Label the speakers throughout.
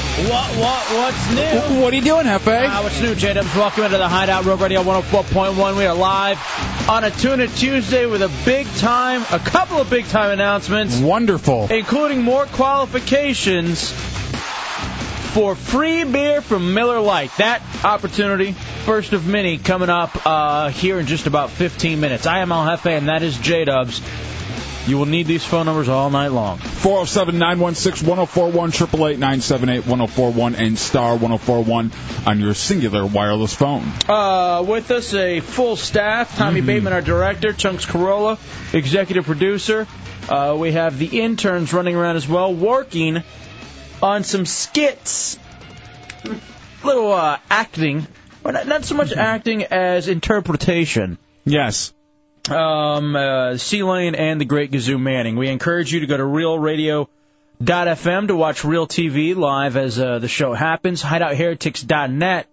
Speaker 1: What, what's new?
Speaker 2: What are you doing, Hefe?
Speaker 1: Uh, what's new, J Dubs? Welcome into the Hideout Rogue Radio 104.1. We are live on a Tuna Tuesday with a big time, a couple of big time announcements,
Speaker 2: Wonderful.
Speaker 1: including more qualifications for free beer from Miller Lite. That opportunity, first of many, coming up uh, here in just about 15 minutes. I am Al Hefe, and that is J Dubs. You will need these phone numbers all night long.
Speaker 2: 407 916 1041, 888 978 1041, and star 1041 on your singular wireless phone.
Speaker 1: Uh, with us, a full staff. Tommy Bateman, our director. Chunks Corolla, executive producer. Uh, we have the interns running around as well, working on some skits. Little uh, acting. Well, not, not so much acting as interpretation.
Speaker 2: Mm-hmm. Yes.
Speaker 1: Um, uh, C Lane and the Great Gazoo Manning. We encourage you to go to Real Radio. FM to watch Real TV live as uh, the show happens. HideoutHeretics.net.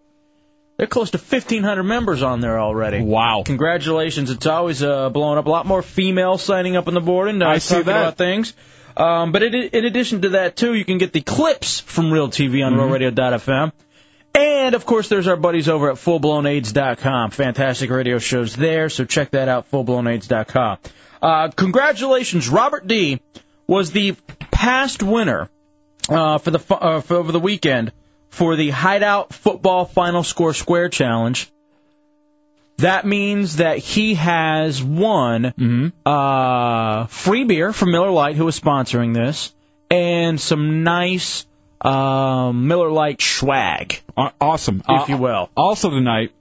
Speaker 1: They're close to 1,500 members on there already
Speaker 2: Wow.
Speaker 1: congratulations. It's always uh, blowing up. A lot more females signing up on the board and uh,
Speaker 2: I see
Speaker 1: talking
Speaker 2: that.
Speaker 1: about things. Um, but it, in addition to that, too, you can get the clips from Real TV
Speaker 2: Mm-hmm.
Speaker 1: on RealRadio.fm. And, of course, there's our buddies over at FullBlownAids.com. Fantastic radio shows there, so check that out, FullBlownAids.com. Uh, congratulations, Robert D. was the past winner uh, for the fu- uh, for over the weekend for the Hideout Football Final Score Square Challenge. That means that he has won uh, free beer from Miller Lite, who is sponsoring this, and some nice uh, Miller Lite swag, Uh,
Speaker 2: Aw- Awesome.
Speaker 1: if you will.
Speaker 2: Uh, Also tonight,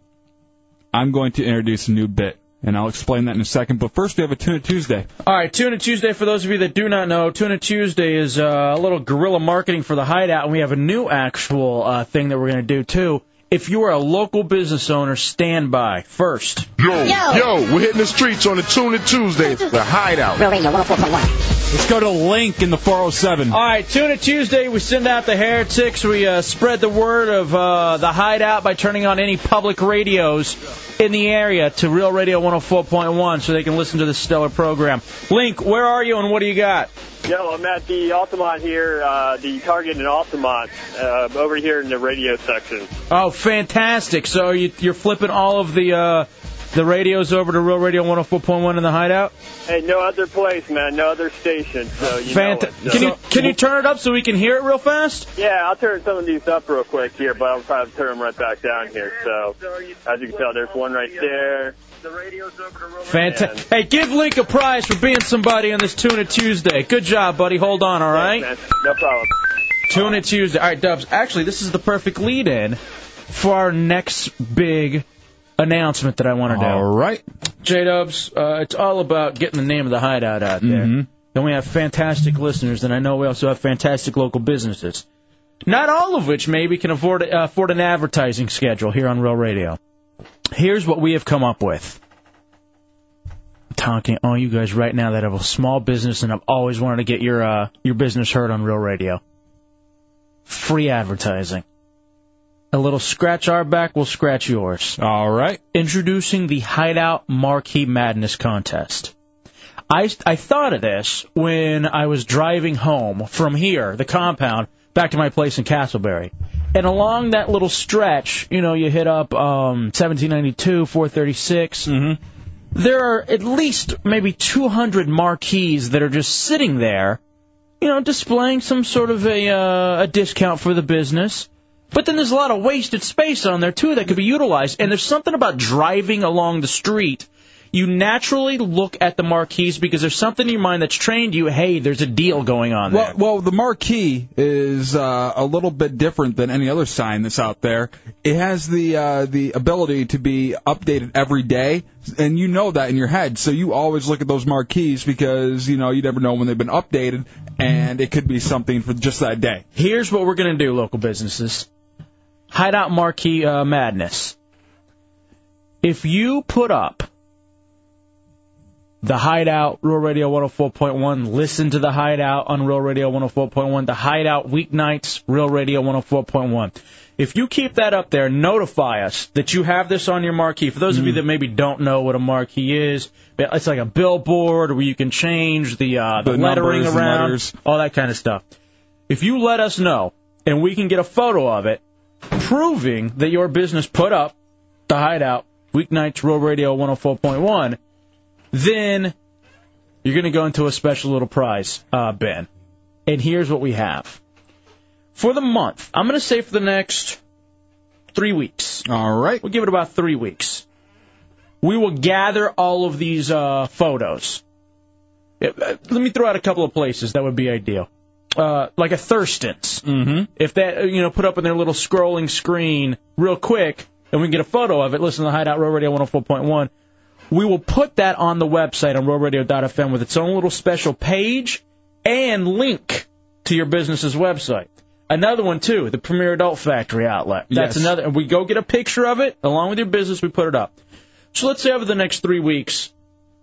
Speaker 2: I'm going to introduce a new bit, and I'll explain that in a second. But first, we have a Tuna Tuesday.
Speaker 1: All right, Tuna Tuesday, for those of you that do not know, Tuna Tuesday is uh, a little guerrilla marketing for the hideout, and we have a new actual uh, thing that we're going to do, too. If you are a local business owner, stand by first.
Speaker 3: Yo.
Speaker 4: Yo, yo, we're hitting the streets on a Tune It Tuesday. It's the oh Hideout.
Speaker 3: Real Radio 104.1.
Speaker 2: Let's go to Link in the 407.
Speaker 1: All right, Tuna Tuesday, we send out the heretics. We uh, spread the word of uh, the hideout by turning on any public radios in the area to Real Radio 104.1 so they can listen to this stellar program. Link, where are you and what do you got?
Speaker 5: Yo, I'm at the Altamont here, uh, the Target in Altamont, uh, over here in the radio section.
Speaker 1: Oh, fantastic. So you, you're flipping all of the uh, the radios over to Real Radio 104.1 in the hideout?
Speaker 5: Hey, no other place, man, no other station. So you know
Speaker 1: Fanta-
Speaker 5: it. So-
Speaker 1: can, you, can you turn it up so we can hear it real fast?
Speaker 5: yeah, I'll turn some of these up real quick here, but I'll probably turn them right back down here. So as you can tell, there's one right there.
Speaker 1: Fantastic. Hey, give Link a prize for being somebody on this Tuna Tuesday. Good job, buddy. Hold on, all right?
Speaker 5: Man, no problem.
Speaker 1: Tune in Tuesday. All right, Dubs. Actually, this is the perfect lead in for our next big announcement that I want to
Speaker 2: All
Speaker 1: do.
Speaker 2: right.
Speaker 1: J Dubs, uh, it's all about getting the name of the hideout out there.
Speaker 2: Mm-hmm.
Speaker 1: Then we have fantastic listeners, and I know we also have fantastic local businesses. Not all of which maybe can afford uh, afford an advertising schedule here on Real Radio. Here's what we have come up with. I'm talking to all you guys right now that have a small business and I've always wanted to get your uh, your business heard on Real Radio. Free advertising. A little scratch our back, we'll scratch yours
Speaker 2: All right.
Speaker 1: introducing the Hideout Marquee Madness contest. I, I thought of this when I was driving home from here, the compound, back to my place in Castleberry. And along that little stretch, you know, you hit up um, 1792, 436. Mm-hmm. There are at least maybe 200 marquees that are just sitting there, you know, displaying some sort of a, uh, a discount for the business. But then there's a lot of wasted space on there too that could be utilized. And there's something about driving along the street. You naturally look at the marquees because there's something in your mind that's trained you. Hey, there's a deal going on there.
Speaker 2: Well, well, the marquee is uh, a little bit different than any other sign that's out there. It has the uh, the ability to be updated every day, and you know that in your head. So you always look at those marquees because you know you never know when they've been updated, and it could be something for just that day.
Speaker 1: Here's what we're gonna do, local businesses. Hideout marquee uh, madness. If you put up the Hideout, Real Radio 104.1. Listen to the Hideout on Real Radio 104.1. The Hideout weeknights, Real Radio 104.1. If you keep that up there, notify us that you have this on your marquee. For those of
Speaker 2: Mm-hmm.
Speaker 1: you that maybe don't know what a marquee is, it's like a billboard where you can change the uh, the,
Speaker 2: The
Speaker 1: lettering
Speaker 2: numbers and
Speaker 1: around,
Speaker 2: letters.
Speaker 1: all that kind of stuff. If you let us know and we can get a photo of it proving that your business put up the hideout weeknights Row Radio 104.1, then you're going to go into a special little prize, uh, Ben. And here's what we have for the month. I'm going to say for the next three weeks.
Speaker 2: All right.
Speaker 1: We'll give it about three weeks. We will gather all of these uh, photos. Yeah, uh, Let me throw out a couple of places that would be ideal. Uh, like a Thurston's.
Speaker 2: Mm-hmm.
Speaker 1: If that, uh, you know, put up in their little scrolling screen real quick and we can get a photo of it, listen to the Hideout Row Radio 104.1. We will put that on the website on rowradio.fm with its own little special page and link to your business's website. Another one too, the Premier Adult Factory outlet. That's
Speaker 2: Yes.
Speaker 1: another. We go get a picture of it along with your business. We put it up. So let's say over the next three weeks,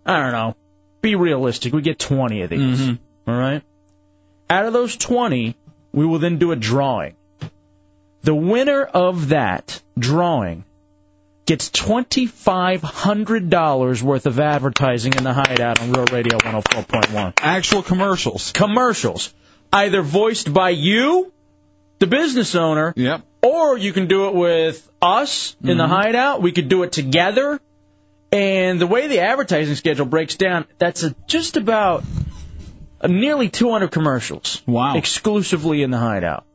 Speaker 1: I don't know. Be realistic. We get 20 of these.
Speaker 2: Mm-hmm.
Speaker 1: All right. Out of those 20, we will then do a drawing. The winner of that drawing gets $2,500 worth of advertising in the hideout on Real Radio 104.1.
Speaker 2: Actual commercials.
Speaker 1: Commercials, either voiced by you, the business owner,
Speaker 2: Yep. Mm-hmm.
Speaker 1: or you can do it with us in the hideout. We could do it together. And the way the advertising schedule breaks down, that's a, just about uh, nearly 200 commercials
Speaker 2: Wow.
Speaker 1: exclusively in the hideout.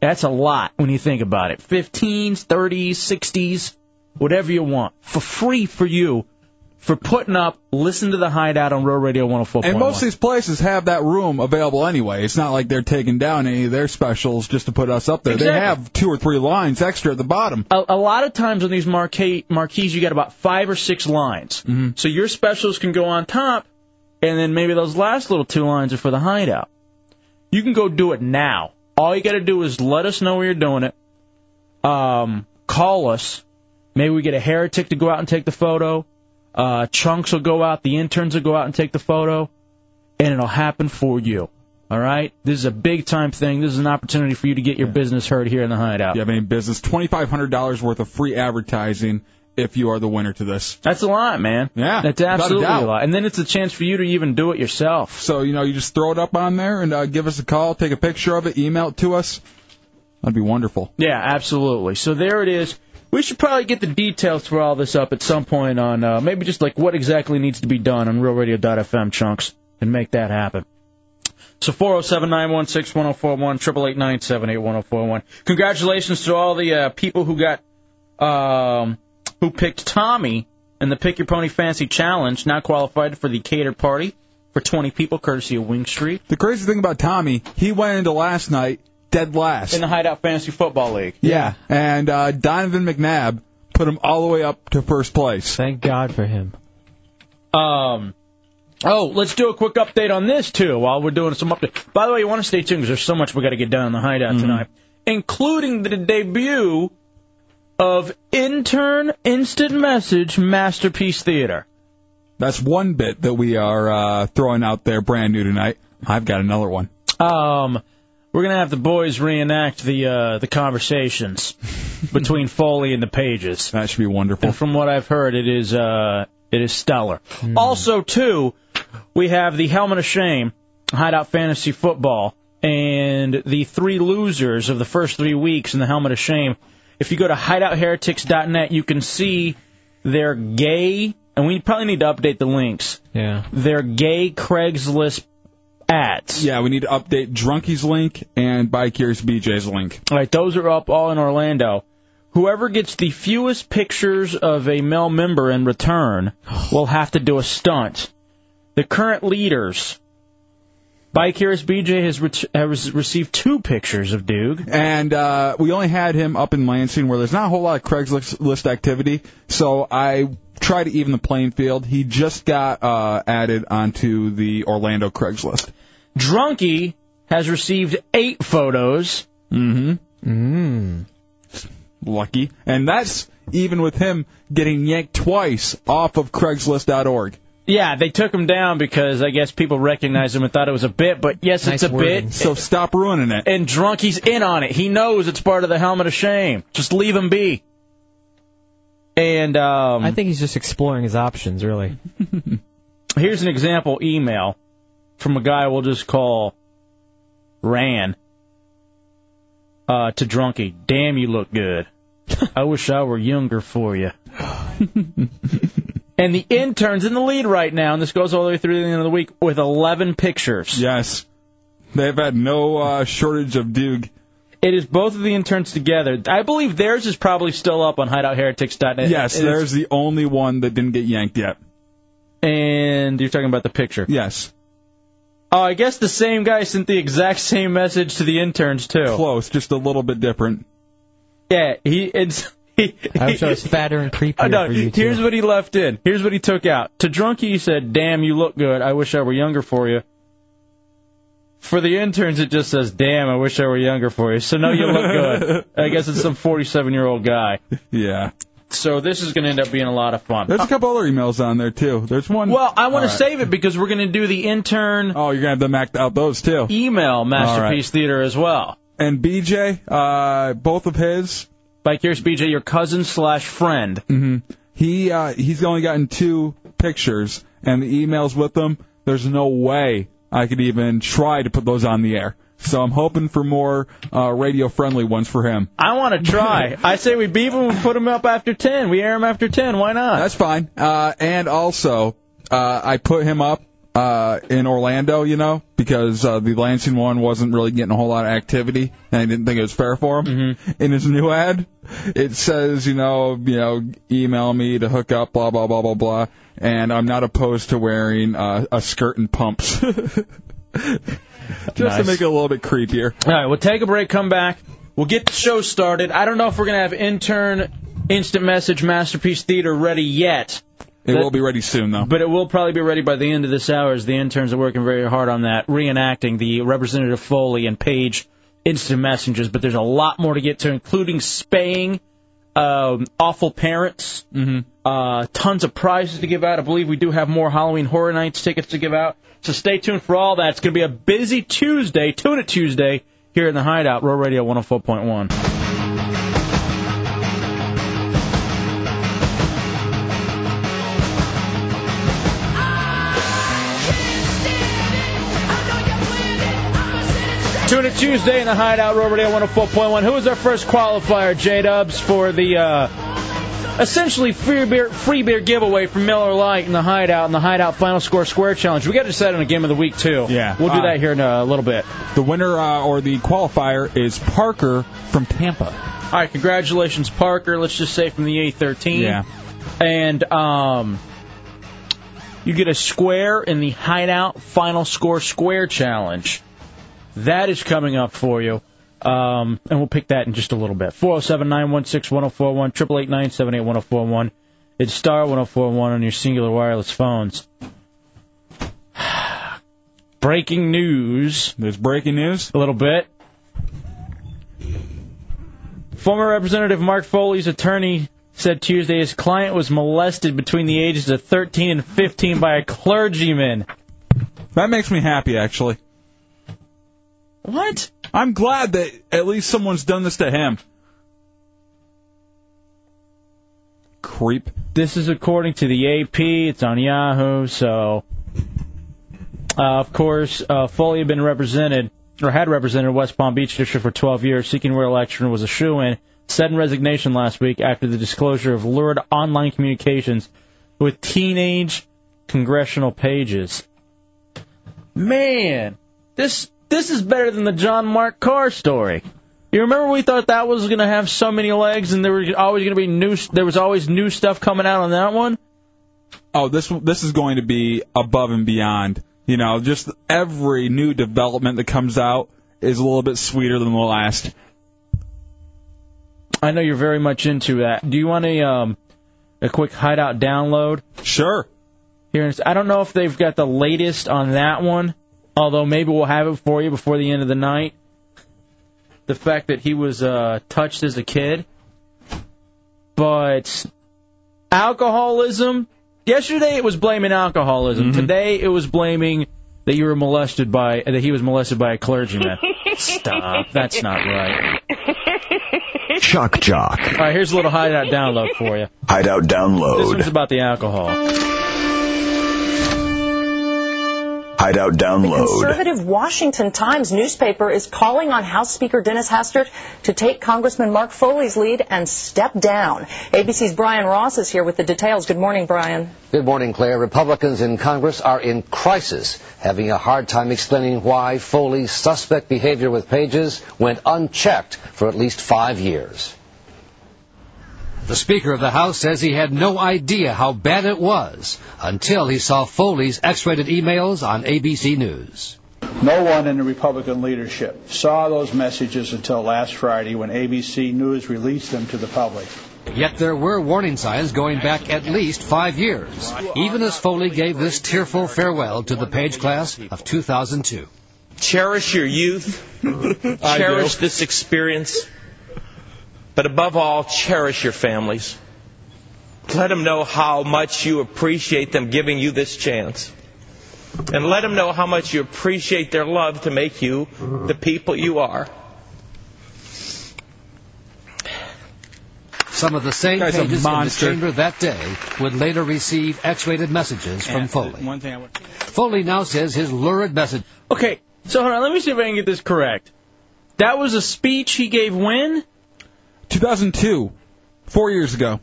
Speaker 1: That's a lot when you think about it. 15s, 30s, 60s, whatever you want, for free for you, for putting up, listen to the hideout on Row Radio 104.1.
Speaker 2: And most of these places have that room available anyway. It's not like they're taking down any of their specials just to put us up there. They
Speaker 1: Exactly.
Speaker 2: have two or three lines extra at the bottom.
Speaker 1: a, a lot of times on these marquee, marquees, you got about five or six lines. So your specials can go on top, and then maybe those last little two lines are for the hideout. You can go do it now. All you got to do is let us know where you're doing it. Um, call us. Maybe we get a heretic to go out and take the photo. Uh, chunks will go out. The interns will go out and take the photo, and it'll happen for you. All right. This is a big time thing. This is an opportunity for you to get your business heard here in the hideout.
Speaker 2: You have any business? $2,500 worth of free advertising if you are the winner to this.
Speaker 1: That's a lot, man.
Speaker 2: Yeah,
Speaker 1: That's
Speaker 2: without a
Speaker 1: absolutely a,
Speaker 2: doubt.
Speaker 1: lot. And then it's a chance for you to even do it yourself.
Speaker 2: So, you know, you just throw it up on there and uh, give us a call, take a picture of it, email it to us. That'd be wonderful.
Speaker 1: Yeah, absolutely. So there it is. We should probably get the details for all this up at some point on uh, maybe just like what exactly needs to be done on realradio.fm chunks and make that happen. So 407 916 1041, 888 978 1041. Congratulations to all the uh, people who got um, who picked Tommy in the Pick Your Pony Fancy Challenge, now qualified for the catered party for 20 people, courtesy of Wing Street.
Speaker 2: The crazy thing about Tommy, he went into last night dead last.
Speaker 1: in the Hideout Fantasy Football League.
Speaker 2: yeah. And uh, Donovan McNabb put him all the way up to first place.
Speaker 3: Thank God for him.
Speaker 1: Um, oh, let's do a quick update on this too while we're doing some update. By the way, you want to stay tuned because there's so much we got to get done in the Hideout
Speaker 2: Mm-hmm.
Speaker 1: tonight, including the debut of intern instant message masterpiece theater.
Speaker 2: That's one bit that we are uh, throwing out there brand new tonight. I've got another one.
Speaker 1: Um, we're gonna have the boys reenact the uh, the conversations between Foley and the pages.
Speaker 2: That should be wonderful.
Speaker 1: And from what I've heard, it is uh, it is stellar.
Speaker 2: Hmm.
Speaker 1: Also, too, we have the Helmet of Shame, Hideout Fantasy Football, and the three losers of the first three weeks in the Helmet of Shame. If you go to hideoutheretics.net, you can see their gay, and we probably need to update the links.
Speaker 3: Yeah.
Speaker 1: Their gay Craigslist ads.
Speaker 2: Yeah, we need to update Drunkie's link and Bike Gears BJ's link.
Speaker 1: All right, those are up all in Orlando. Whoever gets the fewest pictures of a male member in return will have to do a stunt. The current leaders, Bikeris BJ has, ret- has received two pictures of Duke.
Speaker 2: And uh, we only had him up in Lansing where there's not a whole lot of Craigslist activity, so I tried to even the playing field. He just got uh, added onto the Orlando Craigslist.
Speaker 1: Drunky has received eight photos.
Speaker 3: Mm.
Speaker 2: Mm-hmm. Lucky. And that's even with him getting yanked twice off of Craigslist.org.
Speaker 1: Yeah, they took him down because I guess people recognized him and thought it was a bit, but yes,
Speaker 3: Nice
Speaker 1: it's a
Speaker 3: wording.
Speaker 1: bit.
Speaker 2: So stop ruining it.
Speaker 1: and Drunky's in on it. He knows it's part of the helmet of shame. Just leave him be. And um,
Speaker 3: I think he's just exploring his options, really.
Speaker 1: here's an example email from a guy we'll just call Ran. uh, to Drunky, damn, you look good. I wish I were younger for you. and the intern's in the lead right now, and this goes all the way through the end of the week with 11 pictures.
Speaker 2: Yes. They've had no uh, shortage of Duke.
Speaker 1: It is both of the interns together. I believe theirs is probably still up on hideoutheretics.net.
Speaker 2: yes,
Speaker 1: It is-
Speaker 2: there's the only one that didn't get yanked yet.
Speaker 1: And you're talking about the picture.
Speaker 2: Yes.
Speaker 1: Oh, I guess the same guy sent the exact same message to the interns too.
Speaker 2: Close, just a little bit different.
Speaker 1: Yeah, he. It's, he
Speaker 3: I wish I was fatter and creepier
Speaker 1: Oh, no,
Speaker 3: for you too.
Speaker 1: here's what he left in. Here's what he took out. To Drunky, he said, "Damn, you look good. I wish I were younger for you." For the interns, it just says, "Damn, I wish I were younger for you." So no, you look good. I guess it's some 47-year-old guy.
Speaker 2: Yeah.
Speaker 1: So this is going to end up being a lot of fun.
Speaker 2: There's a couple other emails on there, too. There's one. Uh,
Speaker 1: Well, I want
Speaker 2: All
Speaker 1: to
Speaker 2: right.
Speaker 1: save it because we're going to do the intern
Speaker 2: Oh, you're going to have them act out those, too.
Speaker 1: email masterpiece theater as well.
Speaker 2: And BJ, uh, both of his, Mm-hmm.
Speaker 1: By Curious BJ, your cousin slash friend.
Speaker 2: he uh, he's only gotten two pictures, and the emails with them. There's no way I could even try to put those on the air. So I'm hoping for more uh, radio friendly ones for him.
Speaker 1: I want to try. I say we beat him. We put him up after ten. We air him after ten. Why not?
Speaker 2: That's fine. Uh, and also, uh, I put him up uh, in Orlando, you know, because uh, the Lansing one wasn't really getting a whole lot of activity, and I didn't think it was fair for him. In his new ad, it says, you know, you know, email me to hook up, blah blah blah blah blah, and I'm not opposed to wearing uh, a skirt and pumps. Just to
Speaker 1: Nice.
Speaker 2: make it a little bit creepier.
Speaker 1: All right, we'll take a break, come back. We'll get the show started. I don't know if we're going to have intern instant message masterpiece theater ready yet,
Speaker 2: It will be ready soon, though.
Speaker 1: but it will probably be ready by the end of this hour as the interns are working very hard on that, reenacting the Representative Foley and Page instant messages. But there's a lot more to get to, including spaying, um, awful parents, uh, tons of prizes to give out. I believe we do have more Halloween Horror Nights tickets to give out. So stay tuned for all that. It's going to be a busy Tuesday, Tune It Tuesday, here in the Hideout, Roll Radio 104.1. Tune in Tuesday in the Hideout, Robert Dale 104.1. Who was our first qualifier, J Dubs, for the uh, essentially free beer, free beer giveaway from Miller Lite in the Hideout and the Hideout Final Score Square Challenge? We got to decide on a game of the week too.
Speaker 2: Yeah.
Speaker 1: we'll do
Speaker 2: Uh,
Speaker 1: that here in a little bit.
Speaker 2: The winner uh, or the qualifier is Parker from Tampa.
Speaker 1: All right, congratulations, Parker. Let's just say from the A13.
Speaker 2: Yeah.
Speaker 1: and um, you get a square in the Hideout Final Score Square Challenge. That is coming up for you. Um, and we'll pick that in just a little bit. 407 916 1041, 888 978 1041. It's star 1041 on your singular wireless phones. Breaking news
Speaker 2: There's breaking news.
Speaker 1: a little bit. Former Representative Mark Foley's attorney said Tuesday his client was molested between the ages of 13 and 15 by a clergyman.
Speaker 2: That makes me happy, actually.
Speaker 1: What?
Speaker 2: I'm glad that at least someone's done this to him. Creep.
Speaker 1: This is according to the AP. It's on Yahoo. So, uh, of course, uh, Foley had been represented or had represented West Palm Beach District for 12 years, seeking re-election was a shoe-in. Sudden resignation last week after the disclosure of lurid online communications with teenage congressional pages. Man, this this is better than the John Mark Carr story. You remember we thought that was going to have so many legs, and there were always going to be new. There was always new stuff coming out on that one.
Speaker 2: Oh, this this is going to be above and beyond. You know, just every new development that comes out is a little bit sweeter than the last.
Speaker 1: I know you're very much into that. Do you want a um, a quick hideout download
Speaker 2: Sure.
Speaker 1: here? I don't know if they've got the latest on that one, although maybe we'll have it for you before the end of the night. The fact that he was uh, touched as a kid, but alcoholism. Yesterday it was blaming alcoholism. Today it was blaming that you were molested by that he was molested by a clergyman. Stop. That's not right.
Speaker 6: Shock Jock.
Speaker 1: All right, here's a little hideout download for you.
Speaker 6: Hideout Oh,
Speaker 1: This one's
Speaker 6: Download.
Speaker 1: about the alcohol.
Speaker 6: Hideout download.
Speaker 7: conservative Washington Times newspaper is calling on House Speaker Dennis Hastert to take Congressman Mark Foley's lead and step down. ABC's Brian Ross is here with the details. Good morning, Brian.
Speaker 8: Good morning, Claire. Republicans in Congress are in crisis, having a hard time explaining why Foley's suspect behavior with pages went unchecked for at least five years. The Speaker of the House says he had no idea how bad it was until he saw Foley's X-rated emails on ABC News.
Speaker 4: No one in the Republican leadership saw those messages until last Friday when ABC News released them to the public.
Speaker 8: Yet there were warning signs going back at least five years, even as Foley gave this tearful farewell to the Page class of 2002.
Speaker 9: Cherish your youth. cherish this experience. But above all, cherish your families. Let them know how much you appreciate them giving you this chance. And let them know how much you appreciate their love to make you the people you are.
Speaker 8: Some of the same
Speaker 9: Guy's a
Speaker 8: pages in the
Speaker 9: monster.
Speaker 8: chamber that day would later receive X-rated messages from Foley.
Speaker 1: One thing I would.
Speaker 8: Foley now says his lurid message.
Speaker 1: Okay, so hold on. Let me see if I can get this correct. That was a speech he gave when?
Speaker 2: 2002, four years ago,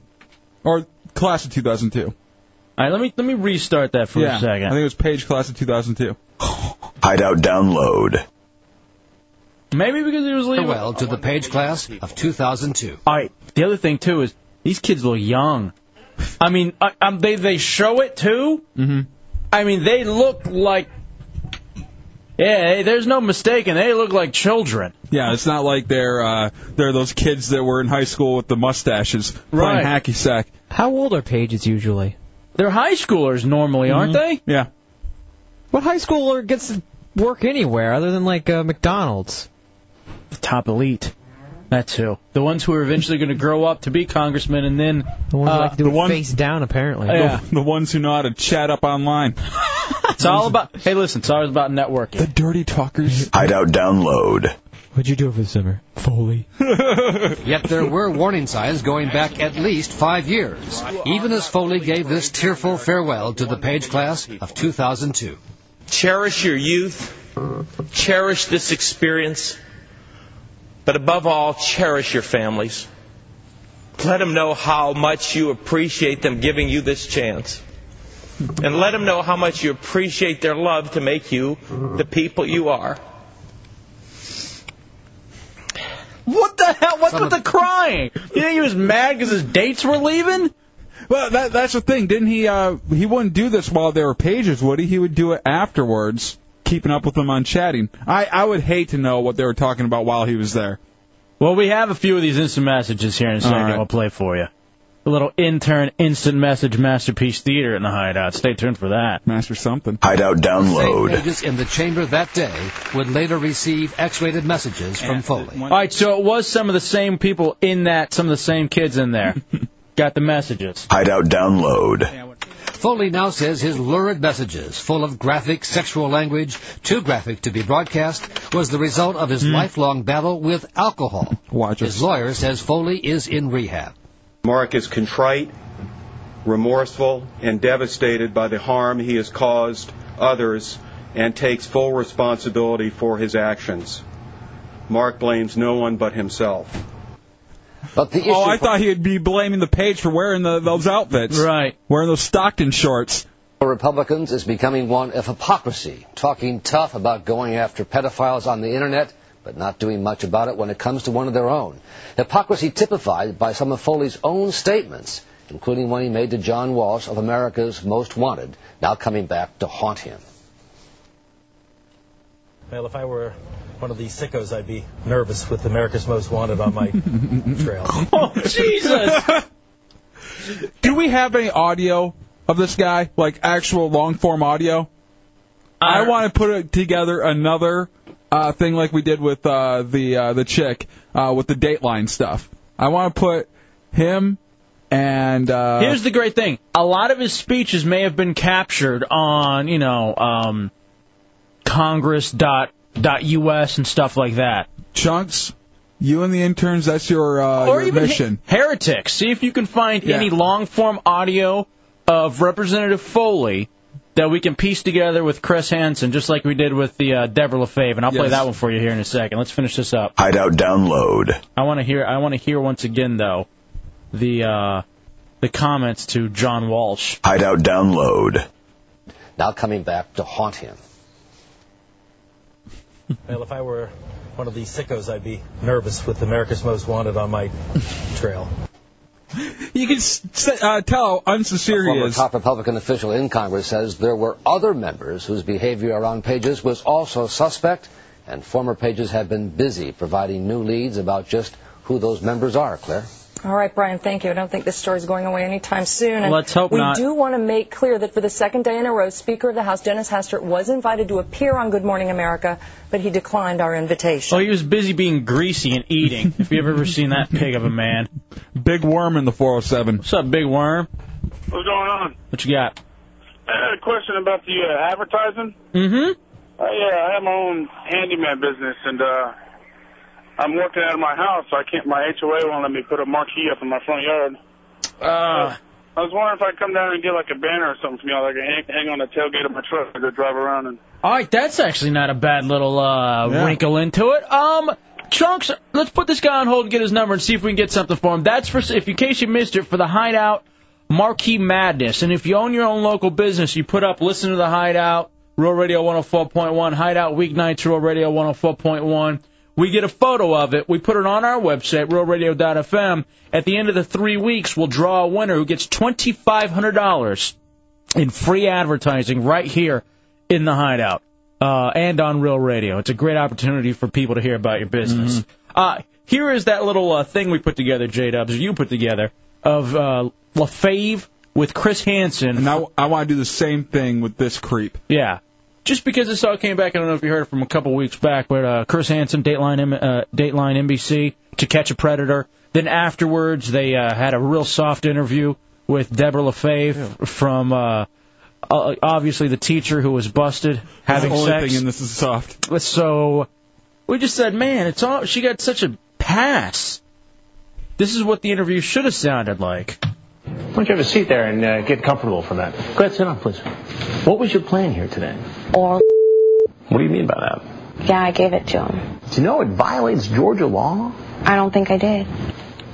Speaker 2: or class of 2002.
Speaker 1: All right, let me let me restart that for
Speaker 2: yeah,
Speaker 1: a second.
Speaker 2: I think it was Page class of 2002.
Speaker 6: Hideout download.
Speaker 1: Maybe because he was leaving.
Speaker 8: Farewell to the Page class of 2002.
Speaker 1: All right. The other thing too is these kids look young. I mean, I, um, they they show it too.
Speaker 2: Mm-hmm.
Speaker 1: I mean, they look like. Yeah, hey, there's no mistaking. They look like children.
Speaker 2: Yeah, it's not like they're uh, they're those kids that were in high school with the mustaches playing
Speaker 1: Right.
Speaker 2: hacky sack.
Speaker 3: How old are pages usually?
Speaker 1: They're high schoolers normally, aren't they?
Speaker 2: Yeah.
Speaker 3: What high schooler gets to work anywhere other than like uh, McDonald's?
Speaker 1: The top elite. That's who. The ones who are eventually going to grow up to be congressmen and then.
Speaker 3: The ones
Speaker 1: Uh,
Speaker 3: that like to do
Speaker 2: the
Speaker 3: it
Speaker 2: one-
Speaker 3: face down apparently.
Speaker 1: Yeah.
Speaker 2: The ones who know how to chat up online.
Speaker 1: It's all about. Hey, listen, it's all about networking.
Speaker 2: The dirty talkers.
Speaker 6: Hideout download.
Speaker 3: What'd you do over the summer? Foley.
Speaker 8: Yet there were warning signs going back at least five years, even as Foley gave this tearful farewell to the Page class of 2002.
Speaker 9: Cherish your youth. Cherish this experience. But above all, cherish your families. Let them know how much you appreciate them giving you this chance. And let them know how much you appreciate their love to make you the people you are.
Speaker 1: What the hell? What's with the crying? You think he was mad because his dates were leaving?
Speaker 2: Well, that, that's the thing. Didn't he? Uh, he wouldn't do this while there were pages, would he? He would do it afterwards, keeping up with them on chatting. I, I would hate to know what they were talking about while he was there.
Speaker 1: Well, we have a few of these instant messages here in a second.
Speaker 2: All right.
Speaker 1: We'll play for you. A little intern instant message masterpiece theater in the hideout. Stay tuned for that.
Speaker 2: Master something.
Speaker 6: Hideout
Speaker 8: Same
Speaker 6: download.
Speaker 8: pages in the chamber that day would later receive X-rated messages from Foley.
Speaker 1: All right, so it was some of the same people in that, some of the same kids in there. Got the messages.
Speaker 6: Hideout download.
Speaker 8: Foley now says his lurid messages, full of graphic sexual language, too graphic to be broadcast, was the result of his lifelong battle with alcohol.
Speaker 2: Watch
Speaker 8: His
Speaker 2: us.
Speaker 8: lawyer says Foley is in rehab.
Speaker 10: Mark is contrite, remorseful, and devastated by the harm he has caused others and takes full responsibility for his actions. Mark blames no one but himself.
Speaker 8: But the issue
Speaker 2: Oh, I thought he'd be blaming the page for wearing the, those outfits.
Speaker 1: Right.
Speaker 2: Wearing those Stockton shorts.
Speaker 8: for Republicans is becoming one of hypocrisy, talking tough about going after pedophiles on the internet, but not doing much about it when it comes to one of their own. Hypocrisy typified by some of Foley's own statements, including one he made to John Walsh of America's Most Wanted, now coming back to haunt him.
Speaker 11: Well, if I were one of these sickos, I'd be nervous with America's Most Wanted on my Uh, trail.
Speaker 1: Oh, Jesus!
Speaker 2: Do we have any audio of this guy? Like actual long form audio? I want to put it together another uh, thing like we did with uh, the uh, the chick uh, with the Dateline stuff. I want to put him and uh,
Speaker 1: Here's the great thing. A lot of his speeches may have been captured on, you know, um, Congress dot dot US and stuff like that.
Speaker 2: chunks. You and the interns. That's your uh,
Speaker 1: or
Speaker 2: your
Speaker 1: even
Speaker 2: mission.
Speaker 1: he- heretics. See if you can find
Speaker 2: Yeah.
Speaker 1: any long form audio of Representative Foley that we can piece together with Chris Hansen, just like we did with the uh, Deborah LaFave, and I'll play
Speaker 6: Yes.
Speaker 1: that one for you here in a second. Let's finish this up.
Speaker 6: Hideout download.
Speaker 1: I want to hear. I want to hear once again though, the uh, the comments to John Walsh.
Speaker 6: Hideout download.
Speaker 8: Now coming back to haunt him.
Speaker 9: Well, if I were one of these sickos, I'd be nervous with America's Most Wanted on my trail.
Speaker 2: You can uh, tell how unsincere
Speaker 8: Former top Republican official in Congress says there were other members whose behavior around Pages was also suspect, and former Pages have been busy providing new leads about just who those members are, Claire.
Speaker 7: All right, Brian, thank you. I don't think this story's going away anytime soon. And
Speaker 8: Let's hope
Speaker 7: we
Speaker 8: not.
Speaker 7: do want to make clear that for the second day in a row, Speaker of the House Dennis Hastert was invited to appear on Good Morning America, but he declined our invitation.
Speaker 1: Oh, he was busy being greasy and eating. if you've ever seen that pig of a man,
Speaker 2: big worm in the 407.
Speaker 1: What's up, big worm?
Speaker 10: What's going on?
Speaker 1: What you got?
Speaker 10: I had a question about the uh, advertising.
Speaker 1: Mm-hmm.
Speaker 10: Uh, yeah, I have my own handyman business, and uh, I'm working out of my house, so I can't. My HOA won't let me put a marquee up in my front yard.
Speaker 1: Uh,
Speaker 10: I was wondering if I'd come down and get like a banner or something from y'all, like hang, hang on the tailgate of my truck as I drive around. And
Speaker 1: All right, that's actually not a bad little uh,
Speaker 10: Yeah.
Speaker 1: wrinkle into it. Um, Chunks, let's put this guy on hold and get his number and see if we can get something for him. That's for if in case you missed it for the Hideout Marquee Madness. And if you own your own local business, you put up listen to the Hideout, Rural Radio 104.1, Hideout Weeknights, Rural Radio 104.1. We get a photo of it. We put it on our website, ruralradio.fm. At the end of the three weeks, we'll draw a winner who gets $2,500 in free advertising right here in the hideout uh, and on real radio. It's a great opportunity for people to hear about your business.
Speaker 2: Mm-hmm.
Speaker 1: Uh, here is that little uh, thing we put together, J Dubs, or you put together, of uh, LaFave with Chris Hansen.
Speaker 2: And I, I want to do the same thing with this creep.
Speaker 1: Yeah. Just because this all came back, I don't know if you heard it from a couple weeks back, but uh, Chris Hansen, Dateline, M- uh, Dateline NBC, To Catch a Predator. Then afterwards, they uh, had a real soft interview with Deborah LaFave from uh, uh, obviously the teacher who was busted having
Speaker 2: the only
Speaker 1: sex.
Speaker 2: thing in this is soft.
Speaker 1: So we just said, man, it's all she got such a pass. This is what the interview should have sounded like.
Speaker 12: Why don't you have a seat there and uh, get comfortable for that? Go ahead, sit down, please. What was your plan here today?
Speaker 13: or
Speaker 12: What do you mean by that?
Speaker 13: yeah, I gave it to him.
Speaker 12: Do you know it violates Georgia law?
Speaker 13: I don't think I did.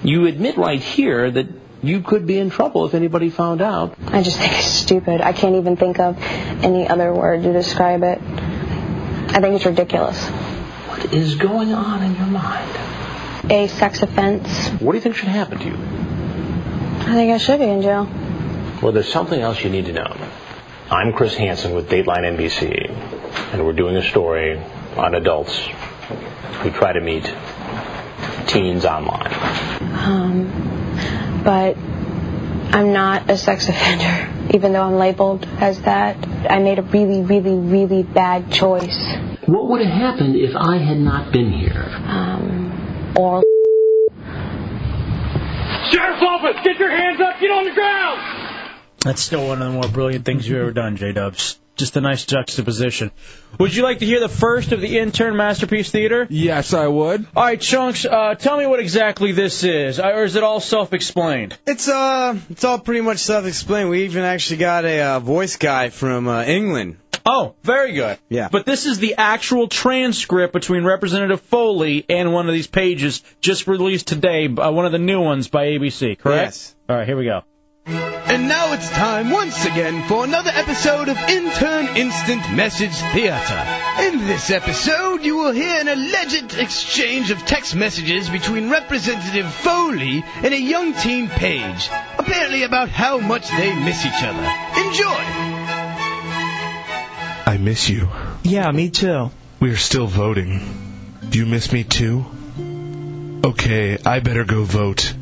Speaker 12: You admit right here that you could be in trouble if anybody found out.
Speaker 13: I just think it's stupid. I can't even think of any other word to describe it. I think it's ridiculous.
Speaker 12: What is going on in your mind?
Speaker 13: A sex offense.
Speaker 12: What do you think should happen to you?
Speaker 13: I think I should be in jail.
Speaker 12: Well, there's something else you need to know. I'm Chris Hansen with Dateline NBC, and we're doing a story on adults who try to meet teens online.
Speaker 13: Um, but I'm not a sex offender, even though I'm labeled as that. I made a really, really, really bad choice.
Speaker 12: What would have happened if I had not been here?
Speaker 13: Um, or
Speaker 14: Sheriff's office, get your hands up, get on the ground!
Speaker 1: That's still one of the more brilliant things you've ever done, J Dubs. Just a nice juxtaposition. Would you like to hear the first of the intern masterpiece theater?
Speaker 2: Yes, I would.
Speaker 1: All right, chunks. Uh, tell me what exactly this is, I- or is it all self-explained?
Speaker 15: It's uh, it's all pretty much self-explained. We even actually got a uh, voice guy from uh, England.
Speaker 1: Oh, very good. Yeah. But this is the actual transcript between Representative Foley and one of these pages just released today, by one of the new ones by ABC. Correct. Yes. All right, here we go.
Speaker 16: And now it's time once again for another episode of Intern Instant Message Theater. In this episode, you will hear an alleged exchange of text messages between Representative Foley and a young teen Page, apparently about how much they miss each other. Enjoy!
Speaker 17: I miss you.
Speaker 18: Yeah, me too.
Speaker 17: We are still voting. Do you miss me too? Okay, I better go vote.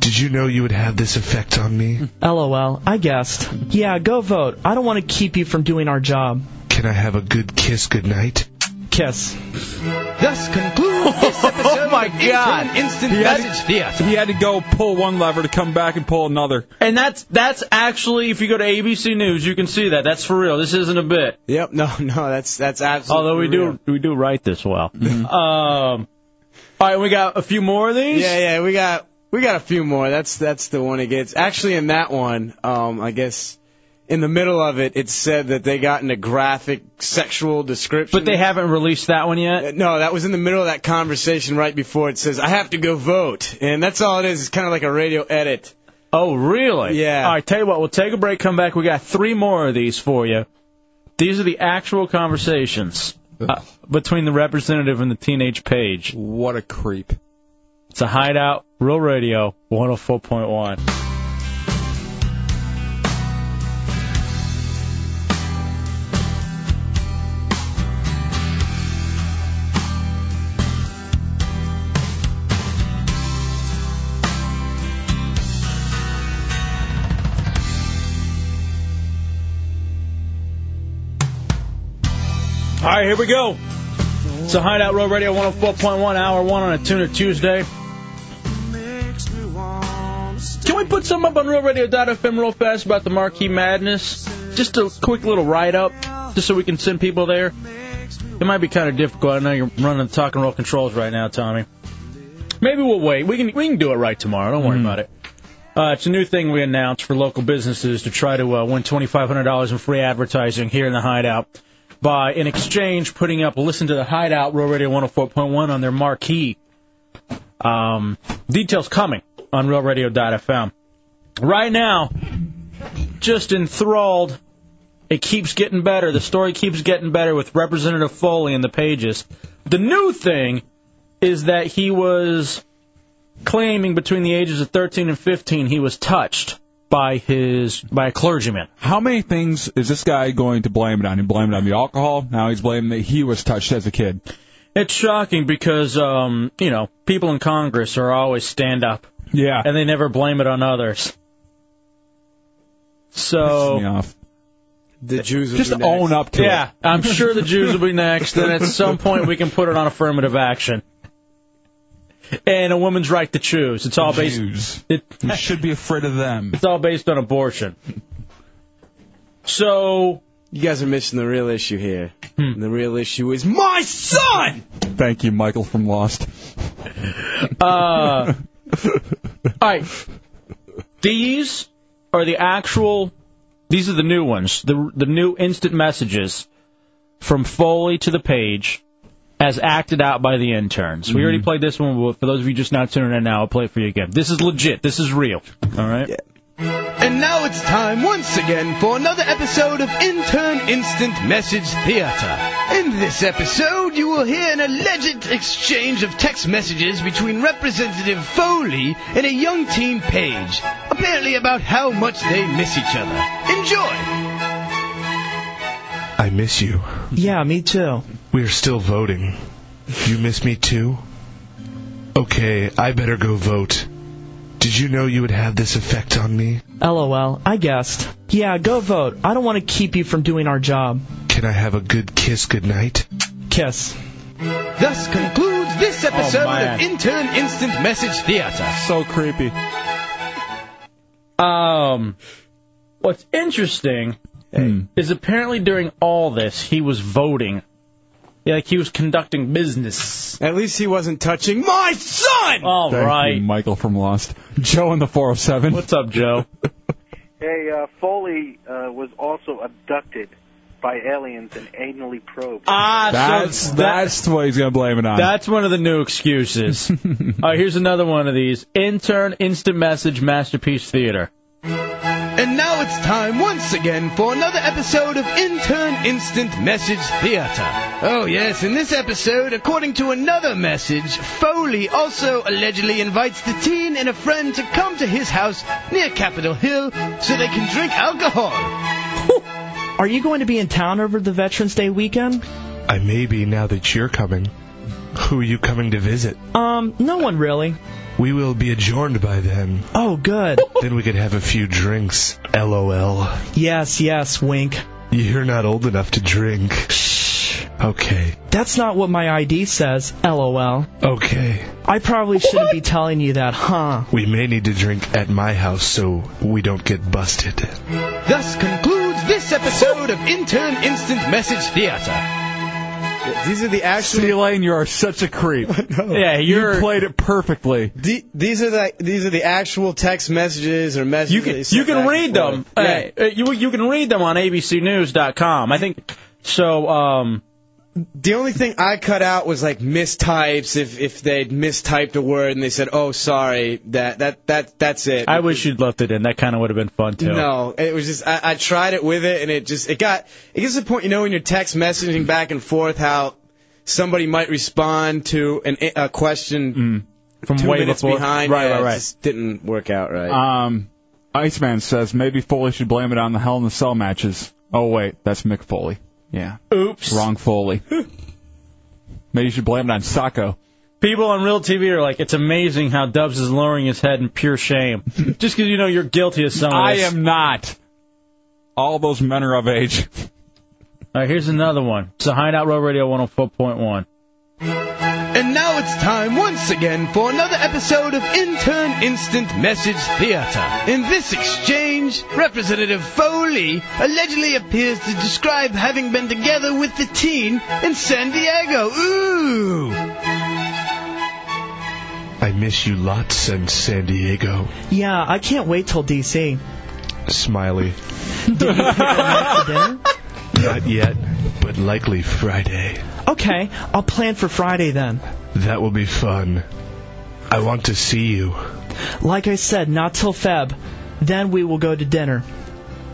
Speaker 17: Did you know you would have this effect on me?
Speaker 18: LOL, I guessed. Yeah, go vote. I don't want to keep you from doing our job.
Speaker 17: Can I have a good kiss goodnight?
Speaker 18: Kiss.
Speaker 16: Thus concludes this episode
Speaker 2: Oh my
Speaker 16: of Intern Instant Message Theater.
Speaker 2: he had to go pull one lever to come back and pull another.
Speaker 1: And that's that's actually, if you go to ABC News, you can see that. That's for real. This isn't a bit.
Speaker 15: Yep. No, no, that's that's absolutely.
Speaker 1: Although we do we do write this well. Um, all right, we got a few more of these.
Speaker 15: Yeah, yeah, we got we got a few more. That's that's the one it gets. Actually, in that one, um, I guess in the middle of it, it said that they got in a graphic sexual description. Uh,
Speaker 1: But they haven't released that one yet.
Speaker 15: No, that was in the middle of that conversation right before it says, I have to go vote. And that's all it is. It's kind of like a radio edit.
Speaker 1: Oh, really? Yeah. All right, tell you what, we'll take a break, come back. We got three more of these for you. These are the actual conversations uh, between the representative and the teenage page. What a creep. It's a hideout, Real Radio 104.1. All right, here we go. So Hideout Road Radio 104.1, Hour 1 on a Tuna Tuesday. Can we put some up on RealRadio.fm real fast about the Marquee Madness? Just a quick little write-up, just so we can send people there. It might be kind of difficult. I know you're running the talk and roll controls right now, Tommy. Maybe we'll wait. We can we can do it right tomorrow. Don't worry about it. Uh, it's a new thing we announced for local businesses to try to uh, win $2,500 in free advertising here in the Hideout by, in exchange, putting up "Listen to the Hideout" Real Radio 104.1 on their marquee. Um, details coming on RealRadio.fm. Right now, just enthralled. It keeps getting better. The story keeps getting better with Representative Foley in the pages. The new thing is that he was claiming between the ages of 13 and 15 he was touched by his by a clergyman.
Speaker 2: How many things is this guy going to blame it on? He blamed it on the alcohol. Now he's blaming that he was touched as a kid.
Speaker 1: It's shocking because um, you know people in Congress are always stand up.
Speaker 2: Yeah.
Speaker 1: and they never blame it on others. So
Speaker 15: the Jews
Speaker 2: will Just be next. own up to
Speaker 1: yeah,
Speaker 2: it.
Speaker 1: I'm sure the Jews will be next, and at some point we can put it on affirmative action. And a woman's right to choose. It's all based. It,
Speaker 2: We should be afraid of them.
Speaker 1: It's all based on abortion. So Hmm.
Speaker 15: you guys are missing the real issue here. The real issue is my son.
Speaker 2: Thank you, Michael from Lost.
Speaker 1: Uh, all right. These are the actual. These are the new ones. The the new instant messages from Foley to the page, as acted out by the interns. We already played this one, but for those of you just now tuning in now, I'll play it for you again. This is legit. This is real. All right.
Speaker 16: And now it's time once again for another episode of Intern Instant Message Theater. In this episode, you will hear an alleged exchange of text messages between Representative Foley and a young teen page, apparently about how much they miss each other. Enjoy!
Speaker 17: I miss you.
Speaker 18: Yeah, me too.
Speaker 17: We're still voting. You miss me too? Okay, I better go vote. Did you know you would have this effect on me?
Speaker 18: LOL. I guessed. Yeah, go vote. I don't want to keep you from doing our job.
Speaker 17: Can I have a good kiss goodnight?
Speaker 18: Kiss.
Speaker 16: Thus concludes this episode
Speaker 18: man.
Speaker 16: of Intern Instant Message Theater.
Speaker 2: So creepy.
Speaker 1: Um, what's interesting is apparently during all this he was voting, yeah, like he was conducting business.
Speaker 15: At least he wasn't touching my son.
Speaker 1: All
Speaker 2: Thank you, Michael from Lost. Joe in the 407.
Speaker 1: What's up, Joe?
Speaker 19: Hey, uh, Foley uh, was also abducted by aliens and anally probed.
Speaker 1: Ah,
Speaker 2: that's that's what he's gonna blame it on.
Speaker 1: That's one of the new excuses. All right, here's another one of these. Intern instant message masterpiece theater.
Speaker 16: And now it's time once again for another episode of Intern Instant Message Theater. Oh, yes, in this episode, according to another message, Foley also allegedly invites the teen and a friend to come to his house near Capitol Hill so they can drink alcohol.
Speaker 18: Are you going to be in town over the Veterans Day weekend?
Speaker 17: I may be now that you're coming. Who are you coming to visit?
Speaker 18: Um, no one really.
Speaker 17: We will be adjourned by then.
Speaker 18: Oh, good.
Speaker 17: Then we could have a few drinks. LOL.
Speaker 18: Yes, yes, wink.
Speaker 17: You're not old enough to drink. Okay.
Speaker 18: That's not what my ID says, LOL.
Speaker 17: Okay.
Speaker 18: I probably shouldn't be telling you that, huh?
Speaker 17: We may need to drink at my house so we don't get busted.
Speaker 16: Thus concludes this episode of Intern Instant Message Theater.
Speaker 15: These are the actual. C
Speaker 2: Lane, you are such a creep.
Speaker 15: Yeah,
Speaker 2: you
Speaker 15: you're-
Speaker 2: played it perfectly.
Speaker 15: The- these are the these are the actual text messages or messages.
Speaker 1: You
Speaker 15: they
Speaker 1: can
Speaker 15: sent
Speaker 1: you can
Speaker 15: back and
Speaker 1: read them.
Speaker 15: forth.
Speaker 1: Hey, uh, you you can read them on abcnews.com. I think so. Um,
Speaker 15: The only thing I cut out was like mistypes. If if they'd mistyped a word and they said, "Oh, sorry," that that that that's it.
Speaker 1: I wish you'd left it in. That kind of would have been fun too.
Speaker 15: No, it was just I, I tried it with it, and it just it got it gets to the point you know when you're text messaging back and forth how somebody might respond to an, a
Speaker 1: Mm.
Speaker 15: question
Speaker 2: From
Speaker 15: two
Speaker 2: way
Speaker 15: minutes
Speaker 2: before.
Speaker 15: behind.
Speaker 2: Right,
Speaker 15: yeah,
Speaker 2: right,
Speaker 15: it
Speaker 2: right.
Speaker 15: Just didn't work out right.
Speaker 1: Uh,
Speaker 2: Um, Iceman says maybe Foley should blame it on the Hell in the Cell matches. Oh wait, that's Mick Foley. Yeah.
Speaker 1: Oops.
Speaker 2: Wrong Foley. maybe you should blame it on Sacco.
Speaker 1: People on real TV are like, it's amazing how Dubs is lowering his head in pure shame, just because you know you're guilty of some of
Speaker 2: I
Speaker 1: this.
Speaker 2: am not. All those men are of age.
Speaker 1: All right, here's another one. It's a Hideout Row Radio 104.1.
Speaker 16: And now it's time once again for another episode of Intern Instant Message Theater. In this exchange, Representative Foley allegedly appears to describe having been together with the teen in San Diego. Ooh!
Speaker 20: I miss you lots and San Diego.
Speaker 18: Yeah, I can't wait till DC.
Speaker 20: Smiley. Not yet, but likely Friday.
Speaker 18: Okay, I'll plan for Friday then.
Speaker 20: That will be fun. I want to see you.
Speaker 18: Like I said, not till Feb. Then we will go to dinner.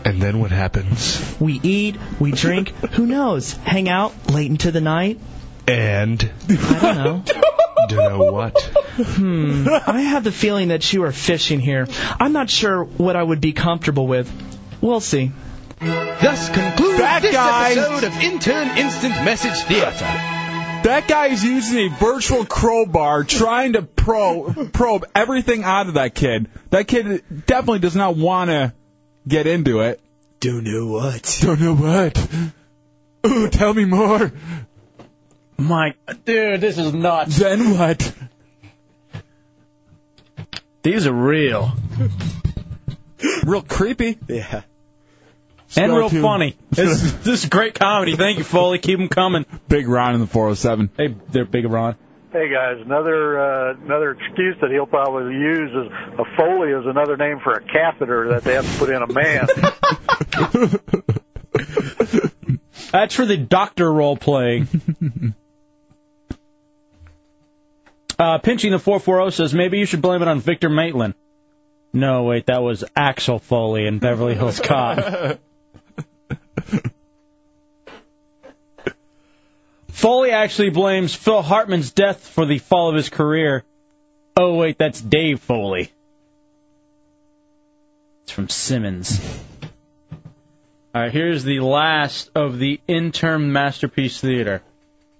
Speaker 20: And then what happens?
Speaker 18: We eat, we drink, who knows? Hang out late into the night.
Speaker 20: And
Speaker 18: I don't know.
Speaker 20: don't know what.
Speaker 18: Hmm. I have the feeling that you are fishing here. I'm not sure what I would be comfortable with. We'll see.
Speaker 16: Thus concludes
Speaker 18: That
Speaker 16: this
Speaker 18: guy-
Speaker 16: episode of Intern Instant Message Theater.
Speaker 2: That guy is using a virtual crowbar trying to probe, probe everything out of that kid. That kid definitely does not want to get into it.
Speaker 15: Don't know what.
Speaker 2: Don't know what. Ooh, tell me more.
Speaker 1: My dude, this is nuts.
Speaker 2: Then what?
Speaker 1: These are real.
Speaker 2: Real creepy.
Speaker 1: and
Speaker 15: Yeah.
Speaker 2: Stay
Speaker 1: real
Speaker 2: tuned.
Speaker 1: funny. This, is- this is great comedy. Thank you, Foley. Keep them coming.
Speaker 2: Big Ron in the 407.
Speaker 1: Hey, they're Big Ron.
Speaker 4: Hey guys, another uh, another excuse that he'll probably use is a Foley is another name for a catheter that they have to put in a man.
Speaker 1: That's for the doctor role playing. uh, Pinching the 440 says maybe you should blame it on Victor Maitland. No, wait, that was Axel Foley in Beverly Hills Cop. Foley actually blames Phil Hartman's death for the fall of his career. Oh, wait, that's Dave Foley. It's from Simmons. All right, here's the last of the interim masterpiece theater.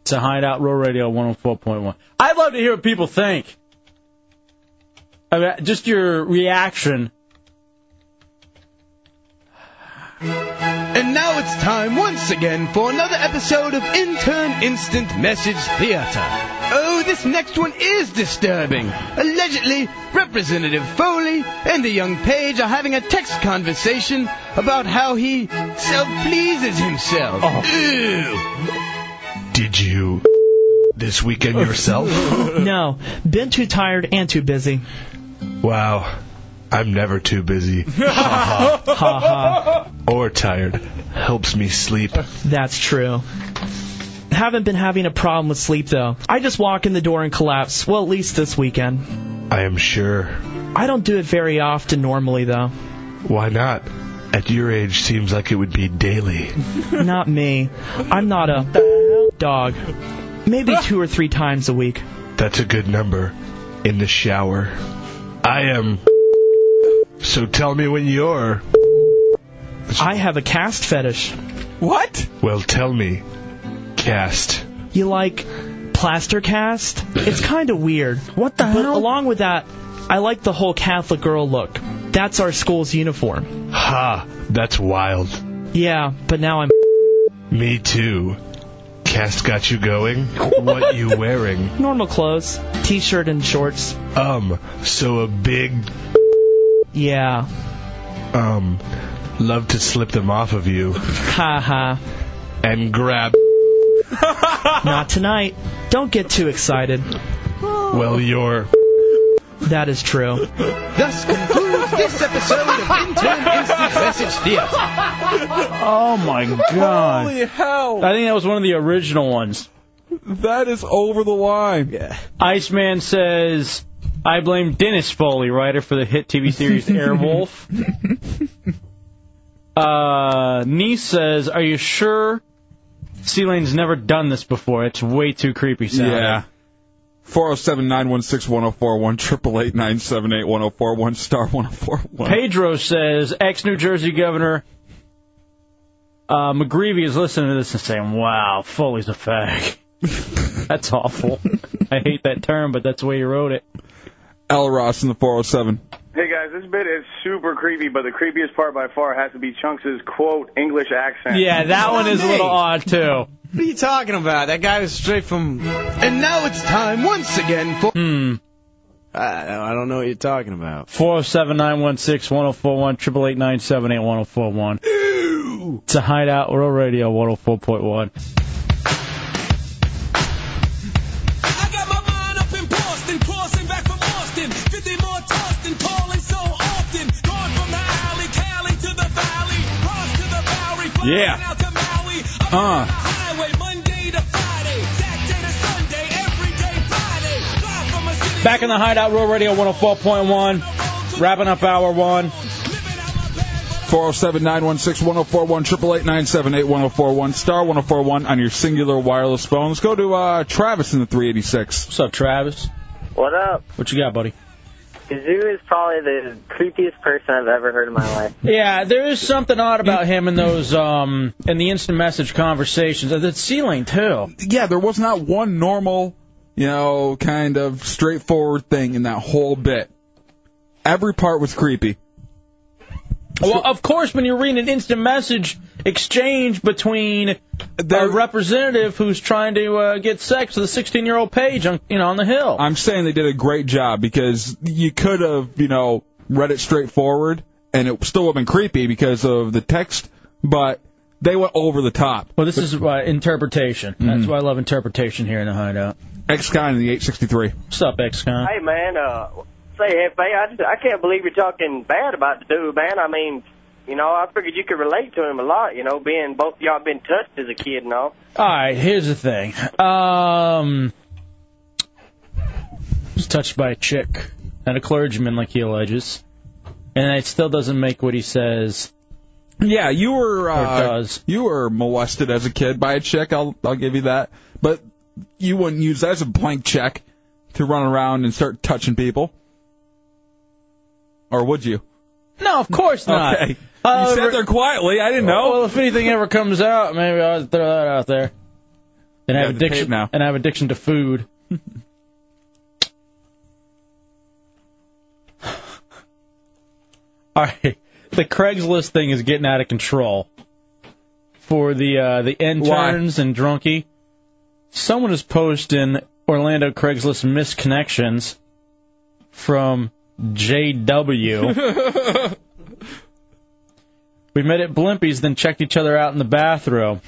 Speaker 1: It's a hideout, Row Radio 104.1. I'd love to hear what people think. I mean, just your reaction.
Speaker 16: And now it's time once again for another episode of Intern Instant Message Theater. Oh, this next one is disturbing. Allegedly, Representative Foley and the young page are having a text conversation about how he self pleases himself.
Speaker 20: Did you this weekend yourself?
Speaker 18: no, been too tired and too busy.
Speaker 20: Wow. I'm never too busy.
Speaker 18: ha ha.
Speaker 20: or tired. Helps me sleep.
Speaker 18: That's true. Haven't been having a problem with sleep though. I just walk in the door and collapse. Well, at least this weekend.
Speaker 20: I am sure.
Speaker 18: I don't do it very often normally though.
Speaker 20: Why not? At your age, seems like it would be daily.
Speaker 18: Not me. I'm not a dog. Maybe two or three times a week.
Speaker 20: That's a good number. In the shower. I am. So tell me when you're.
Speaker 18: I have a cast fetish.
Speaker 2: What?
Speaker 20: Well, tell me. Cast.
Speaker 18: You like plaster cast? It's kind of weird. What the but hell? Along with that, I like the whole Catholic girl look. That's our school's uniform.
Speaker 20: Ha! That's wild.
Speaker 18: Yeah, but now I'm.
Speaker 20: Me too. Cast got you going? What you wearing?
Speaker 18: Normal clothes, t-shirt and shorts.
Speaker 20: Um, so a big.
Speaker 18: Yeah.
Speaker 20: Um,
Speaker 18: uh,
Speaker 20: love to slip them off of you
Speaker 18: Ha ha.
Speaker 20: and grab.
Speaker 18: Not tonight. Don't get too excited.
Speaker 17: Well, you're.
Speaker 18: That is true.
Speaker 16: Thus concludes this episode of Intern Instant Message Theater.
Speaker 1: Oh my god!
Speaker 2: Holy hell!
Speaker 1: I think that was one of the original ones.
Speaker 2: That is over the line. Yeah.
Speaker 1: Iceman says, "I blame Dennis Foley, writer for the hit TV series Airwolf." uh, Niece says, "Are you sure?" Sea Lane's never done this before. It's way too creepy. Sounding.
Speaker 2: Yeah. 407 916 1041, 888 978 1041, star 1041.
Speaker 1: Pedro says, ex New Jersey governor uh, McGreevy is listening to this and saying, wow, Foley's a fag. that's awful. I hate that term, but that's the way he wrote it.
Speaker 2: Al Ross in the 407.
Speaker 10: Hey guys, this bit is super creepy, but the creepiest part by far has to be Chunks' quote English accent.
Speaker 1: Yeah, that one is a little odd, too.
Speaker 15: What are you talking about? That guy was straight from. And now it's time once again for.
Speaker 1: Hmm.
Speaker 15: I, I don't know what you're talking about.
Speaker 1: 407 916 1041, 888 978 1041. It's a hideout, Rural Radio 104.1.
Speaker 2: Yeah. Uh,
Speaker 1: Back in the hideout, Rural Radio 104.1. Wrapping up hour one.
Speaker 2: 407 916 1041, 888 978 1041, star 1041 on your singular wireless phone. Let's go to uh, Travis in the 386. What's
Speaker 1: up, Travis?
Speaker 5: What up?
Speaker 1: What you got, buddy?
Speaker 5: Kazoo is probably the creepiest person I've ever heard in my life.
Speaker 1: Yeah, there is something odd about him in those um in the instant message conversations. Uh, The ceiling too.
Speaker 2: Yeah, there was not one normal, you know, kind of straightforward thing in that whole bit. Every part was creepy.
Speaker 1: Well, of course, when you're reading an instant message exchange between a representative who's trying to uh, get sex with a 16 year old page on you know on the hill.
Speaker 2: I'm saying they did a great job because you could have, you know, read it straightforward and it still would have been creepy because of the text, but they went over the top.
Speaker 1: Well, this is uh, interpretation. That's why I love interpretation here in the hideout.
Speaker 2: XCon in the 863.
Speaker 1: What's up, XCon?
Speaker 5: Hey man, uh, say hey, Faye, I just I can't believe you're talking bad about the dude, man. I mean, you know, I figured you could relate to him a lot. You know, being both y'all been touched as a kid and all.
Speaker 1: All right, here's the thing. Um, was touched by a chick and a clergyman, like he alleges, and it still doesn't make what he says.
Speaker 2: Yeah, you were uh,
Speaker 1: does.
Speaker 2: you were molested as a kid by a chick. I'll I'll give you that, but you wouldn't use that as a blank check to run around and start touching people, or would you?
Speaker 1: No, of course not.
Speaker 2: Okay.
Speaker 1: Uh,
Speaker 2: you sat there quietly. I didn't know.
Speaker 1: Well, if anything ever comes out, maybe I'll throw that out there. And I
Speaker 2: You
Speaker 1: have
Speaker 2: have the
Speaker 1: addiction
Speaker 2: tape now.
Speaker 1: And I have addiction to food. All right, the Craigslist thing is getting out of control. For the uh, the interns and drunkie, someone is posting Orlando Craigslist misconnections from JW. We met at Blimpie's, then checked each other out in the bathroom.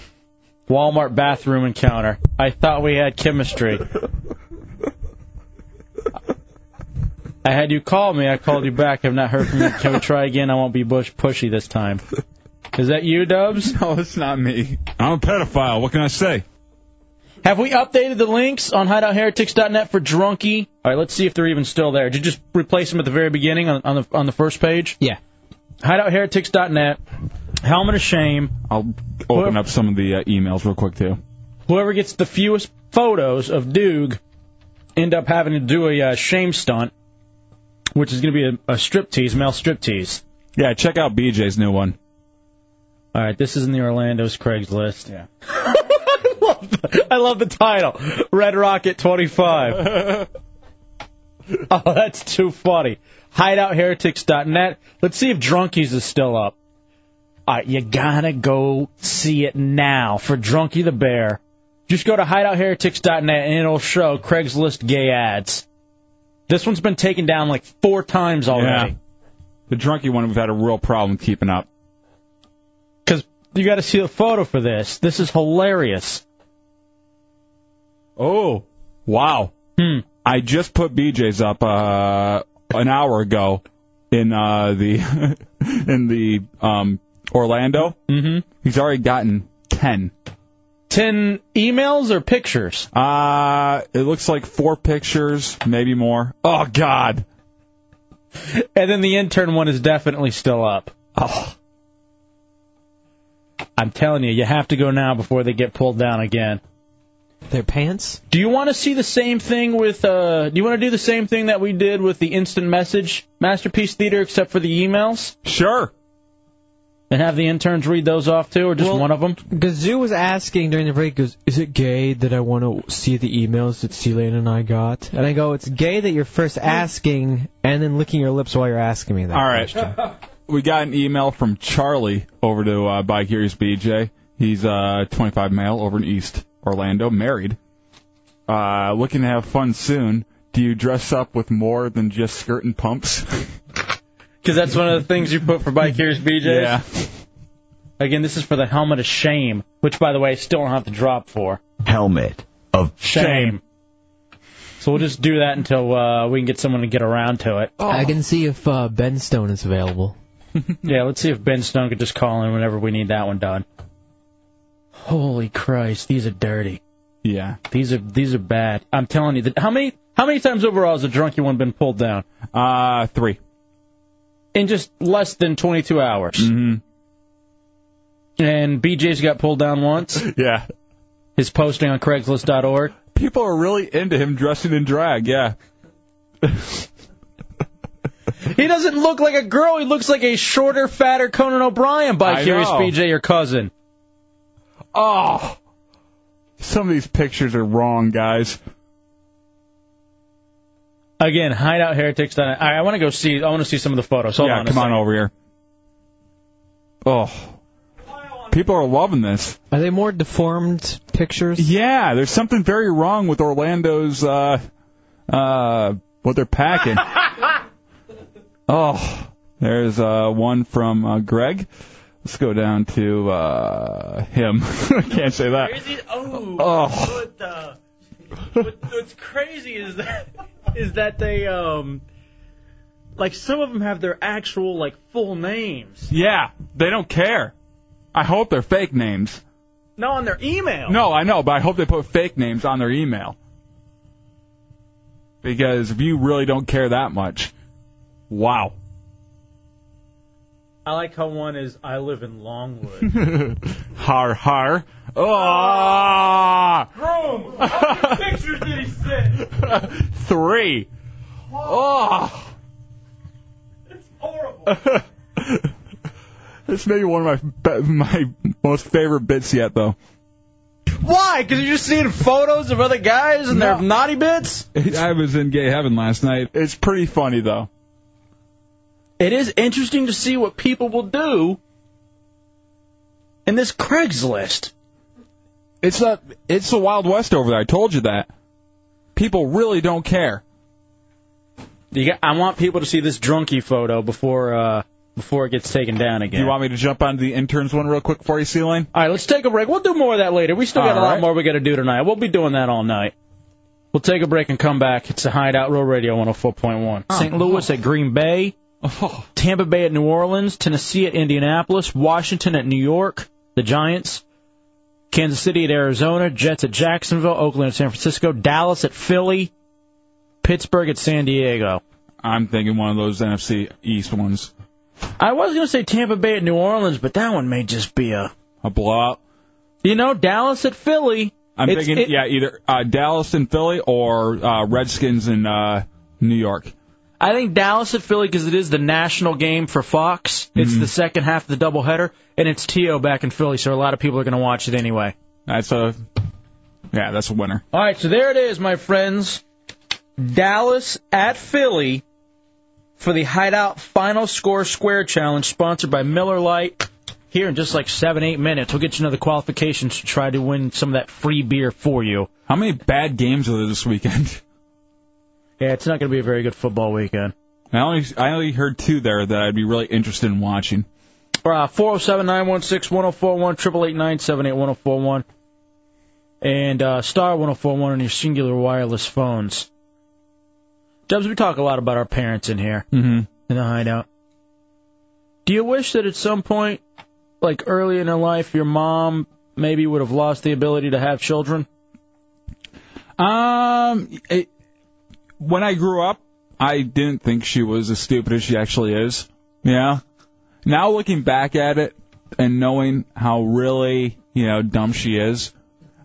Speaker 1: Walmart bathroom encounter. I thought we had chemistry. I had you call me. I called you back. I've not heard from you. Can we try again? I won't be bush pushy this time. Is that you, Dubs?
Speaker 2: No, it's not me. I'm a pedophile. What can I say?
Speaker 1: Have we updated the links on hideoutheretics.net for Drunky? All right, let's see if they're even still there. Did you just replace them at the very beginning on, on the on the first page?
Speaker 3: Yeah.
Speaker 1: Hideoutheretics.net. Helmet of shame.
Speaker 2: I'll open up some of the uh, emails real quick too.
Speaker 1: whoever gets the fewest photos of Doog end up having to do a uh, shame stunt, which is going to be a, a striptease, male striptease.
Speaker 2: Yeah, check out BJ's new one.
Speaker 1: All right, this is in the Orlando's Craigslist. Yeah. I love the title, Red Rocket 25. oh, that's too funny. Hideoutheretics.net. Let's see if Drunkies is still up. All right, you gotta go see it now for Drunky the Bear. Just go to hideoutheretics.net and it'll show Craigslist gay ads. This one's been taken down like four times already.
Speaker 2: The drunky one we've had a real problem keeping up.
Speaker 1: Because you gotta see the photo for this. This is hilarious.
Speaker 2: Oh, wow.
Speaker 1: Hmm.
Speaker 2: I just put BJ's up uh, an hour ago in uh, the in the um, Orlando. Mm-hmm. He's already gotten ten.
Speaker 1: Ten emails or pictures?
Speaker 2: Uh, it looks like four pictures, maybe more. Oh God!
Speaker 1: And then the intern one is definitely still up. Oh. I'm telling you, you have to go now before they get pulled down again.
Speaker 3: Their pants?
Speaker 1: Do you want to see the same thing with? uh Do you want to do the same thing that we did with the instant message masterpiece theater, except for the emails?
Speaker 2: Sure.
Speaker 1: And have the interns read those off too, or just one of them?
Speaker 3: Gazoo was asking during the break, goes, "Is it gay that I want to see the emails that Celine and I got?" And I go, "It's gay that you're first asking and then licking your lips while you're asking me that."
Speaker 2: All right. We got an email from Charlie over to uh, By Curious BJ. He's uh, 25 male over in East Orlando, married. Uh, looking to have fun soon. Do you dress up with more than just skirt and pumps?
Speaker 1: Because that's one of the things you put for Bike Here's BJ.
Speaker 2: Yeah.
Speaker 1: Again, this is for the helmet of shame, which, by the way, I still don't have to drop for.
Speaker 6: Helmet of
Speaker 1: Shame. So we'll just do that until uh, we can get someone to get around to it.
Speaker 3: I can see if uh, Ben Stone is available.
Speaker 1: yeah, let's see if Ben Stone could just call in whenever we need that one done. Holy Christ, these are dirty.
Speaker 2: Yeah.
Speaker 1: These are these are bad. I'm telling you, that how many how many times overall has a drunky one been pulled down?
Speaker 2: Uh, three.
Speaker 1: In just less than 22 hours. Mm-hmm. And BJ's got pulled down once.
Speaker 2: Yeah.
Speaker 1: His posting on Craigslist.org.
Speaker 2: People are really into him dressing in drag. Yeah.
Speaker 1: He doesn't look like a girl. He looks like a shorter, fatter Conan O'Brien by
Speaker 2: I
Speaker 1: Curious
Speaker 2: know.
Speaker 1: BJ, your cousin.
Speaker 2: Oh. Some of these pictures are wrong, guys.
Speaker 1: Again, hideout heretics. I, I want to go see. I want to see some of the photos. Hold
Speaker 2: yeah,
Speaker 1: on. a
Speaker 2: come on
Speaker 1: second.
Speaker 2: over here. Oh. People are loving this.
Speaker 3: Are they more deformed pictures?
Speaker 2: Yeah, there's something very wrong with Orlando's uh uh what they're packing. oh, there's uh one from uh, Greg. Let's go down to uh him. I can't say that.
Speaker 1: Crazy. Oh,
Speaker 2: Oh.
Speaker 1: What the, what, what's crazy is that is that they um like some of them have their actual like full names.
Speaker 2: Yeah, they don't care. I hope they're fake names.
Speaker 1: No, on their email.
Speaker 2: No, I know, but I hope they put fake names on their email. Because if you really don't care that much, wow.
Speaker 1: I like how one is I live in Longwood.
Speaker 2: har har. Uh, Oh,
Speaker 1: Rome. How many pictures did he send?
Speaker 2: three. Oh. It's horrible. this may be one of my be- my most favorite bits yet, though.
Speaker 1: Why? Because you're just seeing photos of other guys and their naughty bits.
Speaker 2: I was in gay heaven last night. It's pretty funny though.
Speaker 1: It is interesting to see what people will do in this Craigslist.
Speaker 2: It's a it's the Wild West over there. I told you that. People really don't care.
Speaker 1: You got, I want people to see this drunky photo before uh, before it gets taken down again.
Speaker 2: You want me to jump onto the interns one real quick for you, Celine?
Speaker 1: all right, let's take a break. We'll do more of that later. We still got
Speaker 2: All
Speaker 1: a lot
Speaker 2: right.
Speaker 1: more we got to do tonight. We'll be doing that all night. We'll take a break and come back. It's the Hideout Row Radio 104.1. St. Louis at Green Bay, Tampa Bay at New Orleans, Tennessee at Indianapolis, Washington at New York, the Giants, Kansas City at Arizona, Jets at Jacksonville, Oakland at San Francisco, Dallas at Philly, Pittsburgh at San Diego.
Speaker 2: I'm thinking one of those NFC East ones.
Speaker 1: I was going to say Tampa Bay at New Orleans, but that one may just be a
Speaker 2: a blowout.
Speaker 1: You know, Dallas at Philly.
Speaker 2: I'm
Speaker 1: It's-
Speaker 2: thinking
Speaker 1: it-
Speaker 2: yeah, either uh, Dallas and Philly or uh, Redskins and uh, New York.
Speaker 1: I think Dallas at Philly because it is the national game for Fox.
Speaker 2: Mm-hmm.
Speaker 1: It's the second half of the doubleheader, and it's T.O. back in Philly, so a lot of people are going to watch it anyway.
Speaker 2: That's a yeah, that's a winner.
Speaker 1: All right, so there it is, my friends. Dallas at Philly for the Hideout Final Score Square Challenge, sponsored by Miller Lite. Here in just like seven, eight minutes, we'll get you another qualifications to try to win some of that free beer for you.
Speaker 2: How many bad games are there this weekend?
Speaker 1: Yeah, it's not going to be a very good football weekend.
Speaker 2: I only I only heard two there that I'd be really interested in watching.
Speaker 1: oh Uh, 407 916 1041, 888 978 1041. and uh, star 1041 on your singular wireless phones. Dubs, we talk a lot about our parents in here
Speaker 2: Mm-hmm.
Speaker 1: in the hideout. Do you wish that at some point, like early in her life, your mom maybe would have lost the ability to have children?
Speaker 2: Um, it, when I grew up, I didn't think she was as stupid as she actually is. Yeah. Now looking back at it and knowing how really you know dumb she is,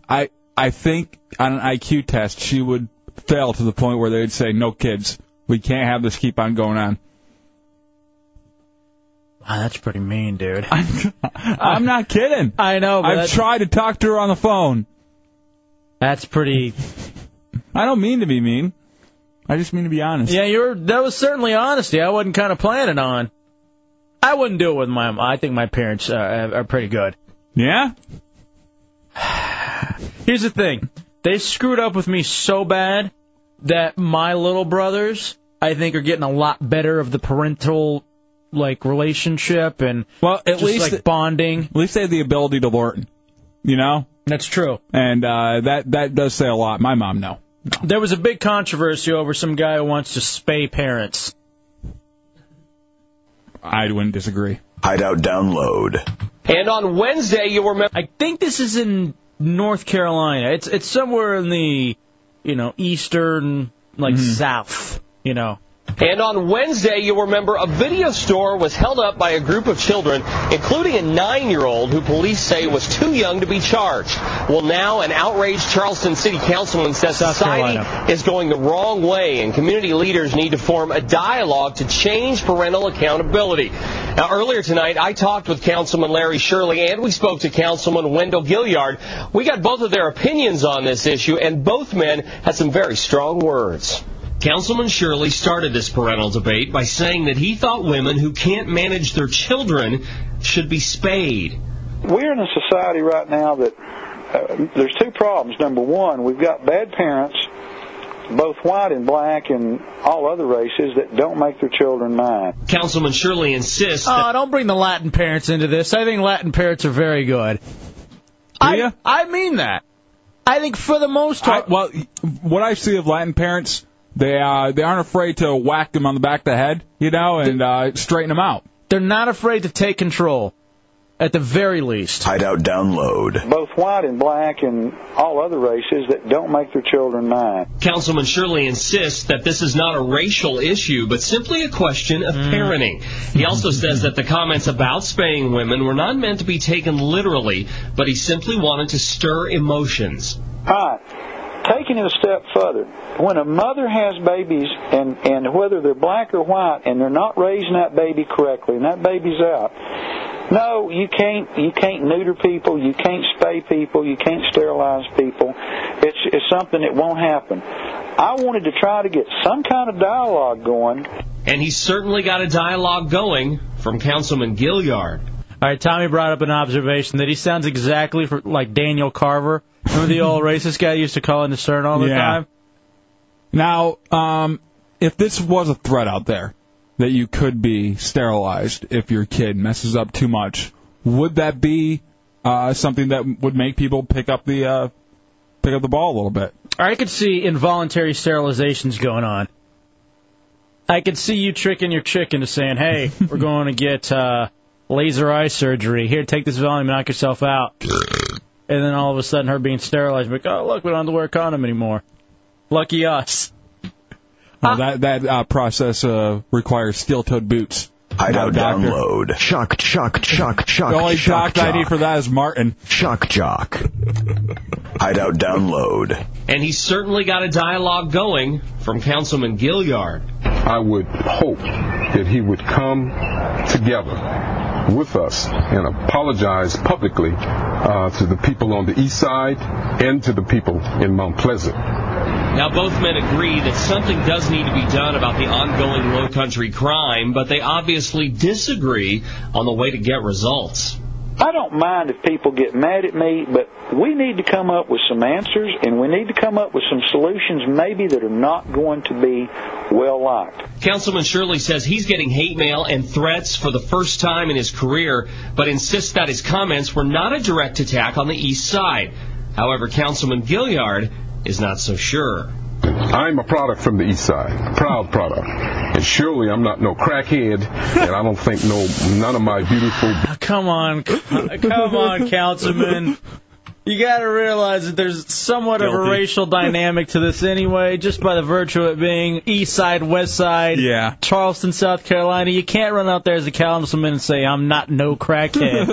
Speaker 2: I I think on an IQ test she would fail to the point where they'd say no kids. We can't have this keep on going on.
Speaker 1: Wow, that's pretty mean, dude.
Speaker 2: I'm not kidding.
Speaker 1: I know. but
Speaker 2: I've
Speaker 1: that's-
Speaker 2: tried to talk to her on the phone.
Speaker 1: That's pretty.
Speaker 2: I don't mean to be mean. I just mean to be honest.
Speaker 1: Yeah, you're. That was certainly honesty. I wasn't kind of planning on. I wouldn't do it with my. I think my parents uh, are are pretty good.
Speaker 2: Yeah.
Speaker 1: Here's the thing. They screwed up with me so bad that my little brothers, I think, are getting a lot better of the parental like relationship and
Speaker 2: well, at least-
Speaker 1: like bonding.
Speaker 2: At least they have the ability to learn. You know.
Speaker 1: That's true.
Speaker 2: And uh, that that does say a lot. My mom, no.
Speaker 1: There was a big controversy over some guy who wants to spay parents.
Speaker 2: I wouldn't disagree.
Speaker 6: Hideout download.
Speaker 1: And on Wednesday, you'll remember. I think this is in North Carolina. It's it's somewhere in the, you know, eastern like south. You know.
Speaker 21: And on Wednesday, you'll remember a video store was held up by a group of children, including a nine-year-old who police say was too young to be charged. Well, now an outraged Charleston City Councilman says society is going the wrong way and community leaders need to form a dialogue to change parental accountability. Now, earlier tonight, I talked with Councilman Larry Shirley and we spoke to Councilman Wendell Gilliard. We got both of their opinions on this issue and both men had some very strong words. Councilman Shirley started this parental debate by saying that he thought women who can't manage their children should be spayed.
Speaker 4: We're in a society right now that uh, there's two problems. Number one, we've got bad parents, both white and black and all other races, that don't make their children mind.
Speaker 21: Councilman Shirley insists
Speaker 1: Oh, don't bring the Latin parents into this. I think Latin parents are very good. I I mean that. I think for the most
Speaker 2: part. well, what I see of Latin parents, they uh, they aren't afraid to whack them on the back of the head, you know, and uh, straighten them out.
Speaker 1: They're not afraid to take control, at the very least.
Speaker 6: Hideout download.
Speaker 4: Both white and black and all other races that don't make their children mind.
Speaker 21: Councilman Shirley insists that this is not a racial issue, but simply a question of parenting. He also says that the comments about spaying women were not meant to be taken literally, but he simply wanted to stir emotions.
Speaker 4: All right. Taking it a step further, when a mother has babies, and, and whether they're black or white, and they're not raising that baby correctly, and that baby's out, no, you can't you can't neuter people, you can't spay people, you can't sterilize people. It's it's something that won't happen. I wanted to try to get some kind of dialogue going.
Speaker 21: And he certainly got a dialogue going from Councilman Gilliard.
Speaker 1: All right, Tommy brought up an observation that he sounds exactly for, like Daniel Carver. Remember the old racist guy used to call into CERN all the
Speaker 2: Yeah.
Speaker 1: time?
Speaker 2: Now, um, if this was a threat out there that you could be sterilized if your kid messes up too much, would that be uh, something that would make people pick up the uh, pick up the ball a little bit?
Speaker 1: I could see involuntary sterilizations going on. I could see you tricking your chick into saying, "Hey, we're going to get uh, laser eye surgery. Here, take this Valium, knock yourself out." And then all of a sudden, her being sterilized, like, "Oh, look, we don't have to wear a condom anymore." Lucky us.
Speaker 2: Uh, that that uh, process uh, requires steel-toed boots.
Speaker 6: Hideout
Speaker 2: Not a doctor.
Speaker 6: download. Shock, shock, shock, shock.
Speaker 2: The only
Speaker 6: shock,
Speaker 2: doc I need for that is Martin.
Speaker 6: Shock jock. Hideout download.
Speaker 21: And he certainly got a dialogue going from Councilman Gilliard.
Speaker 22: I would hope that he would come together with us and apologize publicly uh, to the people on the east side and to the people in Mount Pleasant.
Speaker 21: Now, both men agree that something does need to be done about the ongoing low country crime, but they obviously disagree on the way to get results.
Speaker 4: I don't mind if people get mad at me, but we need to come up with some answers and we need to come up with some solutions maybe that are not going to be well liked.
Speaker 21: Councilman Shirley says he's getting hate mail and threats for the first time in his career, but insists that his comments were not a direct attack on the East Side. However, Councilman Gilliard is not so sure.
Speaker 22: I'm a product from the East Side, proud product, and surely I'm not no crackhead, and I don't think no none of my beautiful.
Speaker 1: Come on, c- come on, Councilman. You got to realize that there's somewhat of a
Speaker 2: Guilty.
Speaker 1: racial dynamic to this anyway, just by the virtue of it being East Side, West Side,
Speaker 2: Yeah.
Speaker 1: Charleston, South Carolina. You can't run out there as a councilman and say, I'm not no crackhead.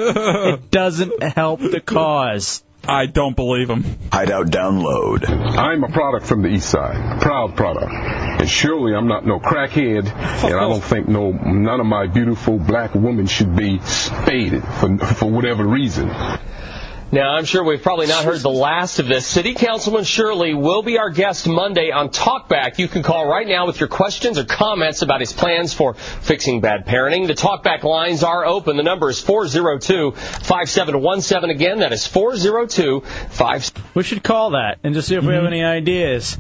Speaker 1: it doesn't help the cause.
Speaker 2: I don't believe him.
Speaker 22: Hideout download. I'm a product from the East Side, proud product, and surely I'm not no crackhead, and I don't think no none of my beautiful black women should be spaded for for whatever reason.
Speaker 21: Now, I'm sure we've probably not heard the last of this. City Councilman Shirley will be our guest Monday on Talkback. You can call right now with your questions or comments about his plans for fixing bad parenting. The Talkback lines are open. The number is 402-5717. Again, that is 402
Speaker 1: We should call that and just see if we
Speaker 2: Mm-hmm.
Speaker 1: have any ideas.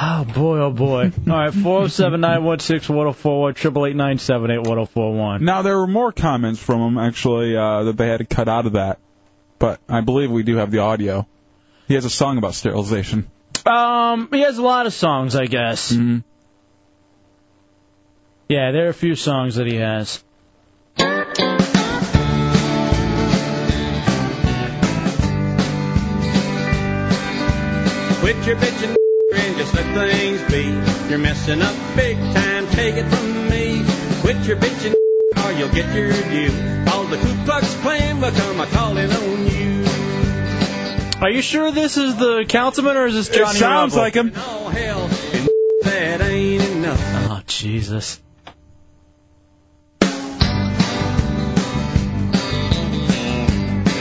Speaker 1: Oh boy, oh boy. All right, four zero seven nine one six one zero four one triple eight nine seven eight one zero four one.
Speaker 2: Now there were more comments from him actually uh, that they had to cut out of that, but I believe we do have the audio. He has a song about sterilization.
Speaker 1: Um, he has a lot of songs, I guess. Yeah, there are a few songs that he has.
Speaker 23: Quit your bitching and just let things be. You're messing up big time, take it from me. Quit your bitching or you'll get your due. All the Ku Klux Klan will come a calling on you.
Speaker 1: Are you sure this is the councilman or is this
Speaker 23: It
Speaker 1: Johnny?
Speaker 23: sounds like
Speaker 1: him.
Speaker 23: All hell and that ain't enough.
Speaker 1: Oh Jesus.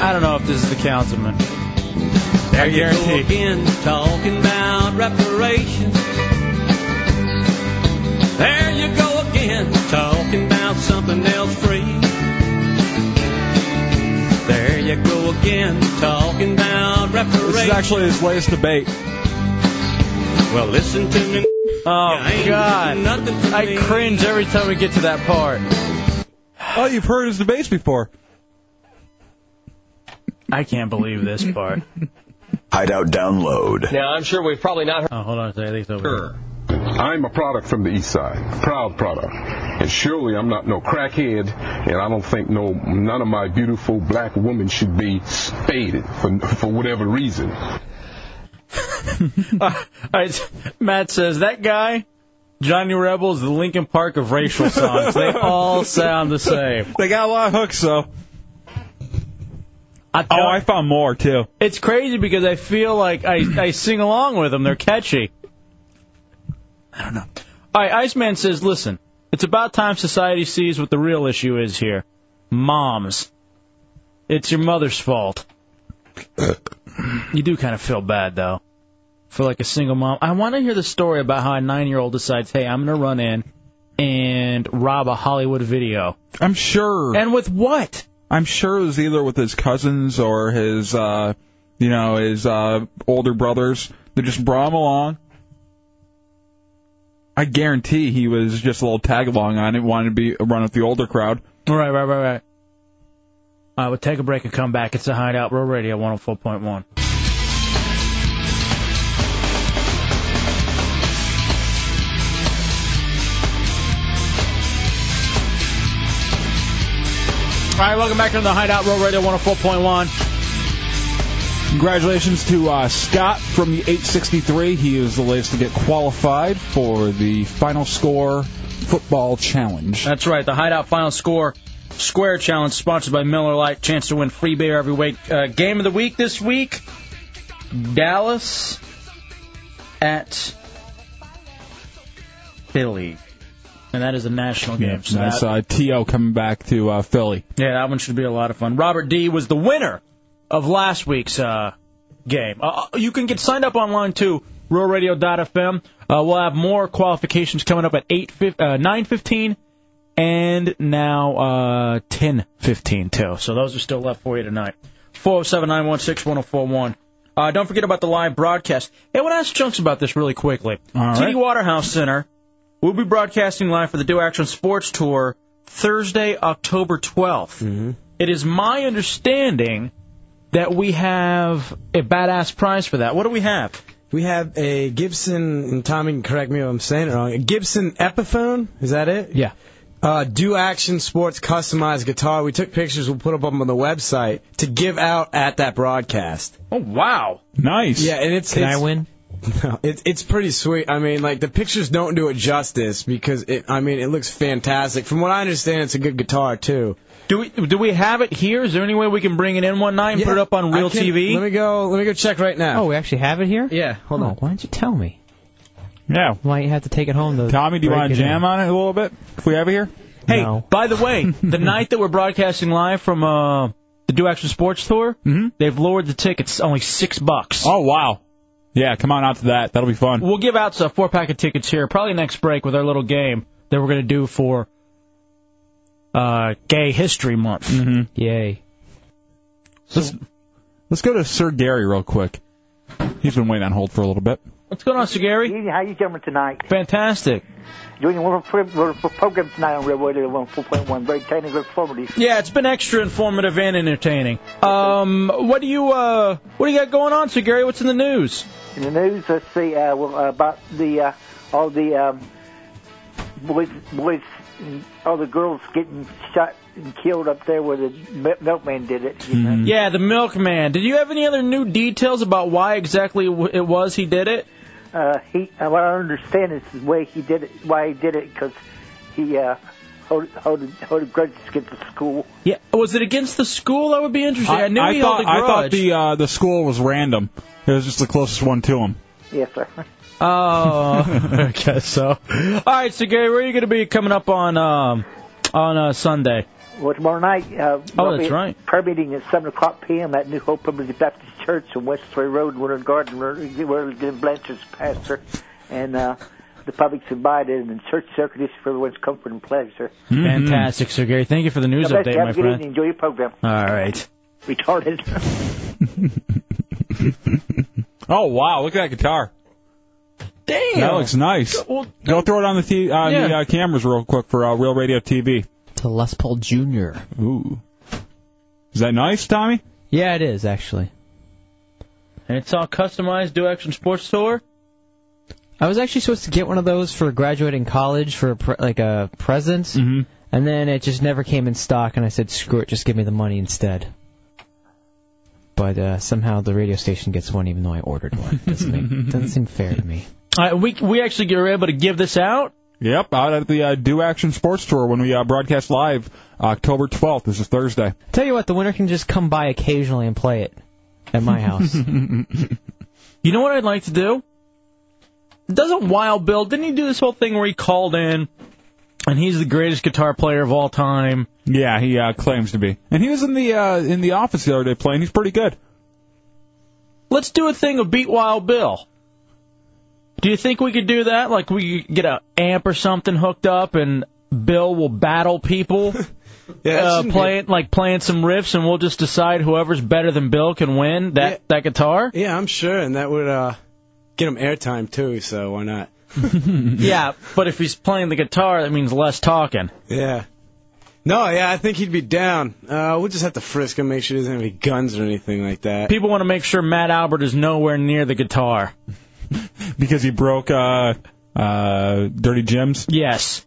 Speaker 1: I don't know if this is the councilman.
Speaker 23: There you go again, talking about reparations. There you go again, talking about something else free. There you go again, talking about reparations.
Speaker 2: This is actually his latest debate.
Speaker 23: Well, listen to me.
Speaker 1: Oh God!
Speaker 23: nothing for
Speaker 1: I cringe every time we get to that part.
Speaker 2: Oh, you've heard his debates before.
Speaker 1: I can't believe this part.
Speaker 6: Hideout download.
Speaker 21: Now, I'm sure we've probably not heard.
Speaker 1: Oh, hold on a second. I think it's over.
Speaker 21: Sure.
Speaker 22: I'm a product from the East Side, proud product, and surely I'm not no crackhead, and I don't think no none of my beautiful black women should be spaded for for whatever reason.
Speaker 1: All right, Matt says that guy, Johnny Rebel, is the Lincoln Park of racial songs. they all sound the same.
Speaker 2: They got a lot of hooks though.
Speaker 1: I
Speaker 2: oh, I found more too.
Speaker 1: It's crazy because I feel like I, I sing along with them. They're catchy. I don't know. All right, Iceman says, listen, it's about time society sees what the real issue is here. Moms. It's your mother's fault. you do kind of feel bad, though, for like a single mom. I want to hear the story about how a nine year old decides, hey, I'm going to run in and rob a Hollywood video.
Speaker 2: I'm sure.
Speaker 1: And with what?
Speaker 2: I'm sure it was either with his cousins or his, uh, you know, his uh, older brothers. They just brought him along. I guarantee he was just a little tag along on it, wanted to be run with the older crowd.
Speaker 1: Right, right, right, right. All right, we'll take a break and come back. It's a Hideout Row Radio 104.1. All right, welcome back to the Hideout Row Radio 104.1.
Speaker 2: Congratulations to uh, Scott from the 863. He is the latest to get qualified for the final score football challenge.
Speaker 1: That's right, the Hideout Final Score Square Challenge, sponsored by Miller Lite. Chance to win free beer every week. Uh, game of the week this week Dallas at Philly. And that is a national game. so
Speaker 2: Nice
Speaker 1: that-
Speaker 2: uh, T.O. coming back to uh, Philly.
Speaker 1: Yeah, that one should be a lot of fun. Robert D was the winner of last week's uh, game. Uh, you can get signed up online too, ruralradio.fm. Uh, we'll have more qualifications coming up at eight fif- uh, nine fifteen, and now uh, ten fifteen too. So those are still left for you tonight. Four zero seven nine one six one zero four one. Uh, don't forget about the live broadcast. Hey, I want to ask Chunks about this really quickly.
Speaker 2: right.
Speaker 1: TD Waterhouse Center will be broadcasting live for the Do Action Sports Tour
Speaker 15: Mm-hmm.
Speaker 1: Thursday, October 12th. It is my understanding that we have a badass prize for that. What do we have?
Speaker 15: We have a Gibson, and Tommy can correct me if I'm saying it wrong, a Gibson Epiphone. Is that it?
Speaker 1: Yeah.
Speaker 15: Uh, Do Action Sports customized guitar. We took pictures. We'll put up on the website to give out at that broadcast.
Speaker 1: Oh wow!
Speaker 2: Nice.
Speaker 15: Yeah, and it's
Speaker 3: Can
Speaker 15: it's,
Speaker 3: I win?
Speaker 15: No, it's it's pretty sweet. I mean, like the pictures don't do it justice because it. I mean, it looks fantastic. From what I understand, it's a good guitar too.
Speaker 1: Do we do we have it here? Is there any way we can bring it in one night and put it up on
Speaker 15: I
Speaker 1: Real
Speaker 15: can-
Speaker 1: TV?
Speaker 15: Let me go. Let me go check right now.
Speaker 3: Oh, we actually have it here?
Speaker 15: Yeah, hold
Speaker 3: oh,
Speaker 15: on.
Speaker 3: Why didn't you tell me?
Speaker 2: Yeah.
Speaker 3: Might have to take it home, though.
Speaker 2: Tommy, do you want to jam on it a little bit? If we have it here?
Speaker 1: Hey, by the way, the night that we're broadcasting live from uh, the Do Action Sports Tour, they've lowered the tickets only six bucks.
Speaker 2: Mm-hmm. Oh wow! Yeah, come on out to that. That'll be fun.
Speaker 1: We'll give out a four pack of tickets here, probably next break with our little game that we're gonna do for uh, Gay History Month.
Speaker 2: Mm-hmm.
Speaker 3: Yay!
Speaker 2: Let's let's go to Sir Gary real quick. He's been waiting on hold for a little bit.
Speaker 1: What's going on, Sir Gary?
Speaker 20: How you doing tonight?
Speaker 1: Fantastic.
Speaker 20: Doing a wonderful wonderful program tonight on Red Radio 104.1. Very technical informative.
Speaker 1: Yeah, it's been extra informative and entertaining. Um, what do you uh, what do you got going on, Sir Gary? What's in the news?
Speaker 20: In the news, let's see, uh, well, uh, about the uh, all the um, boys, boys, all the girls getting shot and killed up there where the mil- milkman did it. You
Speaker 2: Mm-hmm.
Speaker 20: know?
Speaker 1: Yeah, the milkman. Did you have any other new details about why exactly w- it was he did it?
Speaker 20: Uh, he, uh, what I understand is the way he did it, why he did it, because he uh, hold, hold, hold a grudge against the school.
Speaker 1: Yeah. Was it against the school? That would be interesting. I, knew
Speaker 2: I
Speaker 1: he
Speaker 2: thought
Speaker 1: held a
Speaker 2: I thought
Speaker 1: grudge.
Speaker 2: the uh, the school was random. It was just the closest one to him.
Speaker 20: Yes, sir.
Speaker 1: Oh, I guess so. All right, so Gary, where are you going to be coming up on um, on uh, Sunday?
Speaker 20: Well, tomorrow night. Uh,
Speaker 2: Oh,
Speaker 20: we'll
Speaker 1: that's
Speaker 20: be
Speaker 1: right.
Speaker 20: Prayer meeting at seven o'clock p.m. at New Hope Public Baptist Church on West Troy Road, Winter Garden. We're we're getting Blanchard's pastor, and uh, the public's invited, and the church circuit is for everyone's comfort and pleasure.
Speaker 2: Mm-hmm.
Speaker 1: Fantastic, Sir Gary. Thank you for the news
Speaker 20: God bless you.
Speaker 1: update,
Speaker 20: Have
Speaker 1: my
Speaker 20: a good
Speaker 1: friend.
Speaker 20: evening. Enjoy your program.
Speaker 1: All right.
Speaker 20: Retarded.
Speaker 2: Oh wow! Look at that guitar.
Speaker 1: Damn.
Speaker 2: That looks nice. Go throw it on the t- on the
Speaker 1: Yeah.
Speaker 2: uh, cameras real quick for uh, Real Radio TV.
Speaker 3: To Les Paul Jr.
Speaker 2: Ooh. Is that nice, Tommy?
Speaker 3: Yeah, it is actually.
Speaker 1: And it's all customized Do Action Sports Tour.
Speaker 3: I was actually supposed to get one of those for graduating college for a pre- like a present,
Speaker 2: Mm-hmm.
Speaker 3: and then it just never came in stock, and I said, "Screw it, just give me the money instead." But uh, somehow the radio station gets one, even though I ordered one. Doesn't make, doesn't seem fair to me.
Speaker 1: All right, we we actually were able to give this out.
Speaker 2: Yep, out at the uh, Do Action Sports Tour when we uh, broadcast live October 12th. This is Thursday.
Speaker 3: Tell you what, the winner can just come by occasionally and play it at my house.
Speaker 1: You know what I'd like to do? Doesn't Wild Bill? Didn't he do this whole thing where he called in, and he's the greatest guitar player of all time?
Speaker 2: Yeah, he uh, claims to be, and he was in the uh, in the office the other day playing. He's pretty good.
Speaker 1: Let's do a thing of Beat Wild Bill. Do you think we could do that? Like we could get a amp or something hooked up, and Bill will battle people,
Speaker 15: Yeah, that
Speaker 1: uh,
Speaker 15: shouldn't be-
Speaker 1: playing like playing some riffs, and we'll just decide whoever's better than Bill can win that that guitar.
Speaker 15: Yeah, I'm sure, and that would uh, get him airtime too. So why not?
Speaker 1: yeah, but if he's playing the guitar, that means less talking.
Speaker 15: Yeah. No, yeah, I think he'd be down. Uh, we'll just have to frisk him, make sure he doesn't have any guns or anything like that.
Speaker 1: People want to make sure Matt Albert is nowhere near the guitar.
Speaker 2: because he broke uh, uh, Dirty Jim's.
Speaker 1: Yes.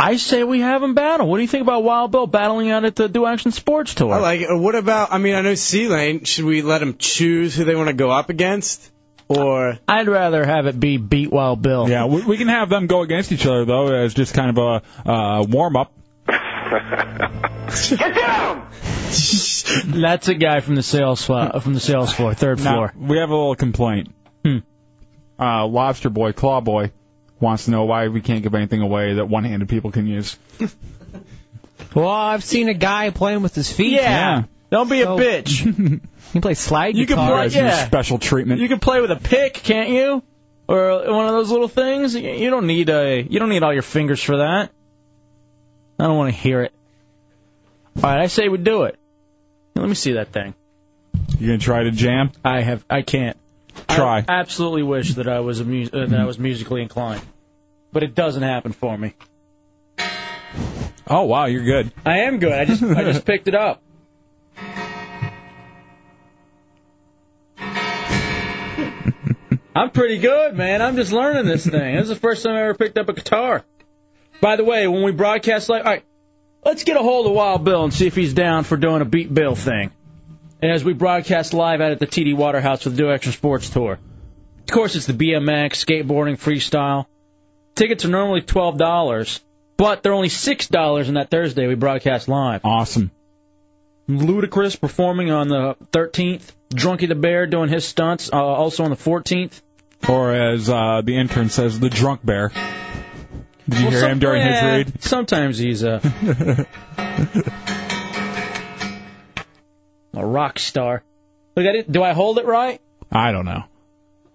Speaker 1: I say we have him battle. What do you think about Wild Bill battling out at the Do Action Sports Tour?
Speaker 15: I like it. Or what about? I mean, I know C Lane. Should we let him choose who they want to go up against? Or
Speaker 1: I'd rather have it be Beat Wild Bill.
Speaker 2: Yeah, we, we can have them go against each other though as just kind of a uh, warm up.
Speaker 14: Get down!
Speaker 1: That's a guy from the sales floor, from the sales floor, third floor.
Speaker 2: Now, we have a little complaint. Uh, Lobster Boy, Claw Boy, wants to know why we can't give anything away that one-handed people can use.
Speaker 3: well, I've seen a guy playing with his feet.
Speaker 1: Yeah. Don't be a bitch.
Speaker 3: He plays slide
Speaker 1: You can
Speaker 3: guitar.
Speaker 1: play- yeah.
Speaker 2: Special treatment.
Speaker 1: You can play with a pick, can't you? Or one of those little things. You- You don't need a. You don't need all your fingers for that. I don't want to hear it. All right, I say we do it. Let me see that thing.
Speaker 2: You gonna try to jam?
Speaker 1: I have. I can't.
Speaker 2: Try.
Speaker 1: I absolutely wish that I was a mu- uh, that I was musically inclined, but it doesn't happen for me.
Speaker 2: Oh wow, you're good.
Speaker 1: I am good. I just I just picked it up. I'm pretty good, man. I'm just learning this thing. This is the first time I ever picked up a guitar. By the way, when we broadcast live, all right, let's get a hold of Wild Bill and see if he's down for doing a Beat Bill thing. As we broadcast live out at the TD Waterhouse for the Do Extra Sports Tour. Of course, it's the BMX, skateboarding, freestyle. Tickets are normally twelve dollars, but they're only six dollars on that Thursday we broadcast live.
Speaker 2: Awesome.
Speaker 1: Ludacris performing on the 13th. Drunky the Bear doing his stunts uh, also on the 14th.
Speaker 2: Or as uh, the intern says, the drunk bear. Did you
Speaker 1: Well,
Speaker 2: hear
Speaker 1: some-
Speaker 2: him during
Speaker 1: yeah,
Speaker 2: his read?
Speaker 1: Sometimes he's a, a rock star. Look at it. Do I hold it right?
Speaker 2: I don't know.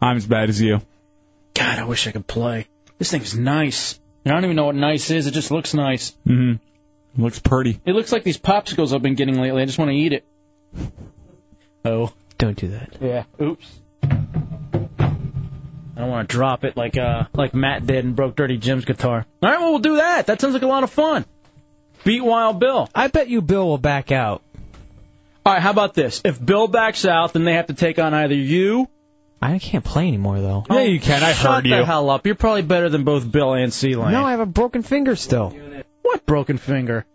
Speaker 2: I'm as bad as you.
Speaker 1: God, I wish I could play. This thing's nice. And I don't even know what nice is. It just looks nice.
Speaker 2: Mm-hmm. Looks pretty.
Speaker 1: It looks like these popsicles I've been getting lately. I just want to eat it. Oh.
Speaker 3: Don't do that.
Speaker 1: Yeah. Oops. I don't want to drop it like uh like Matt did and broke Dirty Jim's guitar. All right, well we'll do that. That sounds like a lot of fun. Beat Wild Bill.
Speaker 3: I bet you Bill will back out.
Speaker 1: All right, how about this? If Bill backs out, then they have to take on either you.
Speaker 3: I can't play anymore though.
Speaker 1: Yeah, you
Speaker 2: can. I
Speaker 1: Shut
Speaker 2: heard you.
Speaker 1: the hell up. You're probably better than both Bill and C Lane.
Speaker 3: No, I have a broken finger still.
Speaker 1: What broken finger?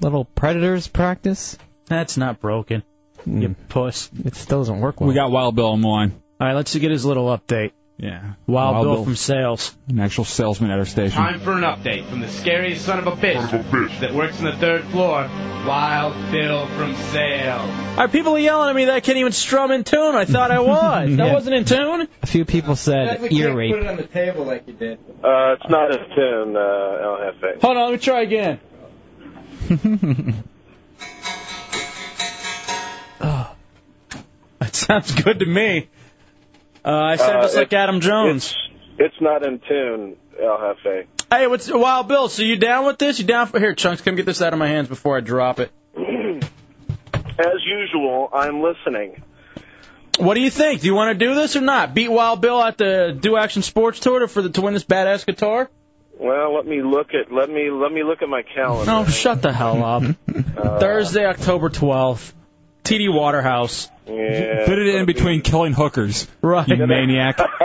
Speaker 3: Little predators practice.
Speaker 1: That's not broken. You puss.
Speaker 3: It still doesn't work well.
Speaker 2: We got Wild Bill on the line.
Speaker 1: All right, let's get his little update.
Speaker 2: Yeah.
Speaker 1: Wild, Bill, from sales.
Speaker 2: An actual salesman at our station.
Speaker 16: Time for an update from the scariest son of a bitch, that works on the third floor, Wild Bill from Sale.
Speaker 1: All right, people are yelling at me that I can't even strum in tune. I thought I was. That
Speaker 3: Yeah.
Speaker 1: wasn't in tune.
Speaker 3: A few people said ear rape.
Speaker 16: on the table like you did.
Speaker 14: Uh, it's not a 10, uh, LFA.
Speaker 1: Hold on, let me try again. Oh, that sounds good to me. Uh, I sound
Speaker 14: Uh,
Speaker 1: just like
Speaker 14: it's-
Speaker 1: Adam Jones.
Speaker 14: It's not in tune, LFA.
Speaker 1: Hey, what's Wild Bill? So you down with this? You down for here, chunks? Come get this out of my hands before I drop it.
Speaker 14: As usual, I'm listening.
Speaker 1: What do you think? Do you want to do this or not? Beat Wild Bill at the Do Action Sports Tour to, for the to win this badass guitar?
Speaker 14: Well, let me look at let me let me look at my calendar.
Speaker 1: No, shut the hell up. Thursday, October twelfth, TD Waterhouse.
Speaker 14: Yeah.
Speaker 2: Fit it in between killing hookers.
Speaker 1: Right.
Speaker 2: You maniac.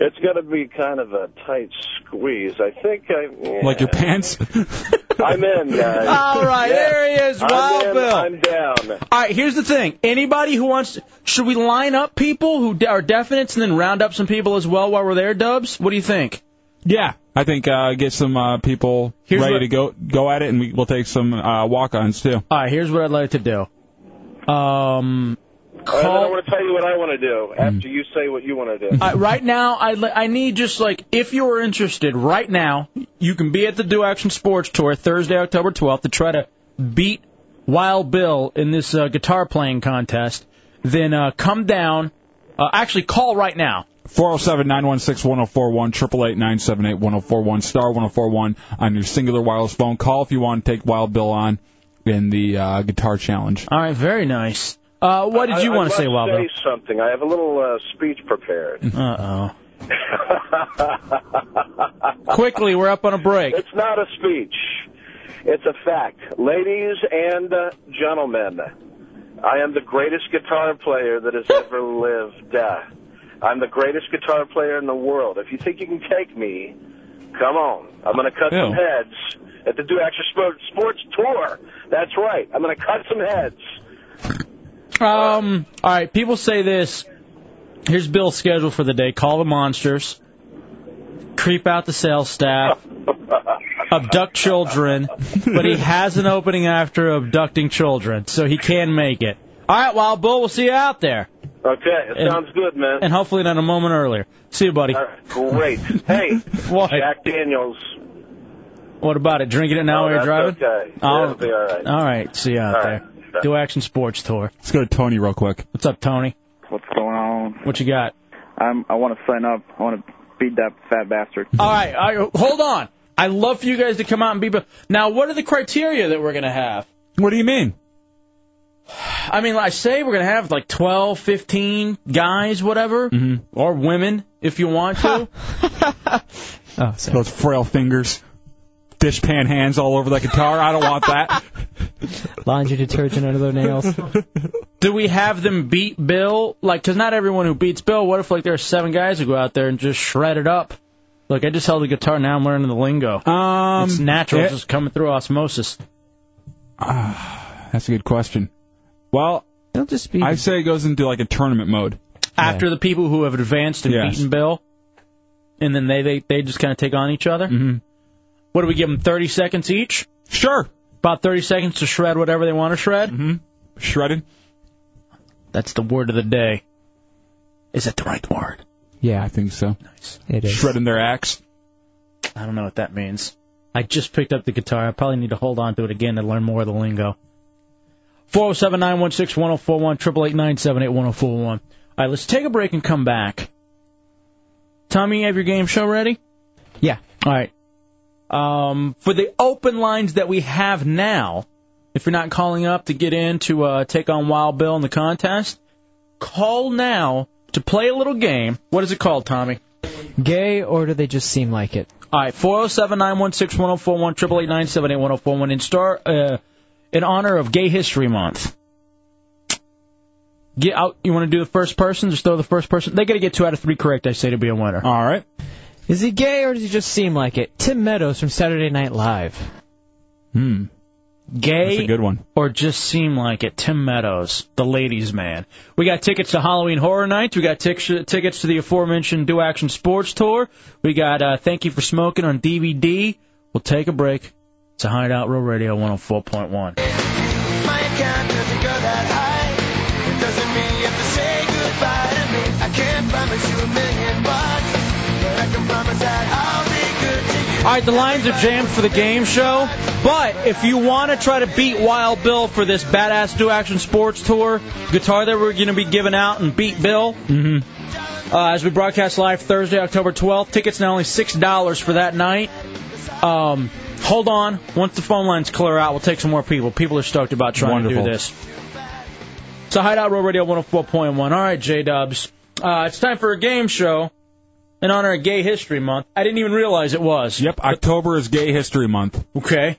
Speaker 14: It's going to be kind of a tight squeeze. I think I yeah.
Speaker 2: Like your pants?
Speaker 14: I'm in, guys.
Speaker 1: All right, there he is,
Speaker 14: I'm
Speaker 1: Wild
Speaker 14: in,
Speaker 1: Bill.
Speaker 14: I'm down.
Speaker 1: All right, here's the thing. Anybody who wants, should we line up people who are definites and then round up some people as well while we're there, Dubs? What do you think?
Speaker 2: Yeah, I think uh, get some uh, people
Speaker 1: Here's
Speaker 2: ready
Speaker 1: what-
Speaker 2: to go go at it, and we, we'll take some uh, walk-ons too.
Speaker 1: All right, here's what I'd like to do. Um,
Speaker 14: All right, then I
Speaker 1: call.
Speaker 14: want to tell you what I want to do after you say what you want to do.
Speaker 1: Uh, right now, I li- I need just like if you are interested. Right now, you can be at the Do Action Sports Tour Thursday, October 12th, to try to beat Wild Bill in this uh, guitar playing contest. Then uh, come down. Uh, actually, call right now.
Speaker 2: 407-916-1041, 888 oh star 1041 on your singular wireless phone. Call if you want to take Wild Bill on in the uh, guitar challenge.
Speaker 1: All right, very nice. Uh, what did you
Speaker 14: I- I'd
Speaker 1: want to
Speaker 14: love
Speaker 1: say, Wild Bill?
Speaker 14: Say something. I have a little uh, speech prepared.
Speaker 1: Uh oh. Quickly, we're up on a break.
Speaker 14: It's not a speech. It's a fact. Ladies and uh, gentlemen, I am the greatest guitar player that has ever lived. Uh, I'm the greatest guitar player in the world. If you think you can take me, come on. I'm going to cut
Speaker 2: Ew.
Speaker 14: some heads at the Do Extra Sports, Sports Tour. That's right. I'm going to cut some heads.
Speaker 1: Um. All right. People say this. Here's Bill's schedule for the day. Call the monsters. Creep out the sales staff. Abduct children. But he has an opening after abducting children, so he can make it. All right, Wild Bull. We'll see you out there,
Speaker 14: Okay, it
Speaker 1: And-
Speaker 14: sounds good, man.
Speaker 1: and hopefully not a moment earlier. See you, buddy.
Speaker 14: All right, great. Hey,
Speaker 1: What?
Speaker 14: Jack Daniels.
Speaker 1: What about it? Drinking it now
Speaker 14: Oh,
Speaker 1: while you're
Speaker 14: that's
Speaker 1: driving?
Speaker 14: okay.
Speaker 1: Oh,
Speaker 14: That'll be all right.
Speaker 1: All right. See you out
Speaker 14: All
Speaker 1: there.
Speaker 14: right.
Speaker 1: Do Action Sports Tour.
Speaker 2: Let's go to Tony real quick.
Speaker 1: What's up, Tony?
Speaker 24: What's going on?
Speaker 1: What you got?
Speaker 24: I'm, I want to sign up. I want to beat that fat bastard.
Speaker 1: All right, all right, hold on. I love for you guys to come out and be. Now, what are the criteria that we're going to have?
Speaker 2: What do you mean?
Speaker 1: I mean, I say we're going to have like 12, 15 guys, whatever,
Speaker 2: Mm-hmm.
Speaker 1: or women if you want to.
Speaker 2: Oh, Those frail fingers, dish pan hands all over that guitar. I don't want that.
Speaker 3: Laundry detergent under their nails.
Speaker 1: Do we have them beat Bill? Like, 'cause not everyone who beats Bill. What if like there are seven guys who go out there and just shred it up? Look, I just held a guitar. Now I'm learning the lingo.
Speaker 2: Um,
Speaker 1: it's natural.
Speaker 2: it-
Speaker 1: it's just coming through osmosis.
Speaker 2: That's a good question. Well,
Speaker 3: it'll just be.
Speaker 2: I say it goes into like a tournament mode.
Speaker 1: After the people who have advanced and
Speaker 2: Yes.
Speaker 1: beaten Bill, and then they they, they just kind of take on each other. Mm-hmm. What do we give them? Thirty seconds each.
Speaker 2: Sure.
Speaker 1: About thirty seconds to shred whatever they want to shred. Mm-hmm.
Speaker 2: Shredded.
Speaker 1: That's the word of the day. Is that the right word?
Speaker 2: Yeah, I think so. Nice.
Speaker 3: It is.
Speaker 2: Shredding their axe.
Speaker 1: I don't know what that means. I just picked up the guitar. I probably need to hold on to it again to learn more of the lingo. 407 916 1041, 888 978 1041. All right, let's take a break and come back. Tommy, you have your game show ready?
Speaker 3: Yeah.
Speaker 1: All right. Um, for the open lines that we have now, if you're not calling up to get in to uh, take on Wild Bill in the contest, call now to play a little game. What is it called, Tommy?
Speaker 3: Gay, or do they just seem like it?
Speaker 1: All right, 407 916 1041, 888 978 1041, in, star, uh, in honor of Gay History Month. Get out. You want to do the first person? Just throw the first person. They got to get two out of three correct, I say, to be a winner.
Speaker 2: All right.
Speaker 3: Is he gay, or does he just seem like it? Tim Meadows from Saturday Night Live.
Speaker 2: Hmm.
Speaker 1: Gay
Speaker 2: That's a good one.
Speaker 1: or just seem like it. Tim Meadows, the ladies' man. We got tickets to Halloween Horror Nights. We got tic- tickets to the aforementioned Do Action Sports Tour. We got uh, Thank You for Smoking on DVD. We'll take a break. It's a Hideout Real Radio 104.1.
Speaker 14: My account doesn't go that high. It doesn't mean you have to say goodbye to me. I can't promise you a million bucks, but I can promise that I'll be good to you.
Speaker 1: All right, the lines are jammed for the game show, but if you want to try to beat Wild Bill for this badass Do Action Sports Tour guitar that we're going to be giving out and beat Bill, uh, as we broadcast live Thursday, October 12th. Tickets now only $6 for that night. Um, hold on. Once the phone lines clear out, we'll take some more people. People are stoked about trying to
Speaker 2: Wonderful.
Speaker 1: do this. So, Hideout Road Radio 104.1. All right, J Dubs. Uh, it's time for a game show in honor of Gay History Month. I didn't even realize it was.
Speaker 2: Yep, October is Gay History Month.
Speaker 1: Okay.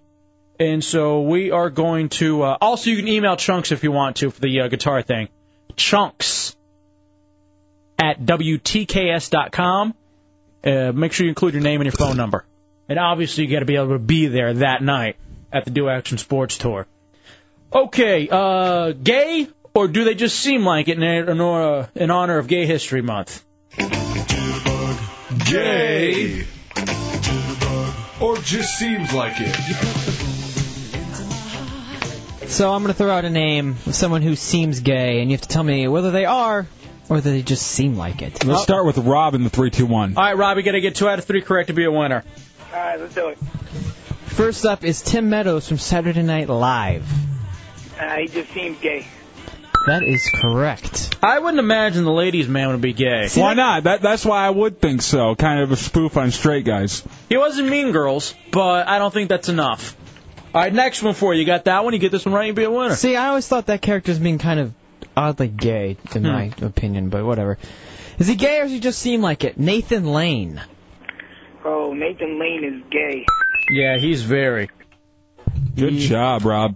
Speaker 1: And so we are going to. Uh, also, you can email Chunks if you want to for the uh, guitar thing. Chunks at WTKS.com. Uh, make sure you include your name and your phone number. And obviously, you got to be able to be there that night at the Do Action Sports Tour. Okay, uh, gay, or do they just seem like it in, in, uh, in honor of Gay History Month?
Speaker 17: Gay. Or just seems like it.
Speaker 3: So I'm going to throw out a name of someone who seems gay, and you have to tell me whether they are or whether they just seem like it.
Speaker 1: Uh,
Speaker 3: Uh,
Speaker 2: Let's start with Rob in the three, two, one.
Speaker 1: All right, Robbie, got to get two out of three correct to be a winner.
Speaker 5: All right, let's do it.
Speaker 3: First up is Tim Meadows from Saturday Night Live.
Speaker 5: Uh, he just seems gay.
Speaker 3: That is correct.
Speaker 1: I wouldn't imagine the ladies' man would be gay.
Speaker 2: why not? That, that's why I would think so. Kind of a spoof on straight guys.
Speaker 1: He wasn't mean girls, but I don't think that's enough. All right, next one for you. You got that one. You get this one right, you be a winner.
Speaker 3: See, I always thought that character's been kind of oddly gay, in
Speaker 1: Hmm.
Speaker 3: my opinion, but whatever. Is he gay or does he just seem like it? Nathan Lane.
Speaker 5: Oh, Nathan Lane is gay.
Speaker 1: Yeah, he's very.
Speaker 2: Good job, Rob.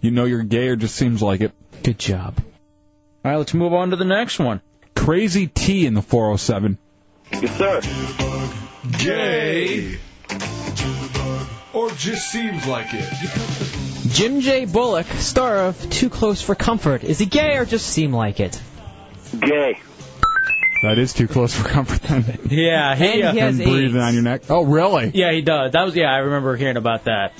Speaker 2: You know you're gay or just seems like it.
Speaker 3: Good job.
Speaker 1: All right, let's move on to the next one.
Speaker 2: Crazy T in the 407.
Speaker 8: Yes, sir.
Speaker 17: Gay. Or just seems like it.
Speaker 3: Jim J. Bullock, star of Too Close for Comfort. Is he gay or just seem like it?
Speaker 8: Gay.
Speaker 2: That is too close for comfort. Then.
Speaker 1: Yeah, he, uh,
Speaker 2: and breathing on your neck. Oh, really?
Speaker 1: Yeah, he does. That was yeah. I remember hearing about that.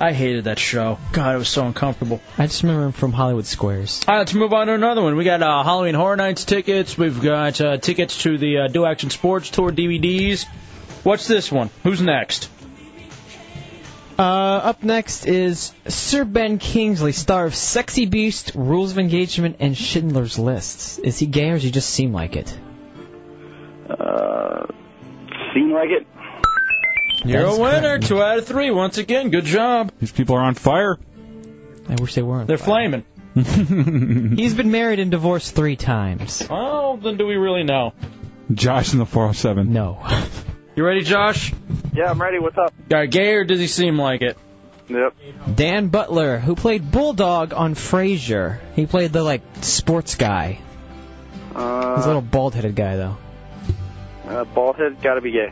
Speaker 1: I hated that show. God, it was so uncomfortable.
Speaker 3: I just remember him from Hollywood Squares.
Speaker 1: All right, let's move on to another one. We got uh, Halloween Horror Nights tickets. We've got uh, tickets to the uh, Do Action Sports Tour DVDs. What's this one? Who's next?
Speaker 3: Uh, up next is Sir Ben Kingsley, star of Sexy Beast, Rules of Engagement, and Schindler's List. Is he gay or does he just seem like it?
Speaker 8: Uh, seem like it.
Speaker 1: You're
Speaker 3: That's
Speaker 1: a winner. Two out of three. Once again, good job.
Speaker 2: These people are on fire.
Speaker 3: I wish they weren't.
Speaker 1: They're flaming.
Speaker 3: He's been married and divorced three times.
Speaker 1: Oh, then do we really know?
Speaker 2: Josh in the 407.
Speaker 3: No.
Speaker 1: You ready, Josh?
Speaker 8: Yeah, I'm ready. What's up?
Speaker 1: All right, gay or does he seem like it?
Speaker 3: Yep. Dan Butler, who played Bulldog on Frasier. He played the like sports guy.
Speaker 19: Uh,
Speaker 3: He's a little bald-headed guy though.
Speaker 19: uh, bald head, gotta be gay.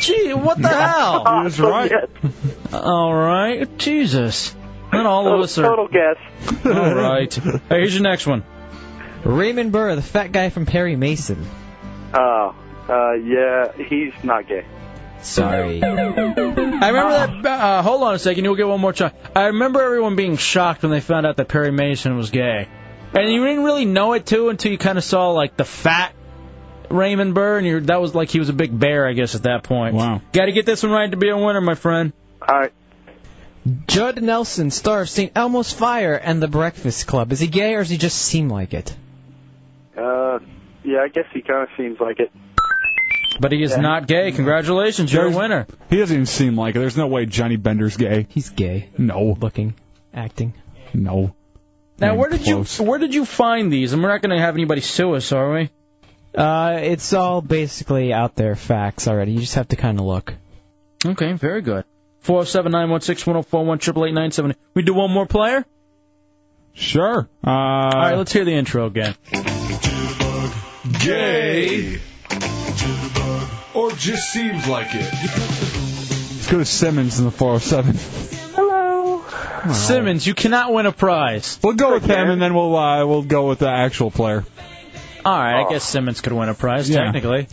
Speaker 1: Gee, what the hell? He was right. All right, Jesus. Not all of us are.
Speaker 19: Total
Speaker 1: guess. All right. Hey, here's your next one.
Speaker 3: Raymond Burr, the fat guy from Perry Mason.
Speaker 19: Oh, uh, yeah, he's not gay.
Speaker 3: Sorry.
Speaker 1: I remember that. Uh, hold on a second. You'll get one more try. I remember everyone being shocked when they found out that Perry Mason was gay, and you didn't really know it too until you kind of saw like the fat Raymond Burr, and you're, that was like he was a big bear, I guess, at that point. Wow. Got to get this one right to be a winner, my friend.
Speaker 19: All right.
Speaker 3: Judd Nelson, star of St. Elmo's Fire and The Breakfast Club. Is he gay or does he just seem like it?
Speaker 19: Uh, yeah, I guess he kind of seems like it.
Speaker 1: But he is not gay. Congratulations, you're a winner.
Speaker 2: He doesn't even seem like it. There's no way Johnny Bender's gay.
Speaker 3: He's gay.
Speaker 2: No.
Speaker 3: Looking, acting.
Speaker 2: No.
Speaker 1: Now, where did you where did you find these? And we're not going to have anybody sue us, are we?
Speaker 3: Uh, it's all basically out there facts already. You just have to kind of look.
Speaker 1: Okay, very good. Four zero seven nine one six one zero four one triple eight nine seven. We do one more player.
Speaker 2: Sure. Uh, All
Speaker 1: right, let's hear the intro again.
Speaker 17: Gay. Or just seems like it.
Speaker 2: Let's go to Simmons in the 407.
Speaker 1: Simmons, you cannot win a prize.
Speaker 2: We'll go with him, and then we'll uh, we'll go with the actual player. Oh.
Speaker 1: All right, I guess Simmons could win a prize
Speaker 2: Yeah.
Speaker 1: technically.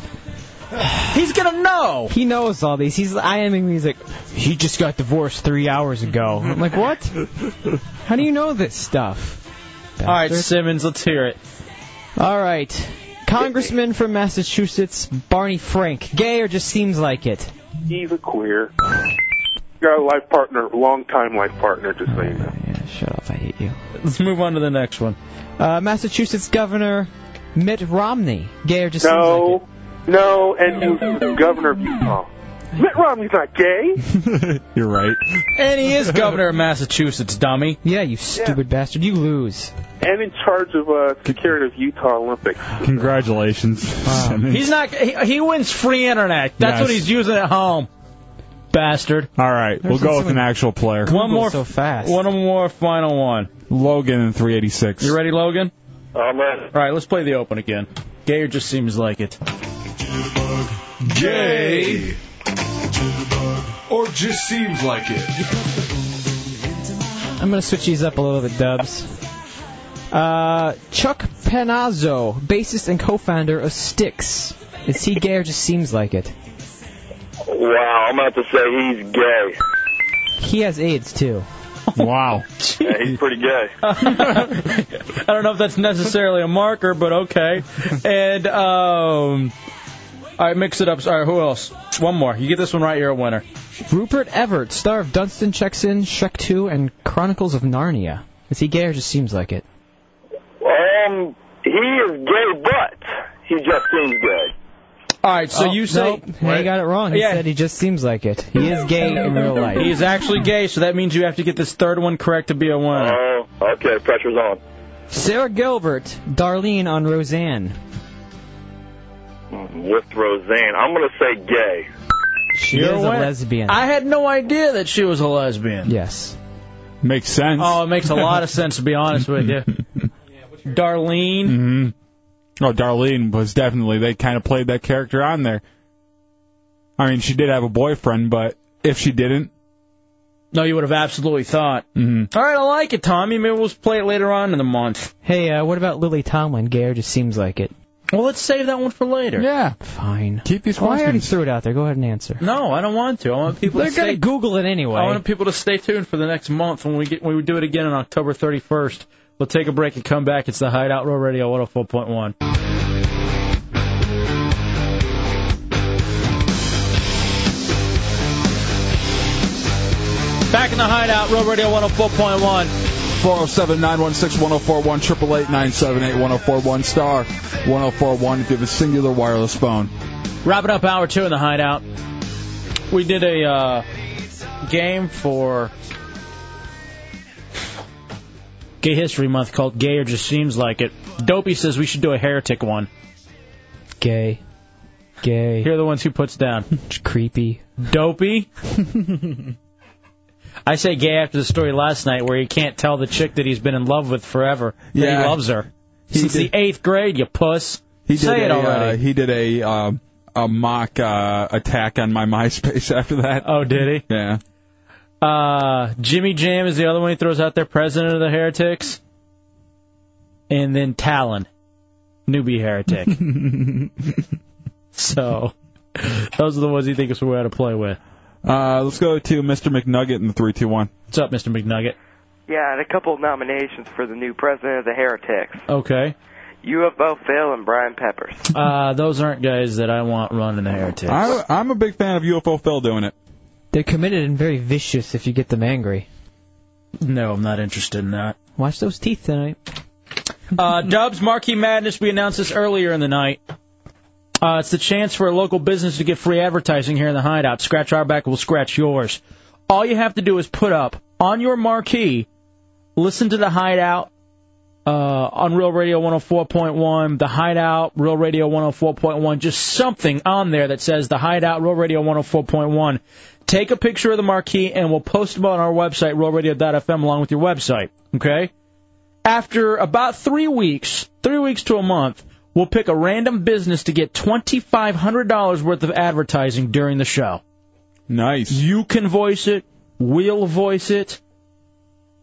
Speaker 1: He's gonna know.
Speaker 3: He knows all these. He's IMing music. He just got divorced three hours ago. I'm like, what? How do you know this stuff?
Speaker 1: All right, Simmons, let's hear it.
Speaker 3: All right. Congressman from Massachusetts, Barney Frank. Gay or just seems like it?
Speaker 7: He's a queer. Got a life partner, long time life partner, just so you know.
Speaker 3: Shut up, I hate you.
Speaker 1: Let's move on to the next one.
Speaker 3: Uh, Massachusetts Governor Mitt Romney. Gay or just
Speaker 7: No, no, and he was the governor of Utah. Mitt Romney's not gay.
Speaker 2: You're right.
Speaker 1: And he is governor of Massachusetts, dummy.
Speaker 3: Yeah, you stupid bastard. You lose.
Speaker 7: And in charge of uh, security of Utah Olympics.
Speaker 2: Congratulations, Simmons.
Speaker 1: He's not. He, he wins free internet. That's
Speaker 2: Yes.
Speaker 1: what he's using at home. Bastard.
Speaker 2: All right, we'll go with an actual player.
Speaker 1: One more. One more final one.
Speaker 2: Logan in 386.
Speaker 1: You ready, Logan?
Speaker 7: I'm ready.
Speaker 1: All right, let's play the open again. Gayer just seems like it.
Speaker 17: Gay. Or just seems like it.
Speaker 3: I'm going to switch these up a little bit, Dubs. Uh, Chuck Panazzo, bassist and co-founder of Styx. Is he gay or just seems like it?
Speaker 7: Wow, I'm about to say he's gay.
Speaker 3: He has AIDS, too.
Speaker 2: Wow.
Speaker 7: Yeah, he's pretty gay.
Speaker 1: I don't know if that's necessarily a marker, but okay. And um, all right, mix it up. All right, who else? One more. You get this one right, you're a winner.
Speaker 3: Rupert Everett, star of Dunstan Checks In, Shrek 2, and Chronicles of Narnia. Is he gay or just seems like it?
Speaker 7: Um, he is gay, but he just seems gay.
Speaker 1: All right, so you say
Speaker 3: Oh, Nope, he got it wrong. He
Speaker 1: Yeah.
Speaker 3: said he just seems like it. He is gay in real life.
Speaker 1: he is actually gay, so that means you have to get this third one correct to be a winner.
Speaker 7: Oh, okay, pressure's on.
Speaker 3: Sarah Gilbert, Darlene on Roseanne.
Speaker 7: With Roseanne, I'm gonna say gay.
Speaker 3: She
Speaker 1: You're
Speaker 3: is
Speaker 1: a
Speaker 3: a
Speaker 1: win-
Speaker 3: lesbian.
Speaker 1: I had no idea that she was a lesbian.
Speaker 3: Yes.
Speaker 2: Makes sense.
Speaker 1: Oh, it makes a lot of sense to be honest with you. Darlene.
Speaker 2: hmm Oh, Darlene was definitely. They kind of played that character on there. I mean, she did have a boyfriend, but if she didn't,
Speaker 1: No, you would have absolutely thought.
Speaker 2: Mhm.
Speaker 1: All right, I like it, Tommy. Maybe we'll play it later on in the month.
Speaker 3: Hey, uh, what about Lily Tomlin? Gay or just seems like it.
Speaker 1: Well, let's save that one for later.
Speaker 2: yeah,
Speaker 3: Fine.
Speaker 2: keep these
Speaker 3: Oh, I already
Speaker 2: questions.
Speaker 3: threw it out there. Go ahead and answer.
Speaker 1: No, I don't want to. I want people
Speaker 3: They're
Speaker 1: to stay.
Speaker 3: gonna Google it
Speaker 1: I
Speaker 3: anyway.
Speaker 1: want people to stay tuned for the next month when we get when we do it again on October 31st. We'll take a break and come back. It's the Hideout Row Radio 104.1. Back in the Hideout Row Radio 104.1.
Speaker 2: 407 916 1041 888 978 1041 star 1041 if you have a singular wireless phone.
Speaker 1: Wrapping up hour two in the hideout. We did a uh, game for Gay History Month called Gay or Just Seems Like It. Dopey says we should do a heretic one.
Speaker 3: Gay. Gay.
Speaker 1: Here are the ones who puts down
Speaker 3: It's creepy.
Speaker 1: Dopey. I say gay after the story last night where he can't tell the chick that he's been in love with forever that
Speaker 2: Yeah.
Speaker 1: he loves her.
Speaker 2: He
Speaker 1: Since
Speaker 2: did-
Speaker 1: the eighth grade, you puss.
Speaker 2: He did
Speaker 1: say it
Speaker 2: a,
Speaker 1: already.
Speaker 2: Uh, he did a uh, a mock uh, attack on my MySpace after that.
Speaker 1: Oh, did
Speaker 2: he? Yeah.
Speaker 1: Uh, Jimmy Jam is the other one he throws out there, president of the heretics. And then Talon, newbie heretic. so, those are the ones he thinks we're out of play with.
Speaker 2: Uh, let's go to Mr. McNugget in the three two one.
Speaker 1: What's up, Mr. McNugget?
Speaker 12: Yeah, and a couple of nominations for the new president of the Heretics,
Speaker 1: Okay.
Speaker 12: UFO Phil and Brian Peppers.
Speaker 1: Uh, those aren't guys that I want running the heretics.
Speaker 2: I, I'm a big fan of UFO Phil doing it.
Speaker 3: They're committed and very vicious if you get them angry.
Speaker 1: No, I'm not interested in that.
Speaker 3: Watch those teeth tonight.
Speaker 1: Uh, Dubs, Marquee Madness, we announced this earlier in the night. Uh, it's the chance for a local business to get free advertising here in the hideout. Scratch our back, we'll scratch yours. All you have to do is put up on your marquee, listen to the hideout uh, on Real Radio 104.1, the hideout, Real Radio 104.1, just something on there that says the hideout, Real Radio 104.1. Take a picture of the marquee and we'll post them on our website, realradio.fm, along with your website. Okay? after about three weeks, three weeks to a month, we'll pick a random business to get $2,500 worth of advertising during the show.
Speaker 2: Nice.
Speaker 1: You can voice it. We'll voice it.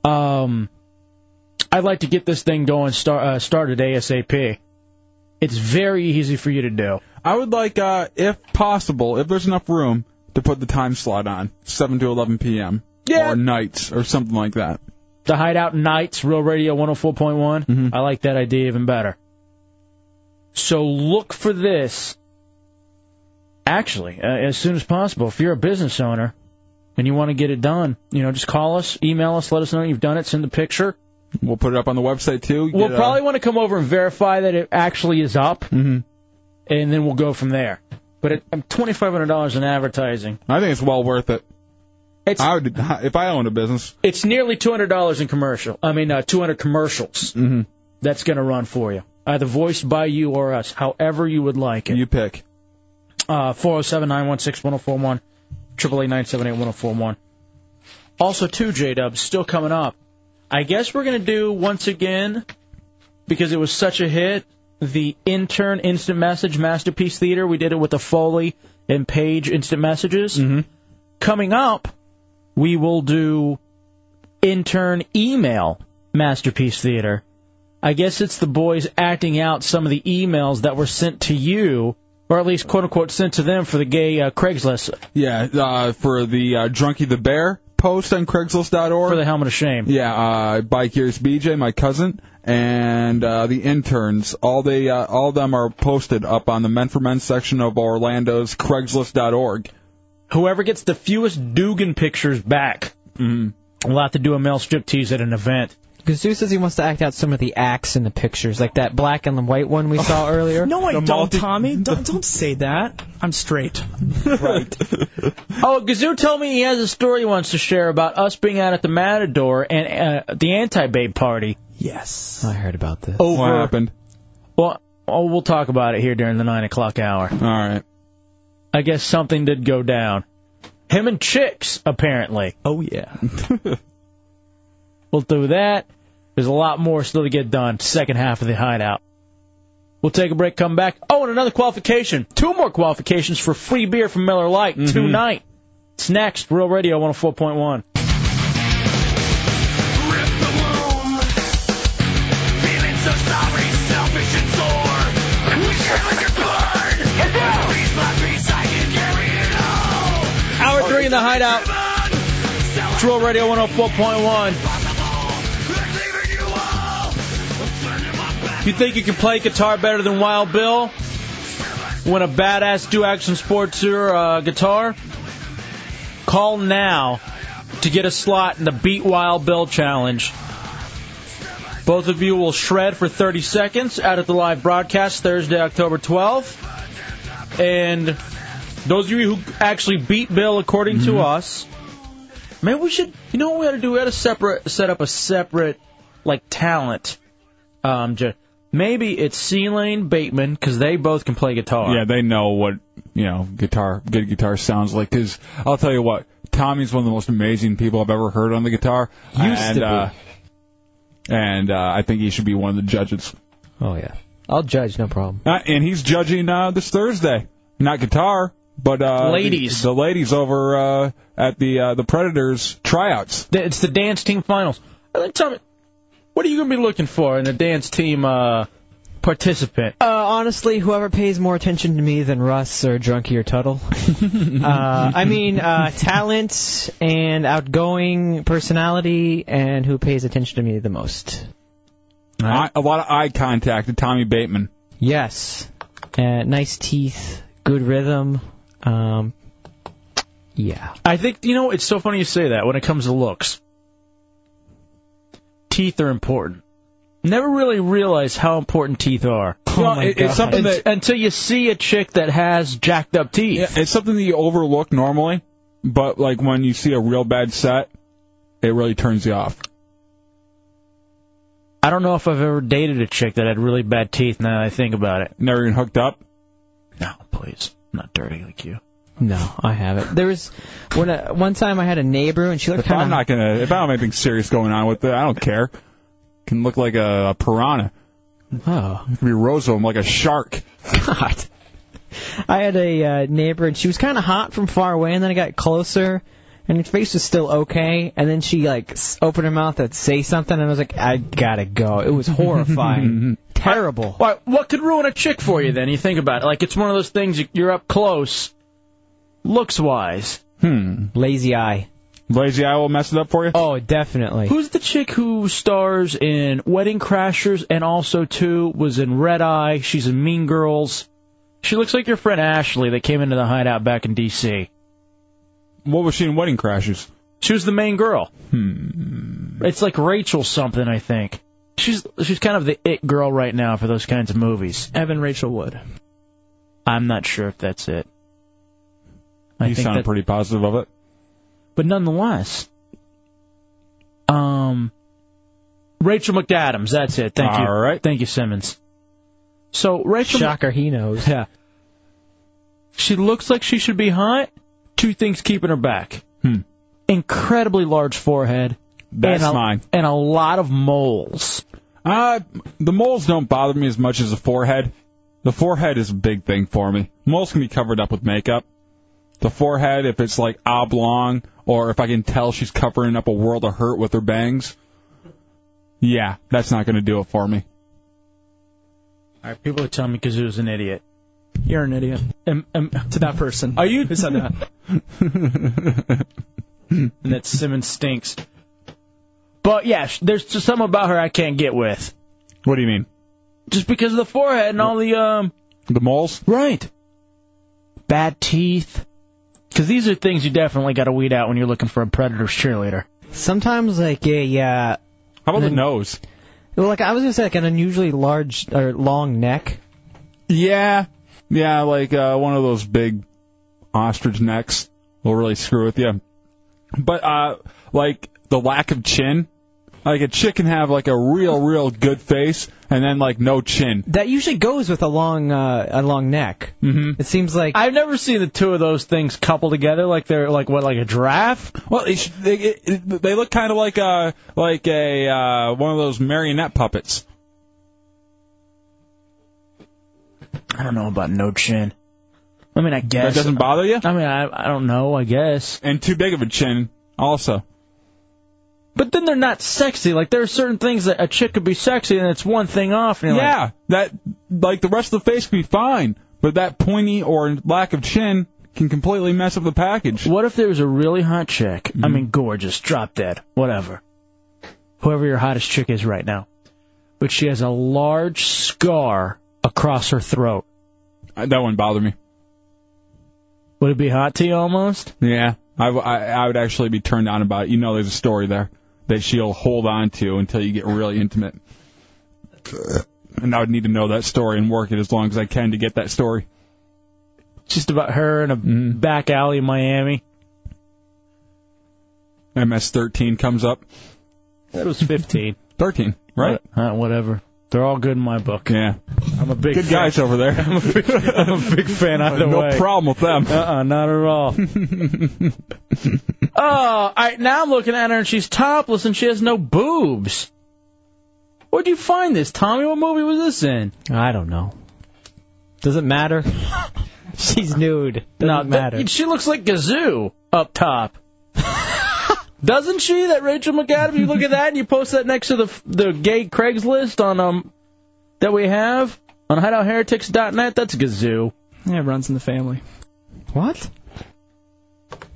Speaker 1: Um, I'd like to get this thing going, start, uh, started ASAP. It's very easy for you to do.
Speaker 2: I would like, uh, if possible, if there's enough room, to put the time slot on seven to eleven p.m. Yeah. Or nights or something like that.
Speaker 1: The Hideout Nights, Real Radio 104one
Speaker 2: Mm-hmm.
Speaker 1: I like that idea even better. So look for this. Actually, uh, as soon as possible. If you're a business owner and you want to get it done, you know, just call us, email us, let us know you've done it, send the picture.
Speaker 2: We'll put it up on the website too.
Speaker 1: We'll
Speaker 2: Get, uh,
Speaker 1: probably want to come over and verify that it actually is up,
Speaker 2: Mhm.
Speaker 1: and then we'll go from there. But it, I'm $2,500 in advertising.
Speaker 2: I think it's well worth it.
Speaker 1: It's-
Speaker 2: I would if I owned a business.
Speaker 1: It's nearly $200 in commercial. I mean, uh, 200 commercials.
Speaker 2: Mm-hmm.
Speaker 1: that's going to run for you, either voiced by you or us, however you would like it.
Speaker 2: You pick.
Speaker 1: Uh, 407-916-1041, 888-978-1041. Also, two J-Dubs still coming up. I guess we're going to do once again, because it was such a hit, the intern instant message masterpiece theater. We did it with the Foley and Page instant messages. Mm-hmm. Coming up, we will do intern email masterpiece theater. I guess it's the boys acting out some of the emails that were sent to you, or at least quote unquote sent to them for the gay uh, Craigslist
Speaker 2: Yeah, uh, for the uh, Drunky the Bear post on Craigslist.org.
Speaker 1: for the helmet of shame.
Speaker 2: Yeah, uh, Bike Years BJ, my cousin, and uh, the interns. All they, uh, all of them are posted up on the Men for Men section of Orlando's Craigslist.org.
Speaker 1: Whoever gets the fewest Dugan pictures back
Speaker 2: Mm-hmm.
Speaker 1: will have to do a male strip tease at an event.
Speaker 3: Because Zeus says he wants to act out some of the acts in the pictures, like that black and the white one we saw earlier.
Speaker 18: No, I don't, Tommy. Don't, don't say that. I'm straight.
Speaker 1: Oh, Gazoo told me he has a story he wants to share about us being out at the Matador and uh, the anti-babe party.
Speaker 18: Yes.
Speaker 3: I heard about this.
Speaker 1: Over.
Speaker 2: What happened?
Speaker 1: Well, oh, we'll talk about it here during the nine o'clock hour. All
Speaker 2: right.
Speaker 1: I guess something did go down. Him and chicks, apparently.
Speaker 18: Oh yeah.
Speaker 1: we'll do that. There's a lot more still to get done. Second half of the hideout. We'll take a break, come back. Oh, and another qualification. Two more qualifications for free beer from Miller Lite tonight. It's next. Real Radio 104.1. Hour three in the hideout. It's Real Radio 104.1. You think you can play guitar better than Wild Bill? When a badass do action sports your uh, guitar? Call now to get a slot in the Beat Wild Bill challenge. Both of you will shred for 30 seconds out at the live broadcast Thursday, October 12th. And those of you who actually beat Bill, according to us, maybe we should. You know what we ought to do? We ought to separate, set up a separate like talent. Um, ju- maybe it's C Lane Bateman because they both can play guitar.
Speaker 2: Yeah, they know what you know guitar, good guitar sounds like. Cause I'll tell you what, Tommy's one of the most amazing people I've ever heard on the guitar.
Speaker 3: Used
Speaker 2: and,
Speaker 3: to be.
Speaker 2: Uh, and uh, I think he should be one of the judges.
Speaker 3: Oh yeah, I'll judge, no problem.
Speaker 2: Uh, and he's judging uh, this Thursday. Not guitar, but uh,
Speaker 1: Ladies.
Speaker 2: The, the ladies over uh, at the uh, the Predators tryouts.
Speaker 1: It's the dance team finals. Uh, Tell me, what are you going to be looking for in a dance team uh, participant?
Speaker 3: Uh, honestly, whoever pays more attention to me than Russ or Drunky or Tuttle. uh, I mean, uh, talent and outgoing personality, and who pays attention to me the most.
Speaker 2: Eye- a lot of eye contact to Tommy Bateman.
Speaker 3: Yes. Uh, nice teeth, good rhythm. Um, yeah.
Speaker 1: I think you know it's so funny you say that when it comes to looks. Teeth are important. Never really realize how important teeth are.
Speaker 2: Oh Well, my it- it's God. something
Speaker 1: Un-
Speaker 2: that-
Speaker 1: until you see a chick that has jacked up teeth.
Speaker 2: Yeah, it's something that you overlook normally, but like when you see a real bad set, it really turns you off.
Speaker 1: I don't know if I've ever dated a chick that had really bad teeth. Now that I think about it.
Speaker 2: Never even hooked up.
Speaker 1: No, please, I'm not dirty like you.
Speaker 3: No, I haven't. There was when uh one time I had a neighbor, and she looked
Speaker 2: If I'm
Speaker 3: kind of.
Speaker 2: not gonna, if I don't have anything serious going on with it, I don't care. Can look like a, piranha.
Speaker 3: Oh.
Speaker 2: Could be rosome like a shark.
Speaker 3: God. I had a uh, neighbor, and she was kind of hot from far away, and then I got closer, and her face was still okay, and then she like s- opened her mouth to say something, and I was like, I gotta go. It was horrifying, terrible.
Speaker 1: Why, what could ruin a chick for you then? You think about it. Like, it's one of those things you- you're up close, looks wise.
Speaker 2: Hmm.
Speaker 3: Lazy eye.
Speaker 2: Lazy eye will mess it up for you?
Speaker 3: Oh, definitely.
Speaker 1: Who's the chick who stars in Wedding Crashers and also, too, was in Red Eye? She's in Mean Girls. She looks like your friend Ashley that came into the hideout back in D.C.
Speaker 2: What was she in Wedding Crashers?
Speaker 1: She was the main girl. Hmm. It's like Rachel something, I think. She's she's kind of the it girl right now for those kinds of movies.
Speaker 18: Evan Rachel Wood.
Speaker 1: I'm not sure if that's it.
Speaker 2: you
Speaker 1: think
Speaker 2: sound
Speaker 1: that-
Speaker 2: pretty positive of it.
Speaker 1: But nonetheless, um, Rachel McAdams. That's it. Thank you.
Speaker 2: All right.
Speaker 1: Thank you, Simmons. So Rachel.
Speaker 3: Shocker, he knows.
Speaker 1: Yeah. She looks like she should be hot. Two things keeping her back:
Speaker 2: Hmm.
Speaker 1: incredibly large forehead.
Speaker 2: That's
Speaker 1: and a,
Speaker 2: mine.
Speaker 1: And a lot of moles.
Speaker 2: Uh, the moles don't bother me as much as the forehead. The forehead is a big thing for me. Moles can be covered up with makeup. The forehead, if it's like oblong, or if I can tell she's covering up a world of hurt with her bangs, yeah, that's not going to do it for me.
Speaker 1: All right. People are telling me Kazoo's an idiot.
Speaker 18: You're an idiot. Um, um, to that person.
Speaker 1: Are you?
Speaker 18: Who said that?
Speaker 1: and that Simmons stinks. But yeah, sh- there's just something about her I can't get with.
Speaker 2: What do you mean?
Speaker 1: Just because of the forehead and all the um.
Speaker 2: The moles?
Speaker 1: Right. Bad teeth. Because these are things you definitely got to weed out when you're looking for a Predators cheerleader.
Speaker 3: Sometimes like a uh,
Speaker 2: How about the
Speaker 3: Mm.
Speaker 2: nose?
Speaker 3: well, like I was gonna say like an unusually large or long neck.
Speaker 2: Yeah, yeah, like uh, one of those big ostrich necks will really screw with you. But uh, like the lack of chin, like a chick can have like a real, real good face and then like no chin.
Speaker 3: That usually goes with a long uh, a long neck. Mm-hmm. It seems like
Speaker 1: I've never seen the two of those things coupled together like they're like what like a giraffe.
Speaker 2: Well, it, sh- they, it, it, they look kind of like a like a uh, one of those marionette puppets.
Speaker 1: I don't know about no chin. I mean, I
Speaker 2: That
Speaker 1: guess
Speaker 2: doesn't bother you,
Speaker 1: I mean, I I don't know. I guess.
Speaker 2: and too big of a chin also.
Speaker 1: But then they're not sexy. Like there are certain things that a chick could be sexy, and it's one thing off. And you're like,
Speaker 2: Yeah, that like the rest of the face can be fine, but that pointy or lack of chin can completely mess up the package.
Speaker 1: What if there was a really hot chick? I mean, gorgeous, drop dead, whatever. Whoever your hottest chick is right now. But she has a large scar across her throat.
Speaker 2: Uh, That wouldn't bother me.
Speaker 1: Would it be hot to you almost?
Speaker 2: Yeah, I, w- I- I would actually be turned on about it. You know, there's a story there that she'll hold on to until you get really intimate. And I would need to know that story and work it as long as I can to get that story. Mm-hmm.
Speaker 1: Just about her in a back alley in Miami.
Speaker 2: MS13 comes up.
Speaker 1: That was 15.
Speaker 2: 13, right?
Speaker 1: Uh, whatever. They're all good in my book.
Speaker 2: Yeah.
Speaker 1: I'm a big
Speaker 2: Good
Speaker 1: fan.
Speaker 2: guys over there.
Speaker 1: I'm a big fan either
Speaker 2: no
Speaker 1: way.
Speaker 2: problem with them.
Speaker 1: Uh-uh, not at all. oh, all right. Now I'm looking at her and she's topless and she has no boobs. Where'd you find this, Tommy? What movie was this in?
Speaker 3: I don't know. Doesn't matter. She's nude. Doesn't
Speaker 1: No, that-
Speaker 3: matter.
Speaker 1: she looks like Gazoo up top. Doesn't she? That Rachel McAdams. You look at that and you post that next to the the gay Craigslist on um that we have on hideoutheretics.net. That's Gazoo.
Speaker 18: Yeah, it runs in the family.
Speaker 3: What?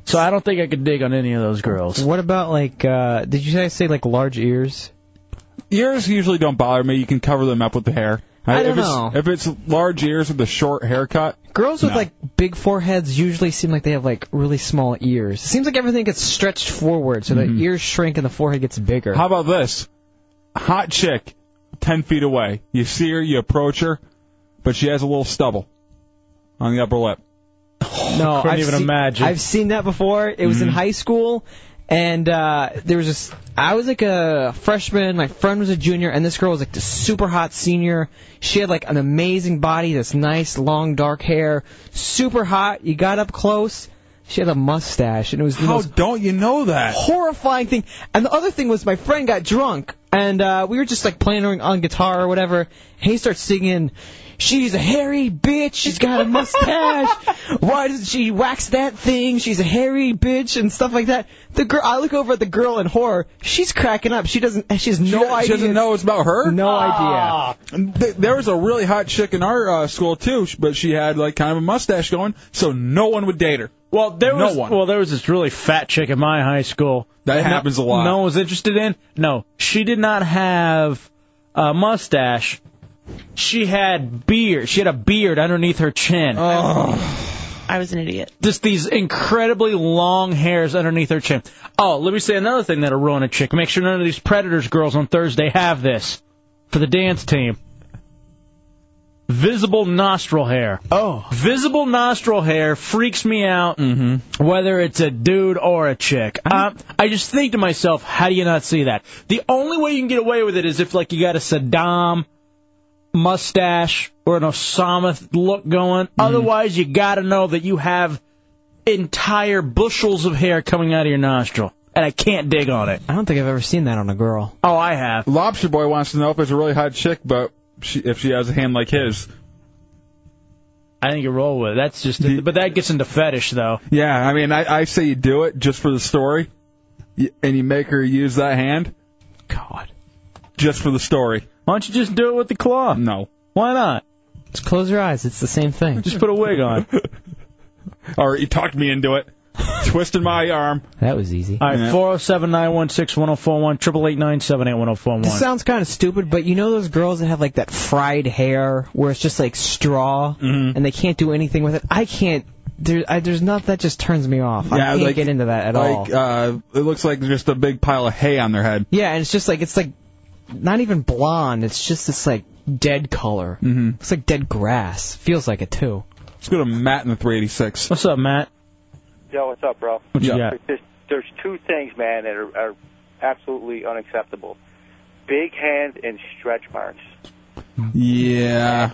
Speaker 1: So I don't think I could dig on any of those girls.
Speaker 3: What about like? uh Did you guys say like large ears?
Speaker 2: Ears usually don't bother me. You can cover them up with the hair.
Speaker 3: I don't
Speaker 2: if it's,
Speaker 3: know.
Speaker 2: If it's large ears with a short haircut,
Speaker 3: Girls with
Speaker 2: No.
Speaker 3: like big foreheads usually seem like they have like really small ears. It seems like everything gets stretched forward, so the ears shrink and the forehead gets bigger.
Speaker 2: How about this? Hot chick, ten feet away. You see her, you approach her, but she has a little stubble on the upper lip.
Speaker 3: No,
Speaker 2: Couldn't
Speaker 3: I've
Speaker 2: even
Speaker 3: seen-
Speaker 2: imagine. Mm-hmm.
Speaker 3: I've seen that before. It was in high school, and uh, there was this. I was like a freshman. My friend was a junior, and this girl was like the super hot senior. She had like an amazing body, this nice long dark hair, super hot. You got up close. She had a mustache, and it was the
Speaker 2: How
Speaker 3: most
Speaker 2: don't you know that?
Speaker 3: horrifying thing. And the other thing was my friend got drunk, and uh, we were just like playing on guitar or whatever. And he starts singing, "She's a hairy bitch. She's got a mustache. Why doesn't she wax that thing? She's a hairy bitch and stuff like that." The girl, I look over at the girl in horror. She's cracking up. She doesn't. She has no idea.
Speaker 2: She doesn't know it's about her.
Speaker 3: No idea.
Speaker 2: And th- There was a really hot chick in our uh, school too, sh- but she had like kind of a mustache going, so no one would date her.
Speaker 1: Well, there
Speaker 2: no
Speaker 1: was
Speaker 2: one.
Speaker 1: well, there was this really fat chick at my high school.
Speaker 2: That
Speaker 1: no-
Speaker 2: happens a lot.
Speaker 1: No one was interested in. No, she did not have a mustache. She had beard. She had a beard underneath her chin.
Speaker 4: I was an idiot.
Speaker 1: Just these incredibly long hairs underneath her chin. Oh, let me say another thing that'll ruin a chick. Make sure none of these predators girls on Thursday have this for the dance team. Visible nostril hair.
Speaker 18: Oh.
Speaker 1: Visible nostril hair freaks me out,
Speaker 3: Mm-hmm.
Speaker 1: whether it's a dude or a chick. Um, I just think to myself, how do you not see that? The only way you can get away with it is if, like, you got a Saddam mustache or an Osama th- look going.
Speaker 3: Mm-hmm.
Speaker 1: Otherwise, you got to know that you have entire bushels of hair coming out of your nostril, and I can't dig on it.
Speaker 3: I don't think I've ever seen that on a girl.
Speaker 1: Oh, I have.
Speaker 2: Lobster boy wants to know if it's a really hot chick, but she, if she has a hand like his.
Speaker 1: I think you roll with it. That's just, but that gets into fetish though.
Speaker 2: Yeah, I mean, I, I say you do it just for the story, y- and you make her use that hand. God. Just for the story.
Speaker 1: Why don't you just do it with the claw?
Speaker 2: No.
Speaker 1: Why not?
Speaker 3: Just close your eyes. It's the same thing.
Speaker 1: Just put a wig on.
Speaker 2: All right, you talked me into it. Twisted my arm.
Speaker 3: That was easy.
Speaker 1: All right, four zero seven nine one six one zero four one triple eight nine seven eight one zero four
Speaker 3: This
Speaker 1: one.
Speaker 3: sounds kind of stupid, but you know those girls that have like that fried hair where it's just like straw
Speaker 2: Mm-hmm.
Speaker 3: and they can't do anything with it. I can't. There, I, there's not that just turns me off. I can't get into that at all.
Speaker 2: like, Uh, it looks like just a big pile of hay on their head.
Speaker 3: Yeah, and it's just like it's like not even blonde. It's just this like dead color. Mm-hmm. It's like dead grass. Feels like it too.
Speaker 2: Let's go to Matt in the 386.
Speaker 1: What's up, Matt?
Speaker 13: Yo, what's up, bro?
Speaker 1: What you got?
Speaker 13: There's, there's two things, man, that are, are absolutely unacceptable: big hands and stretch marks.
Speaker 2: Yeah.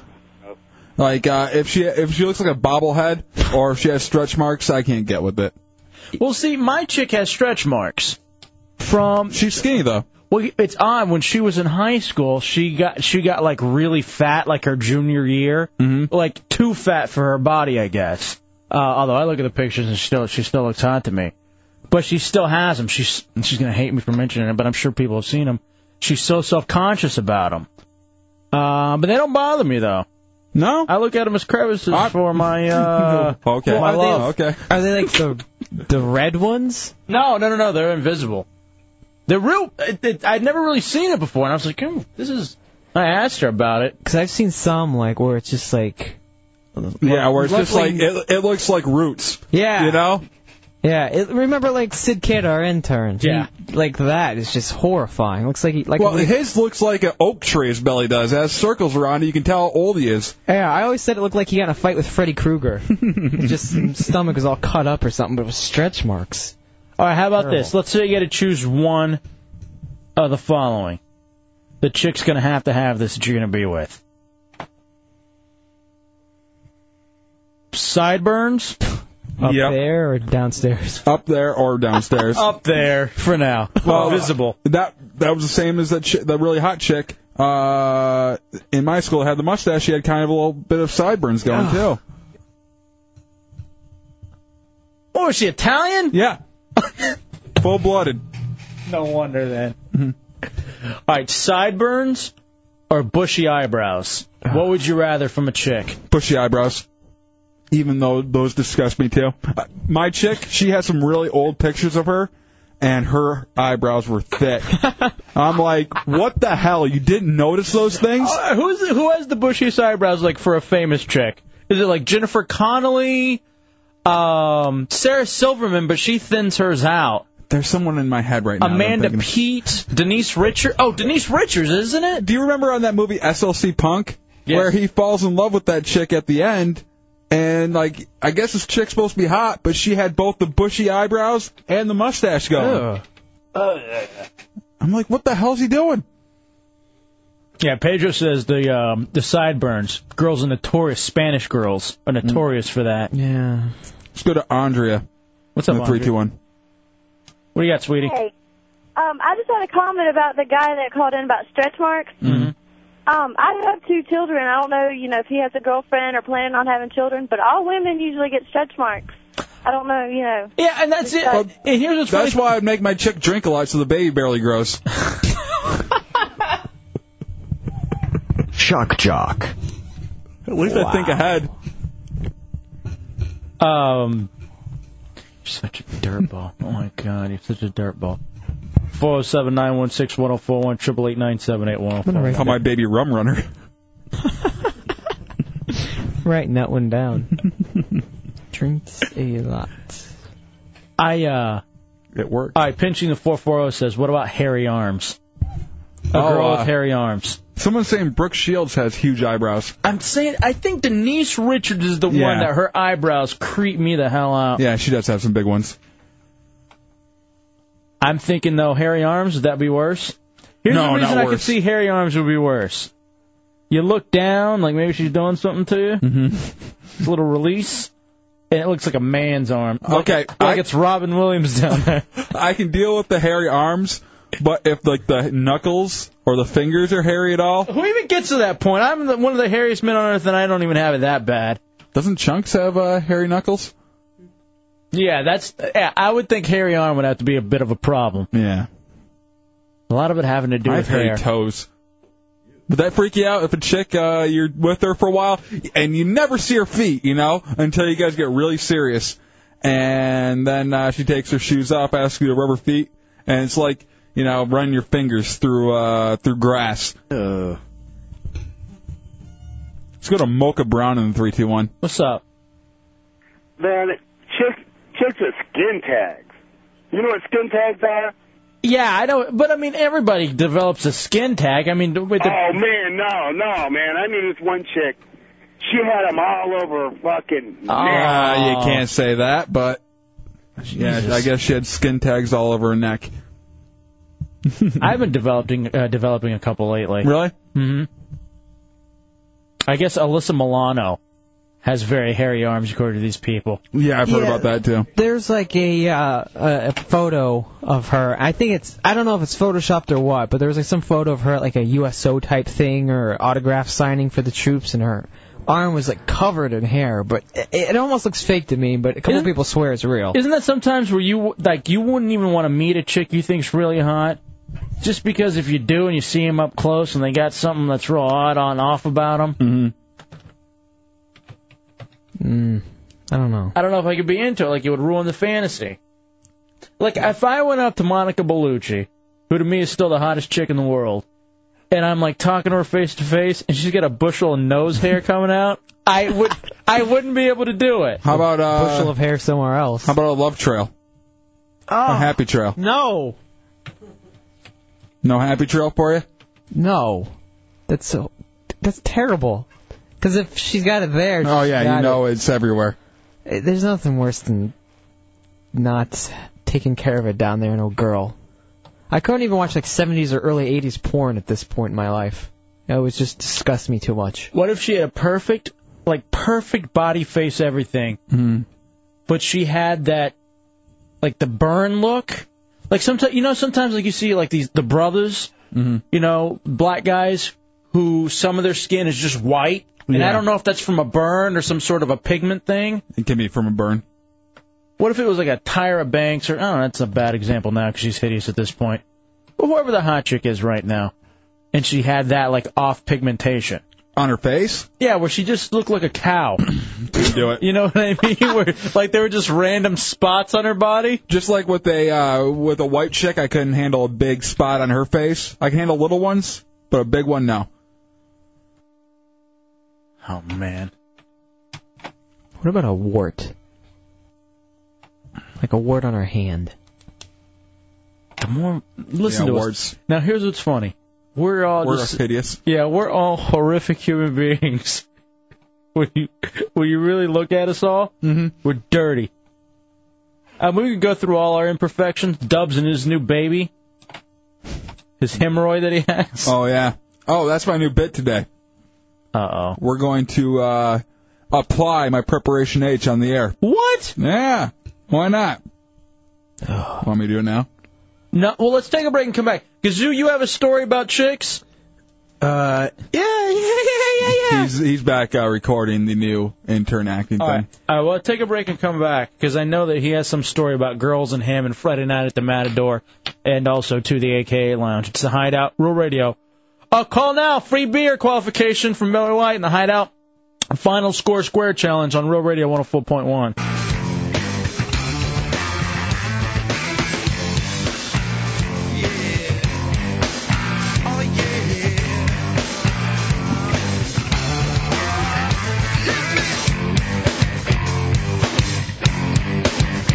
Speaker 2: Like uh, if she if she looks like a bobblehead or if she has stretch marks, I can't get with it.
Speaker 1: Well, see, my chick has stretch marks from.
Speaker 2: She's skinny though.
Speaker 1: Well, it's odd. When she was in high school, she got she got like really fat, like her junior year,
Speaker 2: Mm-hmm.
Speaker 1: like too fat for her body, I guess. Uh, although I look at the pictures and she still she still looks hot to me, but she still has them. She's and she's gonna hate me for mentioning it, but I'm sure people have seen them. She's so self conscious about them. Uh, but they don't bother me though.
Speaker 2: No,
Speaker 1: I look at them as crevices for my uh,
Speaker 3: Well,
Speaker 1: my
Speaker 3: are
Speaker 1: love.
Speaker 3: They, Are they like the the red ones?
Speaker 1: No, no, no, no. They're invisible. They're real. It, it, I'd never really seen it before, and I was like, hmm, this is. I asked her about it.
Speaker 3: Because I've seen some like where it's just like.
Speaker 2: Yeah, where it's just like
Speaker 3: Luckily-
Speaker 2: it, it looks like roots.
Speaker 3: Yeah.
Speaker 2: You know?
Speaker 3: Yeah, it, remember like Sid Kidd, our intern.
Speaker 2: Yeah.
Speaker 3: He- like that is just horrifying. Looks like he like.
Speaker 2: well, his looks like an oak tree. His belly does. It has circles around it. You can tell how old he is.
Speaker 3: yeah, I always said it looked like he got in a fight with Freddy Krueger. just his stomach was all cut up or something, but it was stretch marks.
Speaker 1: All right, how about this? Let's say you got to choose one of the following. The chick's gonna have to have this that you're gonna be with. Sideburns
Speaker 3: Up there or downstairs?
Speaker 2: Up there or downstairs.
Speaker 1: Up there for now.
Speaker 2: Well,
Speaker 1: visible.
Speaker 2: That that was the same as that ch- that really hot chick. Uh, in my school, had the mustache. She had kind of a little bit of sideburns going too.
Speaker 1: Oh, is she Italian?
Speaker 2: Yeah. Full blooded.
Speaker 1: No wonder then. Mm-hmm. All right, sideburns or bushy eyebrows? What would you rather from a chick?
Speaker 2: Bushy eyebrows. Even though those disgust me too. Uh, My chick, she has some really old pictures of her, and her eyebrows were thick. I'm like, what the hell? You didn't notice those things?
Speaker 1: Uh, who's who has the bushiest eyebrows like for a famous chick? Is it like Jennifer Connelly, um, Sarah Silverman, but she thins hers out.
Speaker 2: There's someone in my head right now. that I'm
Speaker 1: Amanda
Speaker 2: thinking of.
Speaker 1: Pete, Denise Richards. Oh, Denise Richards, isn't it?
Speaker 2: Do you remember on that movie SLC Punk where he falls in love with that chick at the end? And like, I guess this chick's supposed to be hot, but she had both the bushy eyebrows and the mustache going. I'm like, what the hell's he doing?
Speaker 1: Yeah, Pedro says the um, the sideburns. Girls are notorious. Spanish girls are notorious for that.
Speaker 3: Yeah.
Speaker 2: Mm. Let's go to Andrea.
Speaker 1: What's up,
Speaker 2: In the three,
Speaker 1: Andrea?
Speaker 2: two, one.
Speaker 1: What do you got, sweetie?
Speaker 23: Hey, um, I just had a comment about the guy that called in about stretch marks.
Speaker 1: Mhm.
Speaker 2: Mm-hmm.
Speaker 23: Um, I have two children. I don't know, you know, if he has a girlfriend or planning on having children, but all women usually get stretch marks. I don't know, you know.
Speaker 1: Yeah, and that's it.
Speaker 2: Well,
Speaker 1: and here's what's
Speaker 2: That's why I make my chick drink a lot so the baby barely grows.
Speaker 6: Shock jock.
Speaker 2: At least I think ahead.
Speaker 1: Um, you're such a dirtball. oh my god, you're such a dirtball. Four zero seven nine one six one zero four one triple eight nine seven eight one oh zero
Speaker 2: Call
Speaker 1: four.
Speaker 2: my baby rum runner.
Speaker 3: Writing that one down. Drinks a lot.
Speaker 1: I uh.
Speaker 2: It worked.
Speaker 1: All right, pinching the four four zero says, "What about hairy arms? A
Speaker 2: Oh,
Speaker 1: girl
Speaker 2: uh,
Speaker 1: with hairy arms."
Speaker 2: Someone's saying Brooke Shields has huge eyebrows.
Speaker 1: I'm saying I think Denise Richards is the
Speaker 2: Yeah.
Speaker 1: one that her eyebrows creep me the hell out.
Speaker 2: Yeah, she does have some big ones.
Speaker 1: I'm thinking though, hairy arms would that be worse? Here's
Speaker 2: No,
Speaker 1: the reason
Speaker 2: not
Speaker 1: I could
Speaker 2: worse.
Speaker 1: see hairy arms would be worse. You look down, like maybe she's doing something to you. Mm-hmm. It's a little release, and it looks like a man's arm. Like-
Speaker 2: Okay,
Speaker 1: like it's Robin Williams down there.
Speaker 2: I can deal with the hairy arms, but if like the knuckles or the fingers are hairy at all,
Speaker 1: Who even gets to that point? I'm the, one of the hairiest men on earth, and I don't even have it that bad.
Speaker 2: doesn't Chunks have uh, hairy knuckles?
Speaker 1: Yeah, that's. Yeah, I would think hairy arm would have to be a bit of a problem.
Speaker 2: Yeah.
Speaker 1: A lot of it having to do
Speaker 2: I have
Speaker 1: with
Speaker 2: hairy
Speaker 1: hair.
Speaker 2: toes. Would that freak you out if a chick uh, you're with her for a while and you never see her feet, you know, until you guys get really serious, and then uh, she takes her shoes off, asks you to rub her feet, and it's like you know, run your fingers through uh, through grass. Let's go to Mocha Brown in the three, two, one.
Speaker 1: What's up?
Speaker 10: Man, chicks, chicks with skin tags. You know what skin tags are?
Speaker 1: Yeah, I know, but I mean, everybody develops a skin tag. I mean, with the,
Speaker 10: Oh man, no, no, man. I knew this one chick. She had 'em all over her fucking. neck.
Speaker 2: Uh, you can't say that, but yeah, I guess she had skin tags all over her neck.
Speaker 1: I've been developing uh, developing a couple lately.
Speaker 2: Really?
Speaker 1: hmm I guess Alyssa Milano has very hairy arms, according to these people.
Speaker 2: Yeah, I've heard
Speaker 3: Yeah.
Speaker 2: about that too.
Speaker 3: There's like a, uh, a a photo of her. I think it's I don't know if it's photoshopped or what, but there was like some photo of her at like a USO type thing or autograph signing for the troops, and her arm was like covered in hair. But it, it almost looks fake to me. But a couple people swear it's real.
Speaker 1: Isn't that sometimes where you like you wouldn't even want to meet a chick you think's really hot, just because if you do and you see them up close and they got something that's real odd on off about them.
Speaker 2: Mm-hmm.
Speaker 3: Mm, I don't know.
Speaker 1: I don't know if I could be into it. Like it would ruin the fantasy. Like if I went up to Monica Bellucci, who to me is still the hottest chick in the world, and I'm like talking to her face to face, and she's got a bushel of nose hair coming out, I would I wouldn't be able to do it.
Speaker 2: How about uh,
Speaker 3: bushel of hair somewhere else?
Speaker 2: How about a love trail? A happy trail?
Speaker 3: No.
Speaker 2: No happy trail for you?
Speaker 3: No. That's so. That's terrible. Because if she's got it there,
Speaker 2: Oh
Speaker 3: she's
Speaker 2: yeah,
Speaker 3: got
Speaker 2: you know it's everywhere.
Speaker 3: it. Eh, There's nothing worse than not taking care of it down there, no girl. I couldn't even watch like 70s or early 80s porn at this point in my life. It was just disgust me too much.
Speaker 1: Mm-hmm. What if she had a perfect, like perfect body, face, everything, but she had that like the burn look. Like sometimes you know sometimes like you see like these the brothers, you know, black guys who some of their skin is just white. And I
Speaker 2: Yeah.
Speaker 1: don't know if that's from a burn or some sort of a pigment thing.
Speaker 2: It can be from a burn.
Speaker 1: What if it was like a Tyra Banks or oh, that's a bad example now because she's hideous at this point. But whoever the hot chick is right now, and she had that like off pigmentation
Speaker 2: on her face.
Speaker 1: Yeah, where she just looked like a cow.
Speaker 2: do it.
Speaker 1: You know what I mean? Where like there were just random spots on her body.
Speaker 2: Just like with a uh, with a white chick, I couldn't handle a big spot on her face. I can handle little ones, but a big one, no.
Speaker 1: Oh man.
Speaker 3: What about a wart? Like a wart on her hand.
Speaker 1: The more listen
Speaker 3: Yeah,
Speaker 1: to
Speaker 3: words.
Speaker 1: us. Now here's what's funny. We're all
Speaker 2: We're
Speaker 1: just,
Speaker 2: hideous.
Speaker 1: Yeah, we're all horrific human beings. when you when you really look at us all, mm-hmm. we're dirty. Um, we could go through all our imperfections. Dubs and his new baby, his hemorrhoid that he has.
Speaker 2: Oh yeah. Oh, that's my new bit today.
Speaker 1: Uh oh.
Speaker 2: We're going to uh, apply my preparation H on the air.
Speaker 1: What?
Speaker 2: Yeah. Why not? Want me to do it now?
Speaker 1: No, well, let's take a break and come back. Gazoo, you have a story about chicks?
Speaker 2: Uh,
Speaker 1: yeah, yeah, yeah, yeah, yeah.
Speaker 2: He's he's back uh, recording the new intern acting
Speaker 1: All
Speaker 2: thing.
Speaker 1: right. All right, well, take a break and come back because I know that he has some story about girls and him and Friday night at the Matador and also to the AKA Lounge. It's the Hideout, Rural Radio. Uh, call now, free beer qualification from Miller White and the Hideout. Final score square challenge on Real Radio 104.1.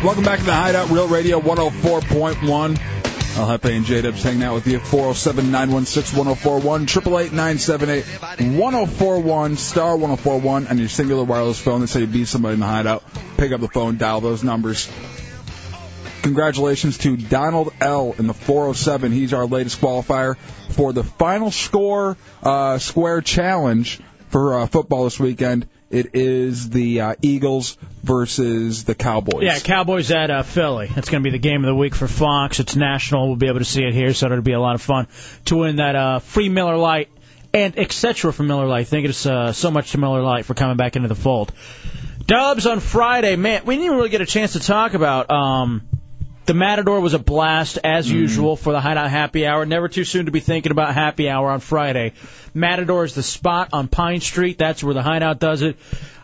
Speaker 2: Welcome back to the Hideout Real Radio 104.1. El Jefe and J Dubs hanging out with you. 407 916 1041, 888 978 1041, star 1041 on your singular wireless phone. They say you beat somebody in the Hideout. Pick up the phone, dial those numbers. Congratulations to Donald L. in the 407. He's our latest qualifier for the final score uh, square challenge for uh, football this weekend. It is the uh, Eagles versus the Cowboys.
Speaker 1: Yeah, Cowboys at uh, Philly. That's going to be the game of the week for Fox. It's national. We'll be able to see it here, so it'll be a lot of fun to win that uh, free Miller Lite and etc. for Miller Lite. Thank you uh, so much to Miller Lite for coming back into the fold. Dubs on Friday, man. We didn't really get a chance to talk about. Um, the Matador was a blast as
Speaker 2: Mm-hmm.
Speaker 1: usual for the Hideout Happy Hour. Never too soon to be thinking about Happy Hour on Friday. Matador is the spot on Pine Street. That's where the Hideout does it.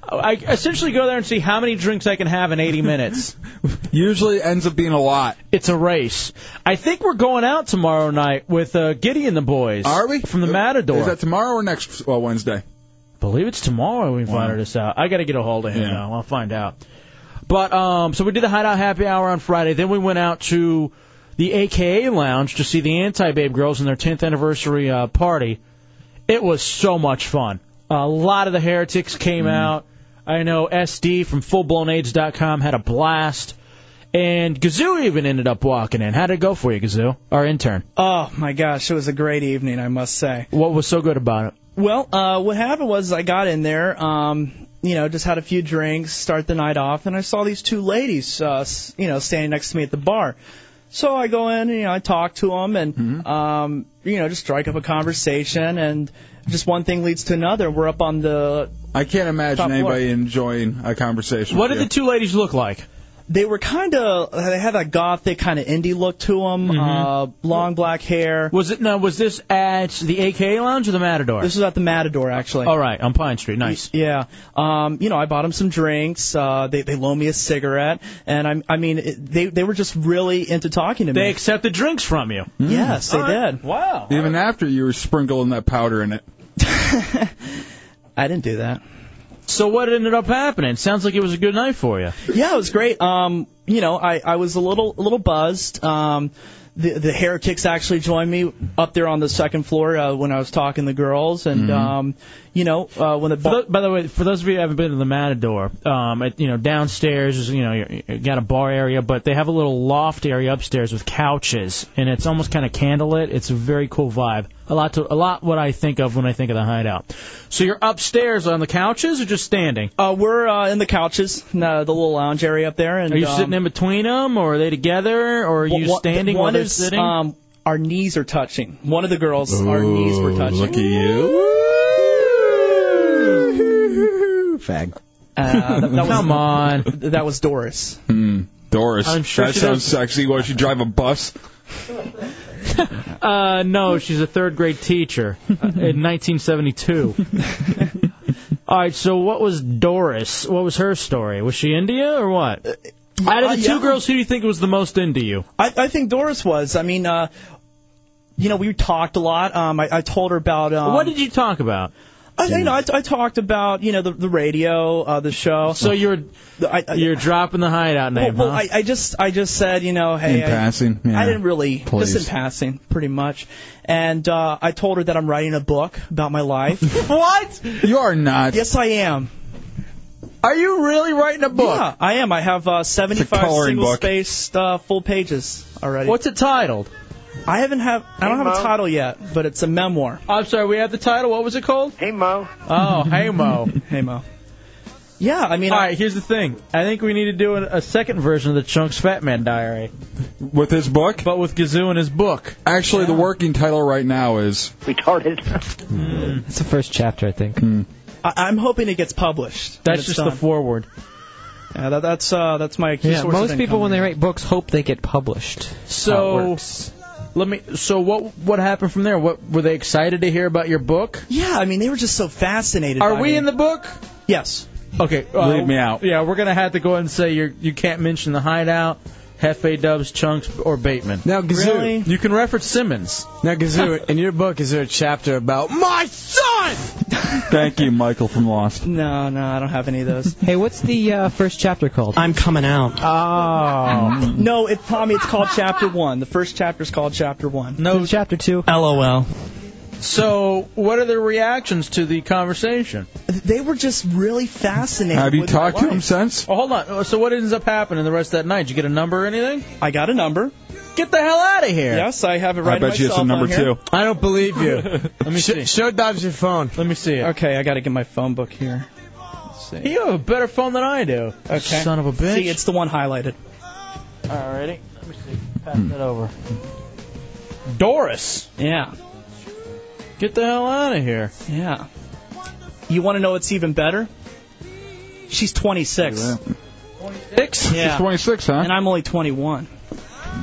Speaker 1: I essentially go there and see how many drinks I can have in 80 minutes.
Speaker 2: Usually ends up being a lot.
Speaker 1: It's a race. I think we're going out tomorrow night with uh, Giddy and the boys.
Speaker 2: Are we?
Speaker 1: From the Matador.
Speaker 2: Is that tomorrow or next well, Wednesday?
Speaker 1: believe it's tomorrow we find this out. I got to get a hold of him.
Speaker 2: Yeah.
Speaker 1: Though. I'll find out. But um, so we did the Hideout Happy Hour on Friday. Then we went out to the AKA Lounge to see the Anti Babe Girls in their 10th anniversary uh, party. It was so much fun. A lot of the heretics came out. I know SD from FullBlownAids.com had a blast. And Gazoo even ended up walking in. How'd it go for you, Gazoo? Our intern.
Speaker 18: Oh my gosh, it was a great evening, I must say.
Speaker 1: What was so good about it?
Speaker 18: Well, uh, what happened was I got in there, um, you know, just had a few drinks, start the night off, and I saw these two ladies, uh, s- you know, standing next to me at the bar. So I go in, and, you know, I talk to them, and um, you know, just strike up a conversation, and just one thing leads to another. We're up on the.
Speaker 2: I can't imagine
Speaker 18: Top floor.
Speaker 2: anybody enjoying a conversation.
Speaker 18: What
Speaker 2: with
Speaker 18: did
Speaker 2: you.
Speaker 18: the
Speaker 1: two ladies look like?
Speaker 18: They were kind of. They had that gothic kind of indie look to them. Uh, long black hair.
Speaker 1: Mm-hmm. Was it? No, was this at the AKA Lounge or the Matador?
Speaker 18: This was at the Matador, actually.
Speaker 1: All right, on Pine Street. Nice.
Speaker 18: Yeah. Um, you know, I bought them some drinks. Uh, they they loaned me a cigarette, and I I mean, it, they they were just really into talking to me.
Speaker 1: They accepted drinks from you.
Speaker 18: Yes, they
Speaker 1: All right.
Speaker 18: did.
Speaker 1: Wow.
Speaker 2: Hmm. Even after you were sprinkling that powder in it.
Speaker 18: I didn't do that.
Speaker 1: So what ended up happening? Sounds like it was a good night for you.
Speaker 18: Yeah, it was great. Um, you know, I I was a little a little buzzed. Um, the the heretics actually joined me up there on the second floor uh, when I was talking to girls, and
Speaker 1: Mm-hmm.
Speaker 18: um, you know uh, when the
Speaker 1: For tho- by the way, for those of you who haven't been to the Matador, um, it, you know downstairs, is, you know, you, you got a bar area, but they have a little loft area upstairs with couches, and it's almost kind of candlelit. It's a very cool vibe. A lot to a lot what I think of when I think of the hideout. So you're upstairs on the couches or just standing?
Speaker 18: Uh, we're uh, in the couches, in, uh, the little lounge area up there, and
Speaker 1: Are you
Speaker 18: um,
Speaker 1: sitting in between them, or are they together, or are you
Speaker 18: One-
Speaker 1: standing
Speaker 18: One
Speaker 1: while they're
Speaker 18: is
Speaker 1: sitting?
Speaker 18: um, our knees are touching. One of the girls, our knees were touching.
Speaker 2: Look at you.
Speaker 18: Fag. Uh, that, that was,
Speaker 1: Come on.
Speaker 18: That was Doris.
Speaker 2: Hmm. Doris.
Speaker 1: I'm sure
Speaker 2: that
Speaker 1: she
Speaker 2: sounds
Speaker 1: doesn't-
Speaker 2: sexy. Why she drive a bus?
Speaker 1: Uh, no, she's a third grade teacher uh, in 1972. All right, so what was Doris? What was her story? Was she India or what? Out of the
Speaker 18: uh,
Speaker 1: two
Speaker 18: yeah.
Speaker 1: girls, who do you think was the most into you?
Speaker 18: I, I think Doris was. I mean, uh, you know, we talked a lot. Um, I, I told her about. Um,
Speaker 1: what did you talk about?
Speaker 18: I, you know, I, I talked about you know the, the radio, uh, the show.
Speaker 1: So you're
Speaker 18: I, I,
Speaker 1: you're dropping the hideout name,
Speaker 18: well, well,
Speaker 1: huh?
Speaker 18: I, I just I just said you know hey
Speaker 1: In
Speaker 18: I-
Speaker 1: passing, yeah.
Speaker 18: I didn't really
Speaker 1: Please.
Speaker 18: just in passing pretty much, and uh, I told her that I'm writing a book about my life.
Speaker 1: what?
Speaker 2: You are not.
Speaker 18: Yes, I am.
Speaker 2: Are you really writing a book?
Speaker 18: Yeah, I am. I have uh, 75
Speaker 2: coloring book.
Speaker 18: single spaced uh, full pages already.
Speaker 1: What's it titled?
Speaker 18: I haven't have I don't have a title yet, but it's a memoir.
Speaker 1: I'm sorry, we have the title. What was it called?
Speaker 18: Hey Mo.
Speaker 1: Oh, hey Mo.
Speaker 18: hey Mo. Yeah, I mean,
Speaker 1: all right. Here's the thing. I think we need to do a, a second version of the Chunks Fat Man Diary
Speaker 2: with his book,
Speaker 1: but with Gazoo and his book.
Speaker 2: Actually, the working title right now is
Speaker 20: retarded.
Speaker 18: Mm.
Speaker 3: That's the first chapter, I think.
Speaker 1: Mm.
Speaker 18: I, I'm hoping it gets published.
Speaker 3: That's just the
Speaker 1: forward.
Speaker 18: Yeah, that, that's uh, that's my key
Speaker 3: Yeah,
Speaker 18: source of
Speaker 3: most people
Speaker 18: income.
Speaker 3: when they write books hope they get published.
Speaker 1: So let me. So what what happened from there? What were they excited to hear about your book?
Speaker 18: Yeah, I mean they were just so fascinated.
Speaker 1: Are
Speaker 18: by
Speaker 1: we
Speaker 18: me.
Speaker 1: in the book?
Speaker 18: Yes.
Speaker 1: Okay,
Speaker 18: Leave me
Speaker 1: out. Yeah, we're gonna have to go ahead and say you you can't mention the hideout, Hefe Dubs, Chunks, or Bateman.
Speaker 15: Now, Gazoo- Really?
Speaker 1: you can reference Simmons.
Speaker 15: Now, Gazoo, in your book, is there a chapter about my son?
Speaker 2: Thank you, Michael from Lost.
Speaker 18: No, no, I don't have any of those.
Speaker 3: hey, what's the uh, first chapter called?
Speaker 18: I'm coming out.
Speaker 3: Oh.
Speaker 18: no, it, Tommy, it's called Chapter One. The first chapter is called Chapter One.
Speaker 1: No,
Speaker 3: chapter two.
Speaker 18: LOL.
Speaker 1: So what are their reactions to the conversation?
Speaker 18: They were just really fascinated.
Speaker 1: Have you
Speaker 18: with my
Speaker 1: talked to
Speaker 18: life.
Speaker 1: him since? Oh, hold on. So what ends up happening the rest of that night? Did you get a number or anything?
Speaker 18: I got a number.
Speaker 1: Get the hell out of here.
Speaker 18: Yes, I have it right. myself on here.
Speaker 1: I don't believe you. Let me see.
Speaker 15: Show Dobbs your phone.
Speaker 1: Let me see it.
Speaker 18: Okay, I got to get my phone book here.
Speaker 1: You have a better phone than I do.
Speaker 18: Okay.
Speaker 1: Son of a bitch.
Speaker 18: See, it's the one highlighted.
Speaker 1: Alrighty. Let me see. Pass
Speaker 18: Hmm.
Speaker 1: that over. Doris.
Speaker 18: Yeah.
Speaker 1: Get the hell out of here.
Speaker 18: Yeah. You want to know what's even better? She's 26.
Speaker 1: Six?
Speaker 18: Yeah.
Speaker 2: She's 26, huh?
Speaker 18: And I'm only 21.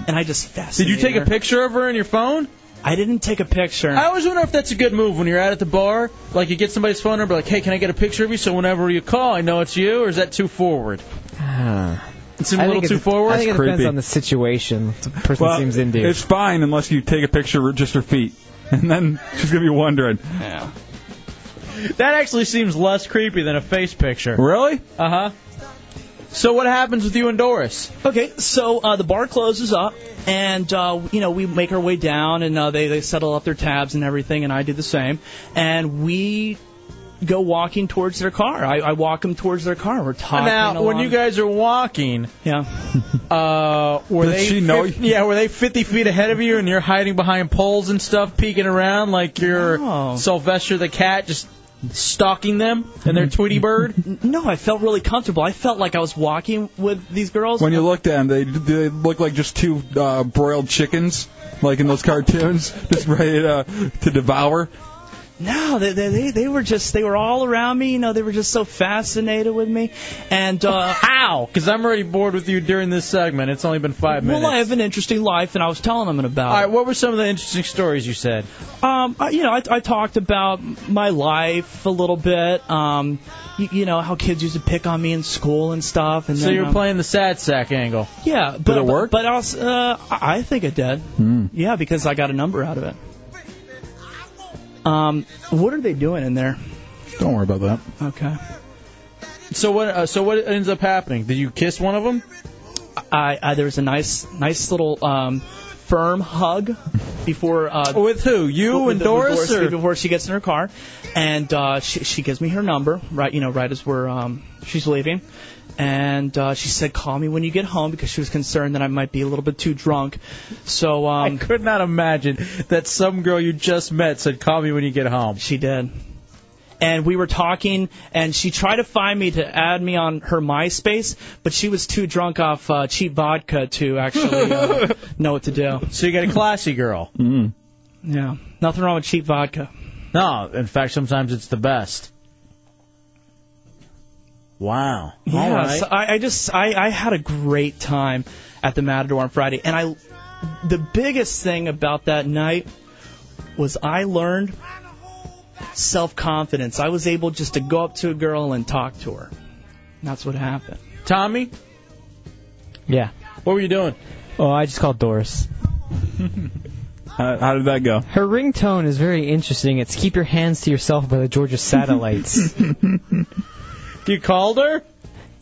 Speaker 18: And I just
Speaker 1: Did you
Speaker 18: fascinated
Speaker 1: take a
Speaker 18: her.
Speaker 1: picture of her in your phone?
Speaker 18: I didn't take a picture.
Speaker 1: I always wonder if that's a good move when you're out at the bar. Like, you get somebody's phone number, like, hey, can I get a picture of you? So whenever you call, I know it's you, or is that too forward? It's a
Speaker 3: Ah. I
Speaker 1: little
Speaker 3: think
Speaker 1: too
Speaker 3: it-
Speaker 1: forward?
Speaker 3: I think it
Speaker 1: That's
Speaker 3: depends
Speaker 1: creepy.
Speaker 3: on the situation. The person
Speaker 2: Well,
Speaker 3: seems Indian.
Speaker 2: it's fine unless you take a picture of just her feet, and then she's gonna be wondering.
Speaker 18: Yeah.
Speaker 1: That actually seems less creepy than a face picture.
Speaker 2: Really?
Speaker 1: Uh huh. So what happens with you and Doris?
Speaker 18: Okay, so uh, the bar closes up, and uh, you know we make our way down, and uh, they they settle up their tabs and everything, and I do the same, and we go walking towards their car. I, I walk them towards their car. We're talking.
Speaker 1: now, when
Speaker 18: along.
Speaker 1: you guys are walking,
Speaker 18: yeah,
Speaker 1: uh, were
Speaker 18: Did
Speaker 1: they
Speaker 18: she know
Speaker 1: fif- yeah, were they 50 feet ahead of you and you're hiding behind poles and stuff, peeking around like you're Sylvester the cat, just stalking them and their Tweety bird?
Speaker 18: no, I felt really comfortable. I felt like I was walking with these girls.
Speaker 2: When you looked at them, they they look like just two uh, broiled chickens, like in those cartoons, just ready to, to devour.
Speaker 18: No, they, they they they were just they were all around me. You know, they were just so fascinated with me, and uh, ow.
Speaker 1: Because I'm already bored with you during this segment. It's only been five minutes.
Speaker 18: Well, I have an interesting life, and I was telling them about.
Speaker 1: All right, what were some of the interesting stories you said?
Speaker 18: Um, I, you know, I, I talked about my life a little bit. Um, you, you know how kids used to pick on me in school and stuff. And
Speaker 1: So
Speaker 18: then,
Speaker 1: you were
Speaker 18: um,
Speaker 1: playing the sad sack angle.
Speaker 18: Yeah, but
Speaker 1: it work?
Speaker 18: But, also, uh, I I think it did. Yeah, because I got a number out of it. Um, what are they doing in there?
Speaker 2: Don't worry about that.
Speaker 18: Okay.
Speaker 1: So what? Uh, so what ends up happening? Did you kiss one of them?
Speaker 18: I, I there was a nice nice little um, firm hug before. Uh,
Speaker 1: with who? You
Speaker 18: with-
Speaker 1: and
Speaker 18: with
Speaker 1: Doris, or-
Speaker 18: Before she gets in her car, and uh, she, she gives me her number. Right, you know, right as we're um, she's leaving, and uh, she said, "Call me when you get home," because she was concerned that I might be a little bit too drunk. So um, I
Speaker 1: could not imagine that some girl you just met said, "Call me when you get home."
Speaker 18: She did. and we were talking, and she tried to find me to add me on her MySpace, but she was too drunk off uh, cheap vodka to actually uh, know what to do.
Speaker 1: So you got a classy girl. Mm.
Speaker 18: Yeah, nothing wrong with cheap vodka.
Speaker 1: No, in fact, sometimes it's the best. Wow.
Speaker 18: Yeah,
Speaker 1: All right.
Speaker 18: so I, I just I, I had a great time at the Matador on Friday, and I the biggest thing about that night was I learned self confidence. I was able just to go up to a girl and talk to her. And that's what happened.
Speaker 1: Tommy,
Speaker 3: Yeah.
Speaker 1: What were you doing?
Speaker 3: Oh, I just called Doris.
Speaker 2: How, how did that go?
Speaker 3: Her ringtone is very interesting. It's "Keep Your Hands to Yourself" by the Georgia Satellites.
Speaker 1: you called her?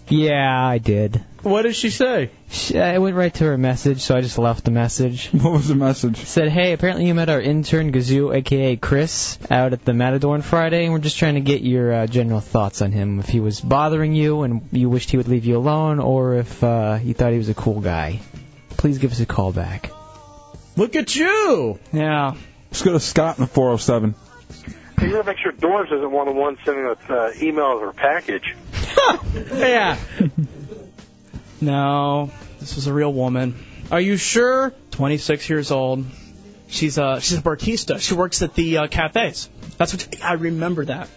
Speaker 3: Yeah, I did.
Speaker 1: What did she say?
Speaker 3: She, I went right to her message, so I just left the message.
Speaker 2: What was the message?
Speaker 3: Said, "Hey, apparently you met our intern Gazoo, aka Chris, out at the Matador on Friday, and we're just trying to get your uh, general thoughts on him. If he was bothering you and you wished he would leave you alone, or if uh, you thought he was a cool guy, please give us a call back."
Speaker 1: Look at you.
Speaker 18: Yeah.
Speaker 2: Let's go to Scott in the 407.
Speaker 7: You gotta make sure Doris isn't one of the ones sending us uh, emails or package.
Speaker 1: yeah.
Speaker 18: No, this was a real woman.
Speaker 1: Are you sure?
Speaker 18: 26 years old. She's a she's a bartista. She works at the uh, cafes. That's what I remember that.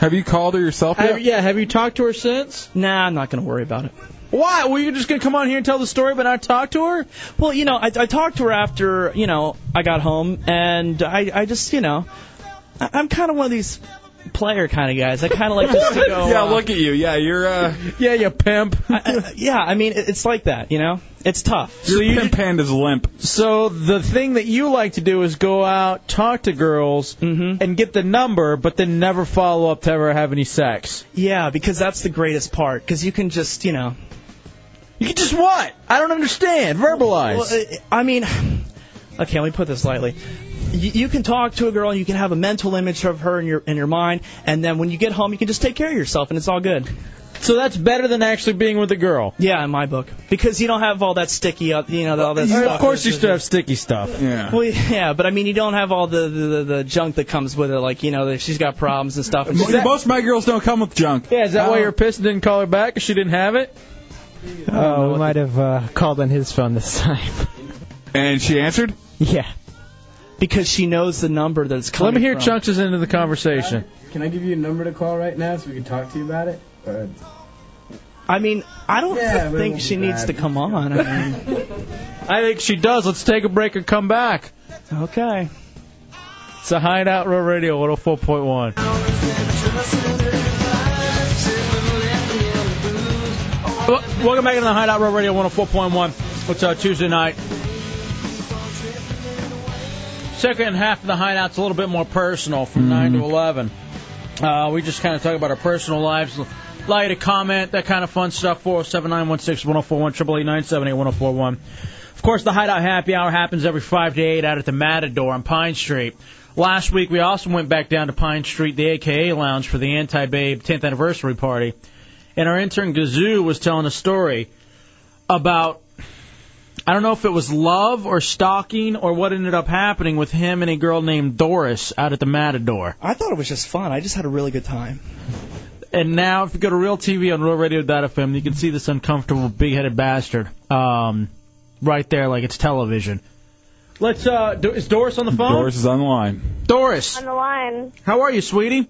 Speaker 2: Have you called her yourself
Speaker 1: Have- yeah. Have you talked to her since?
Speaker 18: Nah, I'm not gonna worry about it.
Speaker 1: Why? Were you just gonna come on here and tell the story, but not talk to her?
Speaker 18: Well, you know, I, I talked to her after you know I got home, and I I just you know I, I'm kind of one of these player kind of guys. I kind of like just to go.
Speaker 2: yeah,
Speaker 18: uh,
Speaker 2: look at you. Yeah, you're uh,
Speaker 1: yeah, you pimp.
Speaker 18: yeah, I mean it, it's like that, you know. It's tough.
Speaker 2: your pimp hand is limp.
Speaker 1: So the thing that you like to do is go out, talk to girls,
Speaker 18: Mm-hmm.
Speaker 1: and get the number, but then never follow up to ever have any sex.
Speaker 18: Yeah, because that's the greatest part. Because you can just, you know.
Speaker 1: You can just what? I don't understand. Verbalize.
Speaker 18: Well, uh,
Speaker 16: uh,
Speaker 18: I I mean, okay, let me put this lightly. You, you can talk to a girl, and you can have a mental image of her in your in your mind, and then when you get home, you can just take care of yourself, and it's all good.
Speaker 1: So that's better than actually being with a girl.
Speaker 18: Yeah, in my book, because you don't have all that sticky, up, you know, all that.
Speaker 1: I mean,
Speaker 18: stuff.
Speaker 1: of course, you still have sticky stuff.
Speaker 2: Yeah.
Speaker 18: Well, yeah, but I mean, you don't have all the the, the, the junk that comes with it, like you know, that she's got problems and stuff. And she's-
Speaker 2: Most of my girls don't come with junk. Uh,
Speaker 1: Yeah, is that why you're pissed and didn't call her back 'cause she didn't have it?
Speaker 3: Oh, we might have uh, called on his phone this time.
Speaker 2: And she answered?
Speaker 3: Yeah.
Speaker 18: because she knows the number that's coming.
Speaker 1: Let me hear
Speaker 18: from.
Speaker 1: Chunks' is into the conversation.
Speaker 21: Can I give you a number to call right now so we can talk to you about it? Or-
Speaker 18: I mean, I don't
Speaker 21: Yeah, but it
Speaker 18: think
Speaker 21: won't
Speaker 18: she
Speaker 21: be
Speaker 18: needs
Speaker 21: bad.
Speaker 18: to come on. I mean,
Speaker 1: I think she does. Let's take a break and come back.
Speaker 18: okay.
Speaker 1: It's a Hideout Row Radio 104.1. Wel- Welcome back to the Hideout Row Radio 104.1. What's our Tuesday night? Second half of the Hideout's a little bit more personal from 9 to 11. Uh, we just kind of talk about our personal lives. Allow you to comment, that kind of fun stuff. 407 916 1041, 888 978 1041. Of course, the Hideout Happy Hour happens every 5 to 8 out at the Matador on Pine Street. Last week, we also went back down to Pine Street, the AKA Lounge, for the Anti Babe 10th anniversary party. And our intern Gazoo was telling a story about, I don't know if it was love or stalking or what ended up happening with him and a girl named Doris out at the Matador.
Speaker 18: I thought it was just fun. I just had a really good time.
Speaker 1: And now, if you go to Real TV on RealRadio.fm, you can see this uncomfortable, big-headed bastard um, right there, like it's television. Let's. Uh, do, is Doris on the phone?
Speaker 2: Doris is on the line.
Speaker 1: Doris,
Speaker 23: On the line.
Speaker 1: how are you, sweetie?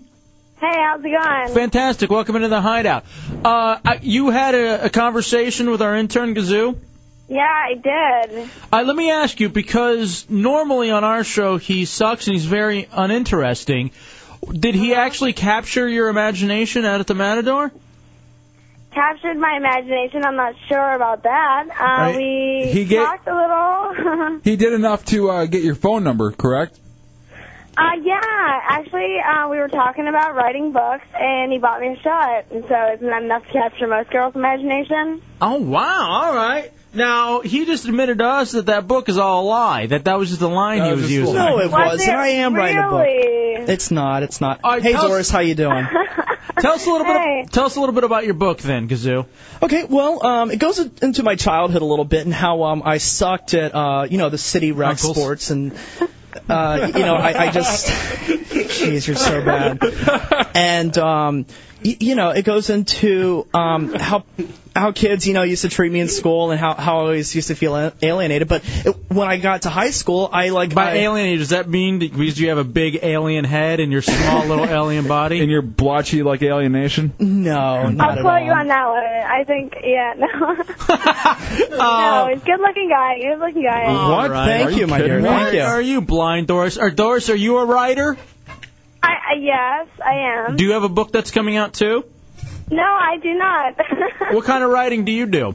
Speaker 23: Hey, how's it going?
Speaker 1: Fantastic. Welcome into the hideout. Uh, I- you had a, a conversation with our intern Gazoo.
Speaker 23: Yeah, I did.
Speaker 1: Uh, let me ask you because normally on our show he sucks and he's very uninteresting. Did he actually capture your imagination out at the Matador?
Speaker 23: Captured my imagination. I'm not sure about that. Uh,
Speaker 2: Right.
Speaker 23: We
Speaker 2: He get-
Speaker 23: talked a little.
Speaker 2: He did enough to uh, get your phone number, correct?
Speaker 23: uh, yeah, actually, uh, we were talking about writing books, and he bought me a shot. And so, isn't that enough to capture most girls' imagination?
Speaker 1: Oh wow! All right. Now he just admitted to us that that book is all a lie. That that was just a line he was using.
Speaker 18: No, it wasn't. I am writing a book.
Speaker 1: really?
Speaker 18: It's not. It's not. hey,
Speaker 1: tell us-
Speaker 18: Doris, how you doing?
Speaker 1: Tell us a little bit. Tell us a little bit about your book, then, Kazoo.
Speaker 18: Okay, well, um, it goes into my childhood a little bit and how um, I sucked at, uh, you know, the city rec
Speaker 1: Uncles.
Speaker 18: sports and, uh, you know, I, I just, jeez, you're so bad. And, um, y- you know, it goes into um, how how kids, you know, used to treat me in school and how, how I always used to feel a- alienated. But it, when I got to high school, I like
Speaker 1: By
Speaker 18: I,
Speaker 1: alien, does that mean that because you have a big alien head and your small little alien body and
Speaker 2: your blotchy like alienation?
Speaker 18: No,
Speaker 1: Mm-hmm.
Speaker 23: I'll quote you on that one. I think, yeah, no. no, he's a good-looking guy. Good-looking guy.
Speaker 1: All right.
Speaker 18: Thank Are you you, my kidding dear. me? Thank you.
Speaker 1: Are you blind, Doris? Or Doris, are you a writer?
Speaker 23: I, I, yes, I am.
Speaker 1: Do you have a book that's coming out too?
Speaker 23: No, I do not.
Speaker 1: What kind of writing do you do?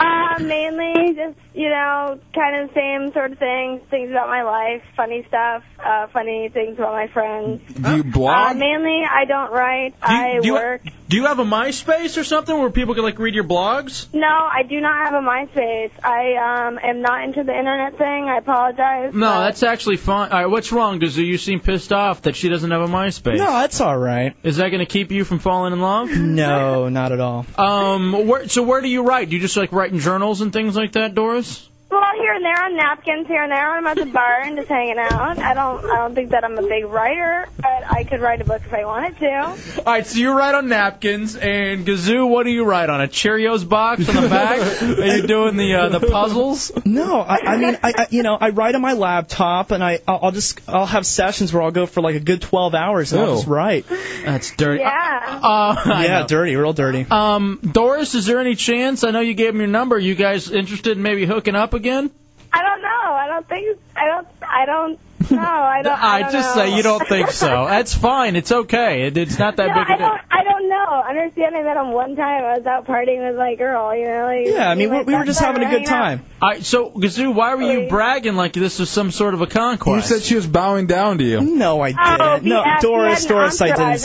Speaker 23: uh, mainly just, you know, kind of same sort of things, things about my life, funny stuff, uh, funny things about my friends.
Speaker 2: Do you
Speaker 23: Uh, mainly, I don't write. I
Speaker 1: do you,
Speaker 23: work.
Speaker 1: Do you have a MySpace or something where people can like read your blogs?
Speaker 23: No, I do not have a MySpace. I um, am not into the internet thing. I apologize.
Speaker 2: Uh,
Speaker 1: No, that's actually fine. All right, what's wrong? Does you seem pissed off that she doesn't have a MySpace?
Speaker 18: No, that's all right.
Speaker 1: Is that going to keep you from falling in love?
Speaker 18: No, not at all.
Speaker 1: Um, where, so where do you write? Do you just like write in journals and things like that, Doris?
Speaker 23: Well, here and there on napkins, here and there. I'm at the bar and just hanging out. I don't, I don't think that I'm a big writer, but I could write a book if I wanted to.
Speaker 1: All right, so you write on napkins, and Gazoo, what do you write on? A Cheerios box on the back? Are you doing the uh, the puzzles?
Speaker 18: No, I, I mean, I, I, you know, I write on my laptop, and I, I'll I'll just, I'll have sessions where I'll go for like a good 12 hours, and I'll
Speaker 1: Ew.
Speaker 18: just write.
Speaker 1: That's dirty.
Speaker 23: Yeah.
Speaker 1: Uh, I
Speaker 18: yeah,
Speaker 1: know.
Speaker 18: dirty, real dirty.
Speaker 1: Um, Doris, is there any chance? I know you gave him your number. You guys interested in maybe hooking up again?
Speaker 23: I don't know. I don't think. I don't. I don't. No, I don't. I, don't
Speaker 1: just
Speaker 23: know.
Speaker 1: say you don't think so. That's fine. It's okay. It, it's not that
Speaker 23: No,
Speaker 1: big
Speaker 23: I
Speaker 1: a deal.
Speaker 23: don't. I don't know. Understanding that on one time I was out partying with my girl, you know. Like,
Speaker 1: Yeah, I mean,
Speaker 23: we
Speaker 1: we- we were just
Speaker 23: back
Speaker 1: having a
Speaker 23: there
Speaker 1: good
Speaker 23: hanging out.
Speaker 1: All right, so Gazoo, why were you bragging like this was some sort of a
Speaker 2: You
Speaker 1: conquest?
Speaker 2: said she was bowing down to you.
Speaker 18: No, I
Speaker 23: Oh, BS, you had an entourage. I was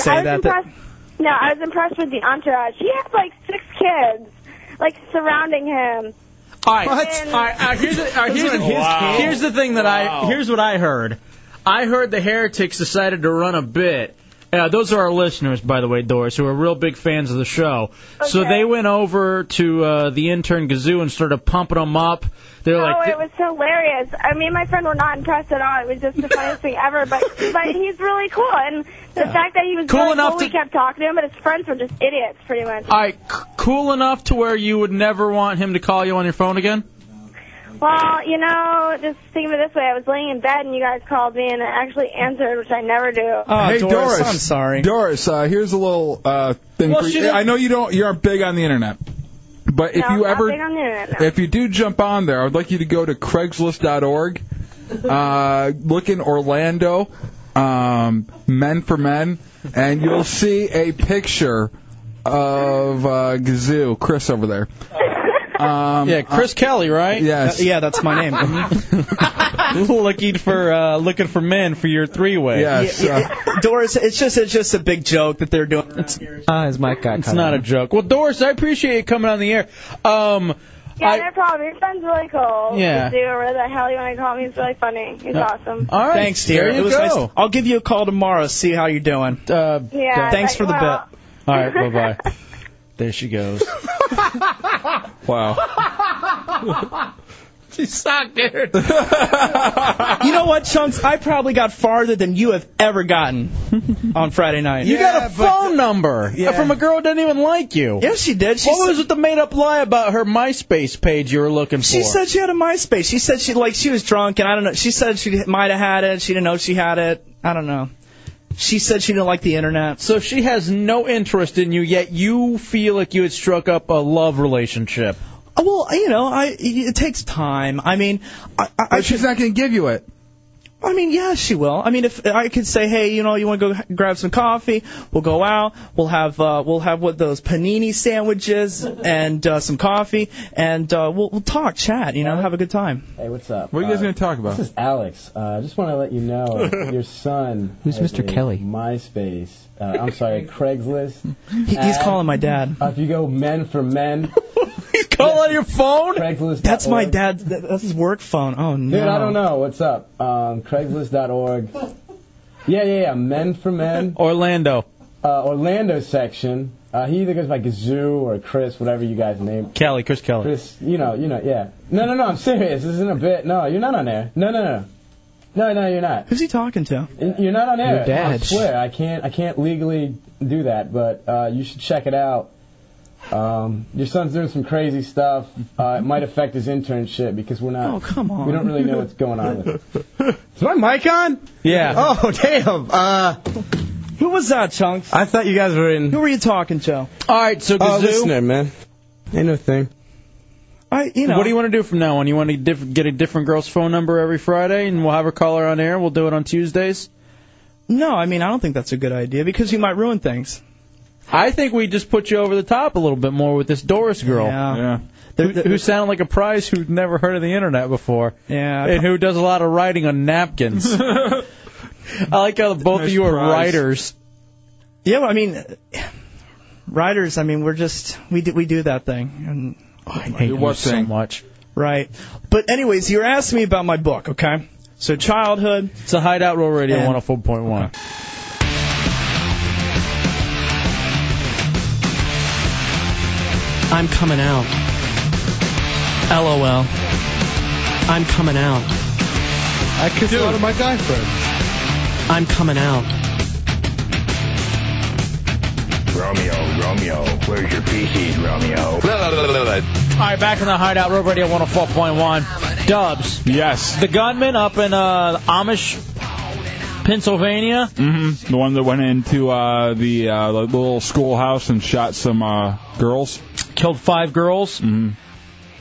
Speaker 2: That
Speaker 23: impressed- No, I was impressed with the entourage. He had like six kids, like surrounding him. oh,
Speaker 1: All right. All right, uh, here's, the, all right, here's, the,
Speaker 14: Wow.
Speaker 1: here's the thing that I here's what I heard. I heard the heretics decided to run a bit. Uh, those are our listeners, by the way, Doris, who are real big fans of the show. So they went over to uh, the intern Gazoo and started pumping them up. They're
Speaker 23: oh,
Speaker 1: like,
Speaker 23: it was hilarious. I mean, my friend were not impressed at all. It was just the funniest thing ever. But but he's really cool, and the fact that he was
Speaker 1: Cool
Speaker 23: really
Speaker 1: enough
Speaker 23: cool,
Speaker 1: to-
Speaker 23: we kept talking to him, but his friends were just idiots, pretty much.
Speaker 1: all right, c- cool enough to where you would never want him to call you on your phone again.
Speaker 23: Well, you know, just think of it this way: I was laying in bed, and you guys called me, and I actually answered, which I never do.
Speaker 1: Oh,
Speaker 2: hey Doris,
Speaker 18: I'm sorry.
Speaker 2: Doris, uh, here's a little uh, thing
Speaker 23: Well,
Speaker 2: for
Speaker 23: she
Speaker 2: you.
Speaker 23: didn't-
Speaker 2: I know you don't. You aren't big on the internet, but if
Speaker 23: No,
Speaker 2: you
Speaker 23: not
Speaker 2: ever,
Speaker 23: big on the internet,
Speaker 2: if you do jump on there, I would like you to go to Craigslist.org, uh, look in Orlando, um, Men for Men, and you'll see a picture of uh, Gazoo, Chris over there. Um,
Speaker 1: uh, yeah, Chris Kelly, right?
Speaker 2: Yes.
Speaker 18: yeah, that's my name.
Speaker 1: looking for uh, looking for men for your three way.
Speaker 18: Yeah,
Speaker 15: Uh,
Speaker 18: yeah. Doris, it's just, it's just a big joke that they're doing. It's,
Speaker 3: uh, his mic got
Speaker 1: It's not a joke. Well, Doris, I appreciate you coming on the air. Um,
Speaker 23: Yeah,
Speaker 1: I-
Speaker 23: no problem. Your son's really cool.
Speaker 1: Yeah. Uh,
Speaker 23: Dude, where the hell you want to call me? He's really funny. He's
Speaker 18: Yeah.
Speaker 23: awesome.
Speaker 18: Thanks, dear.
Speaker 1: there you
Speaker 18: it was
Speaker 1: go.
Speaker 18: nice. I'll give you a call tomorrow. See how you're doing.
Speaker 1: Uh,
Speaker 23: Yeah,
Speaker 18: Thanks for the
Speaker 23: well-
Speaker 18: bit.
Speaker 1: All right, bye bye. There she goes.
Speaker 2: wow.
Speaker 1: She sucked, dude.
Speaker 18: You know what, chunks? I probably got farther than you have ever gotten on Friday night.
Speaker 1: You got a phone number
Speaker 18: Yeah.
Speaker 1: from a girl who doesn't even like you.
Speaker 18: Yes, she did. She
Speaker 1: what
Speaker 18: said-
Speaker 1: was with the made-up lie about her MySpace page you were looking for?
Speaker 18: She said she had a MySpace. She said she like she was drunk and I don't know. She said she might have had it. She didn't know she had it. I don't know. She said she didn't like the internet.
Speaker 1: So she has no interest in you, yet you feel like you had struck up a love relationship.
Speaker 18: Oh, Well, you know, I it takes time. I mean, I, I, I
Speaker 2: she's not going to give you it.
Speaker 18: I mean, yeah, she will. I mean, if I could say, hey, you know, you want to go h- grab some coffee? We'll go out. We'll have uh, we'll have what those panini sandwiches and uh, some coffee, and uh, we'll we'll talk, chat, you know, have a good time.
Speaker 21: Hey, what's up?
Speaker 18: What are you guys
Speaker 21: Uh,
Speaker 18: gonna talk about?
Speaker 21: This is Alex. Uh, I just want to let you know your son.
Speaker 18: Who's
Speaker 21: has
Speaker 18: Mr.
Speaker 21: a
Speaker 18: Kelly?
Speaker 21: MySpace. Uh, I'm sorry, Craigslist.
Speaker 18: he's calling my dad.
Speaker 21: Uh, if you go Men for Men. he's
Speaker 1: call on your phone?
Speaker 18: That's my dad's. that- That's his work phone. Oh no.
Speaker 21: Dude, I don't know. What's up? Um, Craigslist.org. Yeah, yeah, yeah. Men for Men.
Speaker 1: Orlando.
Speaker 21: Uh, Orlando section. Uh, he either goes by Gazoo or Chris, whatever you guys name.
Speaker 1: Kelly, Chris Kelly.
Speaker 21: Chris, you know, you know, yeah. No, no, no. I'm serious. This isn't a bit. No, you're not on air. No, no, no. No, no, you're not.
Speaker 18: Who's he talking to?
Speaker 21: You're not on air.
Speaker 18: Your dad.
Speaker 21: I swear, I can't. I can't legally do that. But uh, you should check it out. Um, your son's doing some crazy stuff. Uh, it might affect his internship because we're not.
Speaker 18: Oh, come on.
Speaker 21: We don't really know what's going on with it.
Speaker 15: Is my mic on?
Speaker 1: Yeah.
Speaker 15: Oh damn. Uh,
Speaker 18: Who was that, Chunks?
Speaker 15: I thought you guys were in.
Speaker 18: Who were you talking to?
Speaker 1: All right,
Speaker 21: uh,
Speaker 1: so
Speaker 15: Oh,
Speaker 1: Gazoo.
Speaker 15: listener, man. Ain't no thing.
Speaker 18: I, you know.
Speaker 1: What do you want to do from now on? You want to diff- get a different girl's phone number every Friday, and we'll have her call her on air. We'll do it on Tuesdays.
Speaker 18: No, I mean I don't think that's a good idea because you might ruin things.
Speaker 1: I think we just put you over the top a little bit more with this Doris girl.
Speaker 18: Yeah.
Speaker 1: Who, who sounded like a prize who'd never heard of the internet before,
Speaker 18: Yeah.
Speaker 1: and who does a lot of writing on napkins. I like how both of
Speaker 2: Nice
Speaker 1: you are
Speaker 2: prize.
Speaker 1: writers.
Speaker 18: Yeah, well, I mean, writers. I mean, we're just we do we do that thing, and oh, I
Speaker 1: hate you so much.
Speaker 18: Right. But anyways, you were asking me about my book, okay? So childhood.
Speaker 1: It's a hideout roll radio
Speaker 18: And-
Speaker 1: 104.1.
Speaker 16: I'm coming out. LOL. I'm coming out. I kissed a lot of my guy friends. I'm coming out.
Speaker 6: Romeo, Romeo, where's your feces, Romeo?
Speaker 1: All right, back in the hideout, Road Radio 104.1. Dubs.
Speaker 2: Yes.
Speaker 1: The gunman up in uh, Amish, Pennsylvania.
Speaker 2: Mm-hmm. The one that went into uh, the uh, the little schoolhouse and shot some uh, girls.
Speaker 1: Killed five girls.
Speaker 2: Mm-hmm.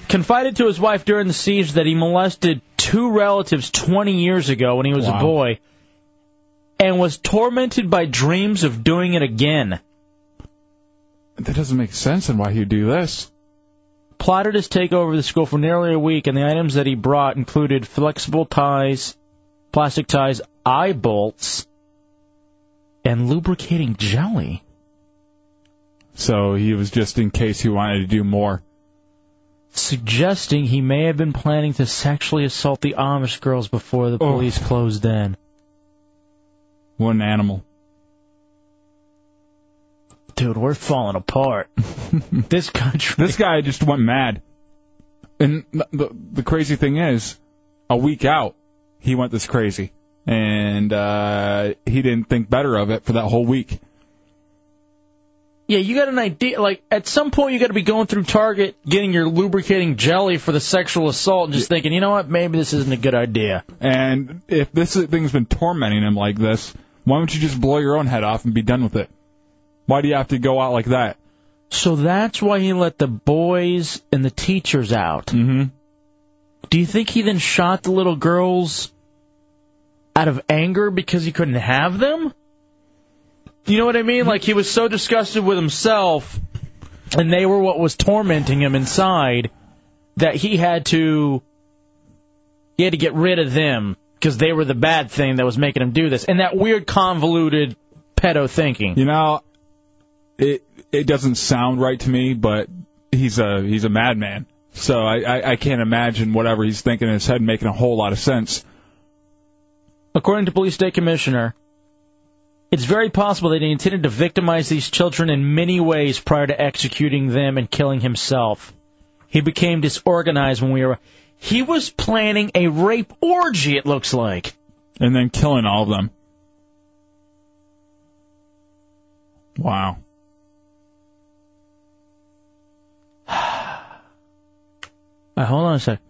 Speaker 1: confided to his wife during the siege that he molested two relatives 20 years ago when he was a
Speaker 2: Wow.
Speaker 1: boy and was tormented by dreams of doing it again.
Speaker 2: That doesn't make sense in why he'd do this.
Speaker 1: Plotted his takeover of the school for nearly a week, and the items that he brought included flexible ties, plastic ties, eye bolts, and lubricating jelly.
Speaker 2: So he was just in case he wanted to do more.
Speaker 1: suggesting he may have been planning to sexually assault the Amish girls before the police closed in.
Speaker 2: What an animal.
Speaker 1: Dude, we're falling apart. this country.
Speaker 2: This guy just went mad. And the, the the crazy thing is, a week out, he went this crazy, and uh, he didn't think better of it for that whole week.
Speaker 1: Yeah, you got an idea. Like, at some point, you got to be going through Target, getting your lubricating jelly for the sexual assault, and just thinking, you know what, maybe this isn't a good idea.
Speaker 2: And if this thing's been tormenting him like this, why don't you just blow your own head off and be done with it? Why do you have to go out like that?
Speaker 1: So that's why he let the boys and the teachers out.
Speaker 2: Mm-hmm.
Speaker 1: Do you think he then shot the little girls out of anger because he couldn't have them? You know what I mean? Like he was so disgusted with himself and they were what was tormenting him inside that he had to he had to get rid of them because they were the bad thing that was making him do this. And that weird convoluted pedo thinking.
Speaker 2: You know, it it doesn't sound right to me, but he's a he's a madman. So I, I, I can't imagine whatever he's thinking in his head making a whole lot of sense.
Speaker 1: According to police state commissioner, it's very possible that he intended to victimize these children in many ways prior to executing them and killing himself. He became disorganized when we were. He was planning a rape orgy, it looks like.
Speaker 2: and then killing all of them. Wow.
Speaker 1: Uh, hold on a sec.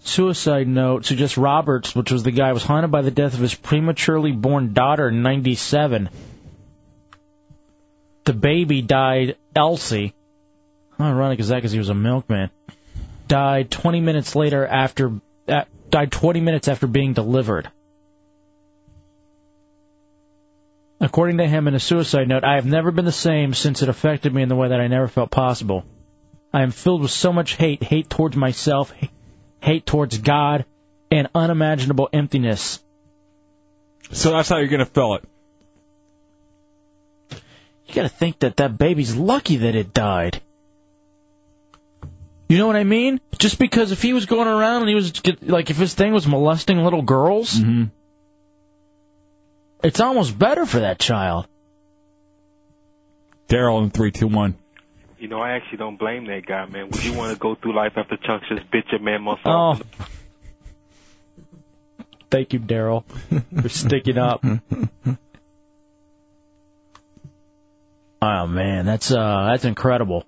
Speaker 1: Suicide note suggests Roberts, which was the guy, was haunted by the death of his prematurely born daughter in 97. The baby died, Elsie. How ironic is that because he was a milkman. Died 20 minutes later after. Uh, died 20 minutes after being delivered. According to him in a suicide note, I have never been the same since it affected me in the way that I never felt possible. I am filled with so much hate, hate towards myself, ha- hate towards God, and unimaginable emptiness.
Speaker 2: So that's how you're gonna fill it.
Speaker 1: You gotta think that that baby's lucky that it died. You know what I mean? Just because if he was going around and he was like, if his thing was molesting little girls, it's almost better for that child.
Speaker 2: Daryl in three, two, one.
Speaker 9: You know, I actually don't blame that guy, man. Would you want to go through life after chunks just bitch a man myself?
Speaker 1: Oh. Thank you, Daryl, for sticking up. Oh man, that's uh, that's incredible.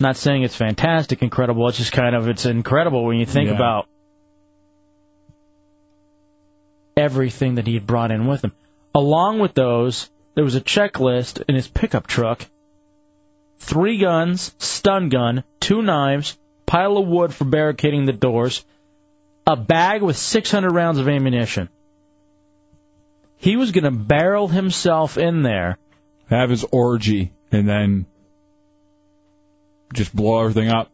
Speaker 1: Not saying it's fantastic, incredible. It's just kind of it's incredible when you think
Speaker 22: Yeah.
Speaker 1: about everything that he had brought in with him. Along with those, there was a checklist in his pickup truck: three guns, stun gun, two knives, pile of wood for barricading the doors, a bag with 600 rounds of ammunition. He was going to barrel himself in there.
Speaker 2: Have his orgy and then just blow everything up.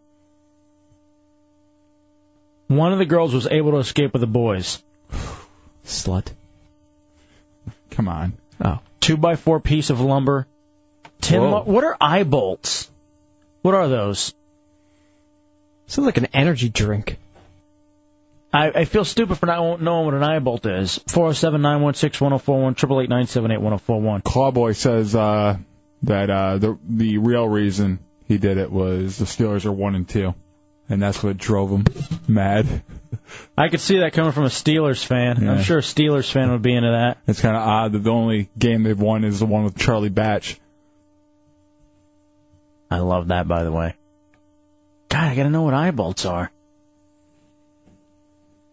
Speaker 1: One of the girls was able to escape with the boys. Slut.
Speaker 2: Come on.
Speaker 1: Oh. Two by four piece of lumber. Tim,
Speaker 2: Whoa.
Speaker 1: what, what are eye bolts? What are those? Sounds like an energy drink. I, I feel stupid for not knowing what an eye bolt is. 407 916 1041, 888 978 1041.
Speaker 2: Clawboy says uh, that uh, the the real reason he did it was the Steelers are one and two, and that's what drove him mad.
Speaker 1: I could see that coming from a Steelers fan. I'm sure a Steelers fan would be into that.
Speaker 2: It's kind of odd that the only game they've won is the one with Charlie Batch.
Speaker 1: I love that, by the way. God, I gotta know what eye bolts are.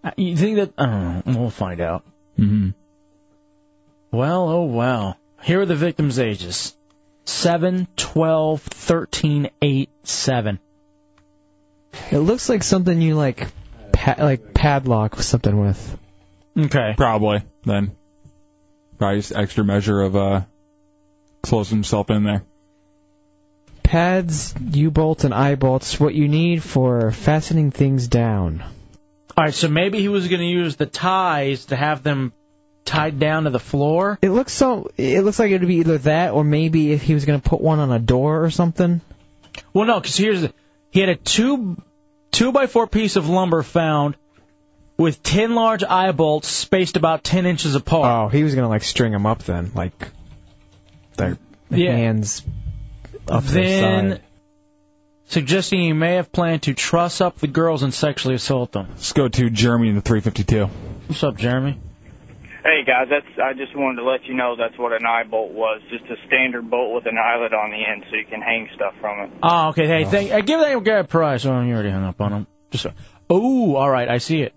Speaker 1: Uh, You think that? I don't know. We'll find out.
Speaker 2: Mm-hmm.
Speaker 1: Well, oh well. Here are the victims' ages: seven, twelve, thirteen, eight, seven.
Speaker 3: It looks like something you like, pa- like padlock something with.
Speaker 1: Okay.
Speaker 2: Probably then. Probably just extra measure of uh, closing himself in there.
Speaker 3: Pads, U bolts, and eye bolts. What you need for fastening things down.
Speaker 1: All right, so maybe he was gonna use the ties to have them tied down to the floor.
Speaker 3: It looks so. It looks like it would be either that or maybe if he was going to put one on a door or something.
Speaker 1: Well, no, because here's the, he had a two two by four piece of lumber found with ten large eye bolts spaced about ten inches apart.
Speaker 3: Oh, he was going to like string them up then, like their
Speaker 1: Yeah.
Speaker 3: hands up
Speaker 1: then
Speaker 3: their side.
Speaker 1: suggesting he may have planned to truss up the girls and sexually assault them.
Speaker 2: Let's go to Jeremy in the 352.
Speaker 1: What's up, Jeremy?
Speaker 25: Hey guys, that's I just wanted to let you know that's what an eye bolt was. Just a standard bolt with an eyelet on the end, so you can hang stuff from it.
Speaker 1: Oh, okay. Hey, thank, uh, give that guy a prize. Oh, you already hung up on him. Just oh, all right, I see it.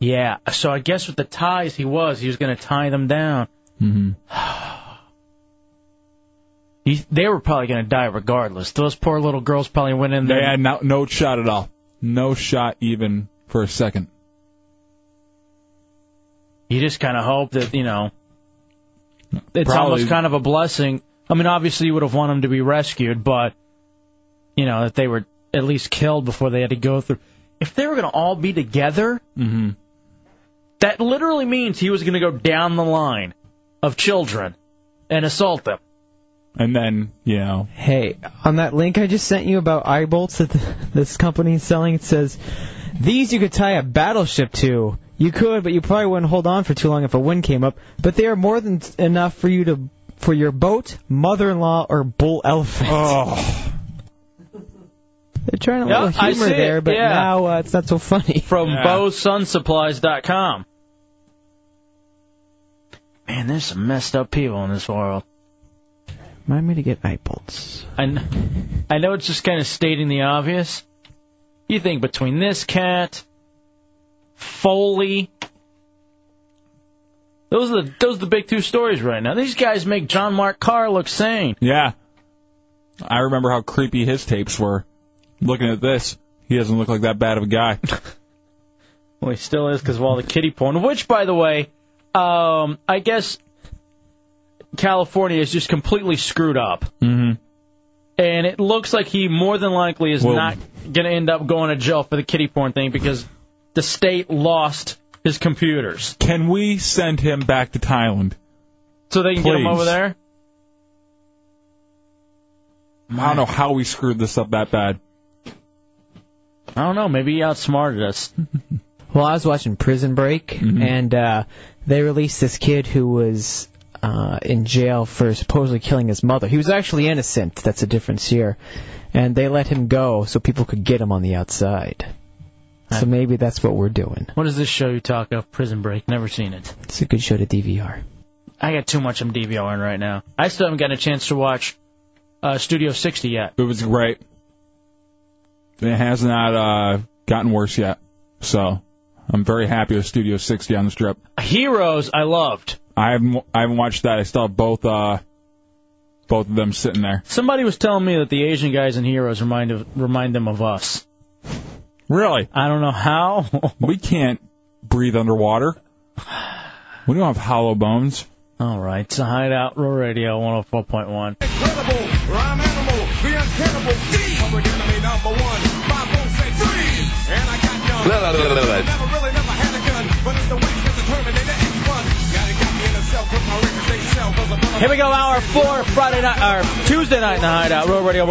Speaker 1: Yeah. So I guess with the ties, he was he was going to tie them down.
Speaker 2: Mm-hmm.
Speaker 1: He, they were probably going to die regardless. Those poor little girls probably went in there.
Speaker 2: They had no, no shot at all. No shot even for a second.
Speaker 1: you just kind of hope that you know it's
Speaker 2: Probably-
Speaker 1: almost kind of a blessing. I mean, obviously you would have wanted them to be rescued, but you know that they were at least killed before they had to go through. If they were going to all be together,
Speaker 2: Mm-hmm.
Speaker 1: that literally means he was going to go down the line of children and assault them.
Speaker 2: And then, you know.
Speaker 3: Hey, on that link I just sent you about eye bolts that th- this company is selling, it says these you could tie a battleship to. You could, but you probably wouldn't hold on for too long if a wind came up. But they are more than s- enough for you to for your boat, mother-in-law, or bull elephant.
Speaker 2: Oh.
Speaker 3: They're trying to a
Speaker 1: Yeah,
Speaker 3: little
Speaker 1: I
Speaker 3: humor
Speaker 1: see it,
Speaker 3: there, but
Speaker 1: yeah.
Speaker 3: now uh, it's not so funny.
Speaker 1: From BowSunSupplies.com. Man, there's some messed up people in this world.
Speaker 3: Remind me to get eye bolts.
Speaker 1: I, kn- I know it's just kind of stating the obvious. You think between this cat, Foley, those are the those are the big two stories right now. These guys make John Mark Carr look sane.
Speaker 2: Yeah. I remember how creepy his tapes were. Looking at this, he doesn't look like that bad of a guy.
Speaker 1: Well, he still is because of all the kitty porn. Which, by the way, um, I guess California is just completely screwed up,
Speaker 2: mm-hmm.
Speaker 1: and it looks like he more than likely is
Speaker 2: Well-
Speaker 1: not going to end up going to jail for the kitty porn thing because the state lost his computers.
Speaker 2: Can we send him back to Thailand?
Speaker 1: So they can get him
Speaker 2: Please.
Speaker 1: over there?
Speaker 2: I don't know how we screwed this up that bad.
Speaker 1: I don't know. Maybe he outsmarted us.
Speaker 3: Well, I was watching Prison Break, and uh, they released this kid who was uh, in jail for supposedly killing his mother. He was actually innocent. That's a difference here. And they let him go so people could get him on the outside. So maybe that's what we're doing.
Speaker 1: What is this show you talk of? Prison Break. Never seen it.
Speaker 3: It's a good show to DVR.
Speaker 1: I got too much I'm DVRing right now. I still haven't gotten a chance to watch uh, Studio 60 yet.
Speaker 2: It was great. It has not uh, gotten worse yet. So I'm very happy with Studio 60 on the strip.
Speaker 1: Heroes, I loved.
Speaker 2: I haven't I haven't watched that. I still have both uh, both of them sitting there.
Speaker 1: Somebody was telling me that the Asian guys in Heroes remind of, remind them of us.
Speaker 2: Really?
Speaker 1: I don't know how.
Speaker 2: we can't breathe underwater. We don't have hollow bones.
Speaker 1: All right, it's a hideout. Roll Radio 104.1.
Speaker 14: Incredible, rhyme animal, the uncannibal D. Public enemy number one, five, four, six, three. And I got none.
Speaker 6: La, la, la, la, la.
Speaker 14: Never really never had a gun, but it's the way that the Terminator X1. Got it, got me in a cell, put my records they sell, 'cause I'm
Speaker 1: Here we go, hour four, Friday night, or Tuesday night in the hideout, Road Radio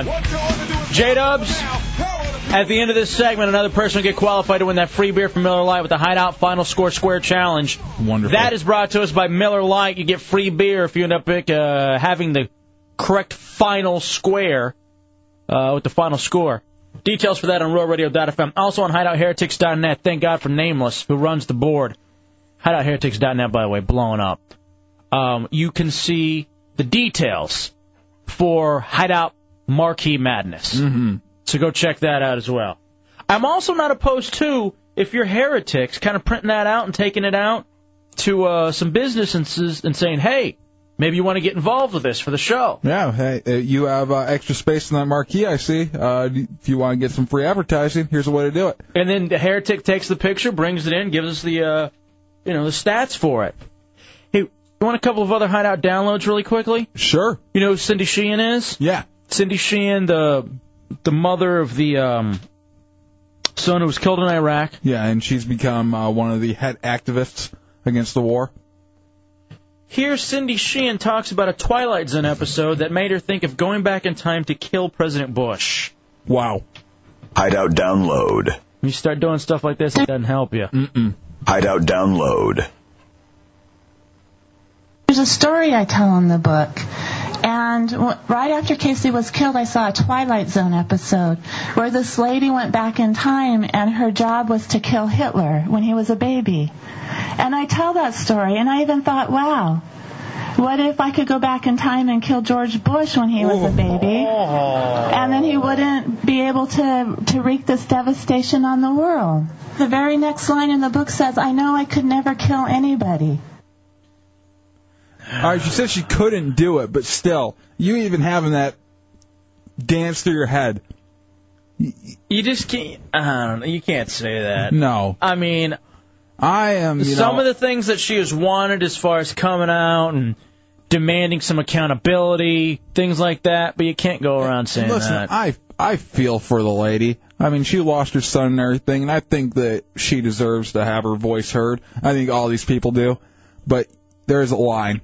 Speaker 1: 104.1. J Dubs, at the end of this segment, another person will get qualified to win that free beer from Miller Lite with the hideout final score square challenge.
Speaker 2: Wonderful.
Speaker 1: That is brought to us by Miller Lite. You get free beer if you end up uh, having the correct final square uh, with the final score. Details for that on RoyRadio.fm. Also on HideoutHeretics.net. Thank God for Nameless, who runs the board. HideoutHeretics.net, by the way, blowing up. Um, you can see the details for Hideout Marquee Madness. Mm-hmm. So go check that out as well. I'm also not opposed to if you're heretics, kind of printing that out and taking it out to uh, some businesses and saying, hey, maybe you want to get involved with this for the show.
Speaker 2: Yeah, hey, uh, you have uh, extra space in that marquee, I see. Uh, d- if you want to get some free advertising, here's a way to do it.
Speaker 1: And then the heretic takes the picture, brings it in, gives us the uh, you know the stats for it. Hey, you want a couple of other hideout downloads really quickly?
Speaker 2: Sure.
Speaker 1: You know who Cindy Sheehan is?
Speaker 2: Yeah.
Speaker 1: Cindy Sheehan, the the mother of the um, son who was killed in Iraq.
Speaker 2: Yeah, and she's become uh, one of the head activists against the war.
Speaker 1: Here, Cindy Sheehan talks about a Twilight Zone episode that made her think of going back in time to kill President Bush.
Speaker 2: Wow.
Speaker 6: Hideout download.
Speaker 1: When you start doing stuff like this, it doesn't help you.
Speaker 2: Mm-mm.
Speaker 6: Hideout download.
Speaker 5: There's a story I tell in the book. And w- right after Casey was killed, I saw a Twilight Zone episode where this lady went back in time and her job was to kill Hitler when he was a baby. And I tell that story and I even thought, wow, what if I could go back in time and kill George Bush when he was a baby? And then he wouldn't be able to, to wreak this devastation on the world. The very next line in the book says, I know I could never kill anybody.
Speaker 2: All right, she said she couldn't do it, but still, you even having that dance through your head.
Speaker 1: You just can't. I don't know. You can't say that.
Speaker 2: No.
Speaker 1: I mean,
Speaker 2: I am. You
Speaker 1: some
Speaker 2: know,
Speaker 1: of the things that she has wanted as far as coming out and demanding some accountability, things like that, but you can't go around saying
Speaker 2: listen,
Speaker 1: that.
Speaker 2: I I feel for the lady. I mean, she lost her son and everything, and I think that she deserves to have her voice heard. I think all these people do, but there is a line.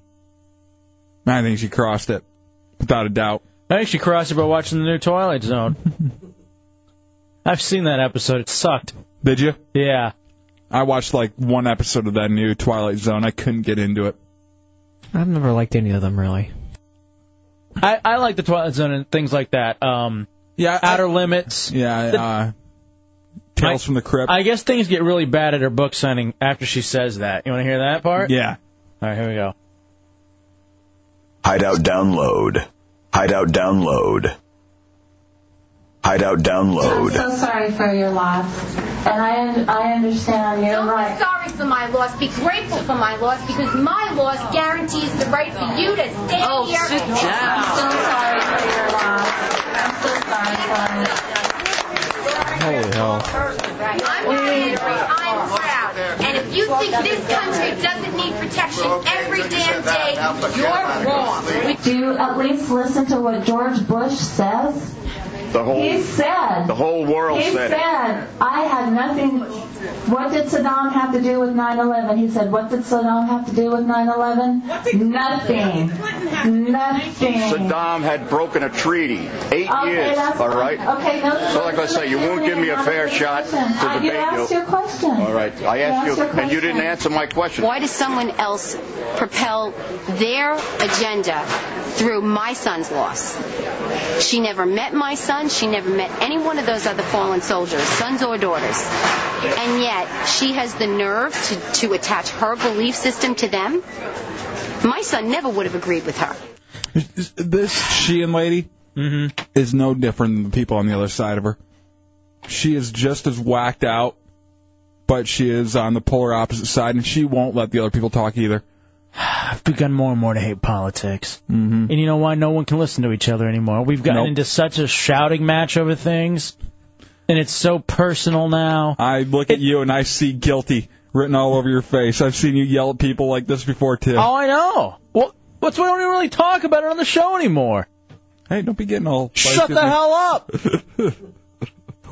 Speaker 2: And I think she crossed it, without a doubt.
Speaker 1: I think she crossed it by watching the new Twilight Zone. I've seen that episode. It sucked.
Speaker 2: Did you?
Speaker 1: Yeah.
Speaker 2: I watched like one episode of that new Twilight Zone. I couldn't get into it.
Speaker 3: I've never liked any of them, really.
Speaker 1: I, I like the Twilight Zone and things like that. Um,
Speaker 2: yeah,
Speaker 1: Outer Limits.
Speaker 2: Yeah, uh, Tales from the Crypt.
Speaker 1: I guess things get really bad at her book signing after she says that. You want to hear that part?
Speaker 2: yeah.
Speaker 1: All right, here we go.
Speaker 6: Hideout download. Hideout download. Hideout download.
Speaker 5: I'm so sorry for your loss. And I, I understand you're
Speaker 8: Don't
Speaker 5: right.
Speaker 8: be sorry for my loss. Be grateful for my loss because my loss guarantees the right for you to stay
Speaker 5: Oh,
Speaker 8: here.
Speaker 5: sit down. I'm so sorry for your loss. I'm so sorry for it.
Speaker 2: Holy hell.
Speaker 8: I'm married. I'm proud. And if you think this country doesn't need protection every damn day, you're wrong.
Speaker 5: Do you at least listen to what George Bush says?
Speaker 6: The whole
Speaker 5: He said.
Speaker 6: Oh. the whole world
Speaker 5: he
Speaker 6: said,
Speaker 5: said, I had nothing What did Saddam have to do with 9/11? He said, "What did Saddam have to do with 9/11? Nothing. Nothing."
Speaker 26: Saddam had broken a treaty. Eight
Speaker 5: Okay,
Speaker 26: years,
Speaker 5: that's
Speaker 26: all
Speaker 5: fine.
Speaker 26: right?
Speaker 5: Okay, no-
Speaker 26: So, like I say, you won't give me a fair shot to
Speaker 5: You
Speaker 26: debate
Speaker 5: asked your question.
Speaker 26: All right, I
Speaker 5: You
Speaker 26: asked you,
Speaker 5: asked your
Speaker 26: and you didn't
Speaker 5: question.
Speaker 26: answer my question.
Speaker 27: Why does someone else propel their agenda through my son's loss? She never met my son. She never met any one of those other fallen soldiers, sons or daughters. And yet, she has the nerve to, to attach her belief system to them. My son never would have agreed with her.
Speaker 2: This Sheehan lady
Speaker 1: Mm-hmm.
Speaker 2: is no different than the people on the other side of her. She is just as whacked out, but she is on the polar opposite side, and she won't let the other people talk either.
Speaker 1: I've begun more and more to hate politics. Mm-hmm. And you know why? No one can listen to each other anymore. We've gotten into such a shouting match over things, and it's so personal now.
Speaker 2: I look at you and I see guilty written all over your face. I've seen you yell at people like this before too.
Speaker 1: Oh, I know. Well, what's we don't even really talk about it on the show anymore.
Speaker 2: Hey, don't be getting all.
Speaker 1: Shut the hell up,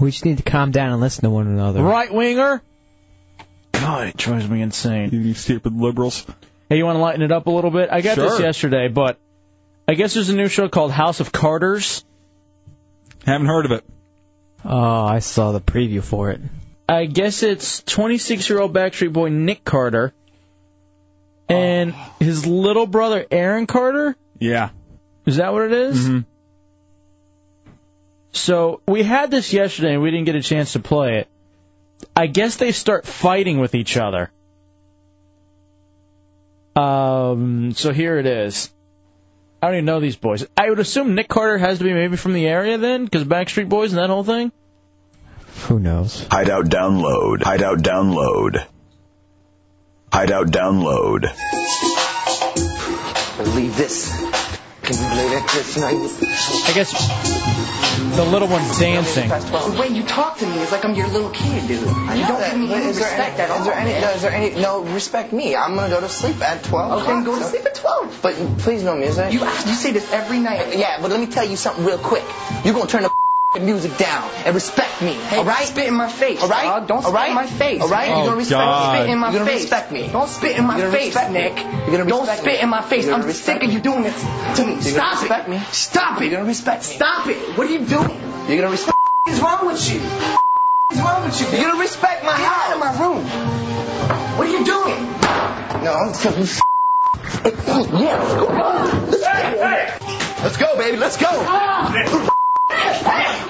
Speaker 3: We just need to calm down and listen to one another.
Speaker 1: right winger. God, it drives me insane.
Speaker 2: You stupid liberals.
Speaker 1: Hey, you want to lighten it up a little bit? I got this
Speaker 2: Sure.
Speaker 1: yesterday, but I guess there's a new show called House of Carters.
Speaker 2: Haven't heard of it.
Speaker 3: Oh, I saw the preview for it.
Speaker 1: I guess it's 26 year old Backstreet Boy Nick Carter and
Speaker 2: Oh.
Speaker 1: his little brother Aaron Carter.
Speaker 2: Yeah.
Speaker 1: Is that what it is?
Speaker 2: Mm-hmm.
Speaker 1: So we had this yesterday and we didn't get a chance to play it. I guess they start fighting with each other. Um, so here it is. I don't even know these boys. I would assume Nick Carter has to be maybe from the area then, because Backstreet Boys and that whole thing.
Speaker 3: Who knows?
Speaker 6: Hideout download. Hideout download. Hideout download.
Speaker 16: Believe this. Can you lay that this night?
Speaker 1: I guess the little one's dancing.
Speaker 16: The way you talk to me is like I'm your little kid, dude. I
Speaker 18: know
Speaker 16: don't
Speaker 18: that,
Speaker 16: give me
Speaker 18: but
Speaker 16: any
Speaker 18: is there
Speaker 16: respect
Speaker 18: any-
Speaker 16: at all.
Speaker 18: is there any-
Speaker 16: man.
Speaker 18: no, is there any- no, respect me. I'm gonna go to sleep at 12
Speaker 16: Okay,
Speaker 18: o'clock,
Speaker 16: go to
Speaker 18: so-
Speaker 16: sleep at 12.
Speaker 18: But please, no music.
Speaker 16: You ask, you say this every night.
Speaker 18: Yeah, but let me tell you something real quick. You're gonna turn the music down and respect me,
Speaker 16: Hey,
Speaker 18: all right?
Speaker 16: don't spit in my face.
Speaker 18: All right?
Speaker 16: dog. Don't
Speaker 18: all
Speaker 16: spit
Speaker 18: right?
Speaker 16: in my face.
Speaker 18: All right?
Speaker 16: You're gonna respect
Speaker 18: me.
Speaker 16: Don't spit in my
Speaker 18: Oh, You're gonna
Speaker 16: face.
Speaker 18: respect me.
Speaker 16: Don't spit in my
Speaker 18: You're gonna
Speaker 16: face,
Speaker 18: respect me.
Speaker 16: Nick.
Speaker 18: You're gonna
Speaker 16: Don't
Speaker 18: respect
Speaker 16: spit
Speaker 18: me.
Speaker 16: in my face.
Speaker 18: You're gonna
Speaker 16: I'm
Speaker 18: respect
Speaker 16: sick of you doing this to me.
Speaker 18: You're gonna
Speaker 16: Stop
Speaker 18: respect
Speaker 16: it.
Speaker 18: me.
Speaker 16: Stop it.
Speaker 18: You're gonna respect me.
Speaker 16: Stop it. What are you doing?
Speaker 18: You're gonna respect.
Speaker 16: What is wrong with you? What is wrong with you?
Speaker 18: You're gonna respect my
Speaker 16: Get
Speaker 18: house.
Speaker 16: out of my room. What are you doing?
Speaker 18: No, I'm telling you. Yes, go on. Let's go. Let's go, baby. Let's go.
Speaker 16: Ah!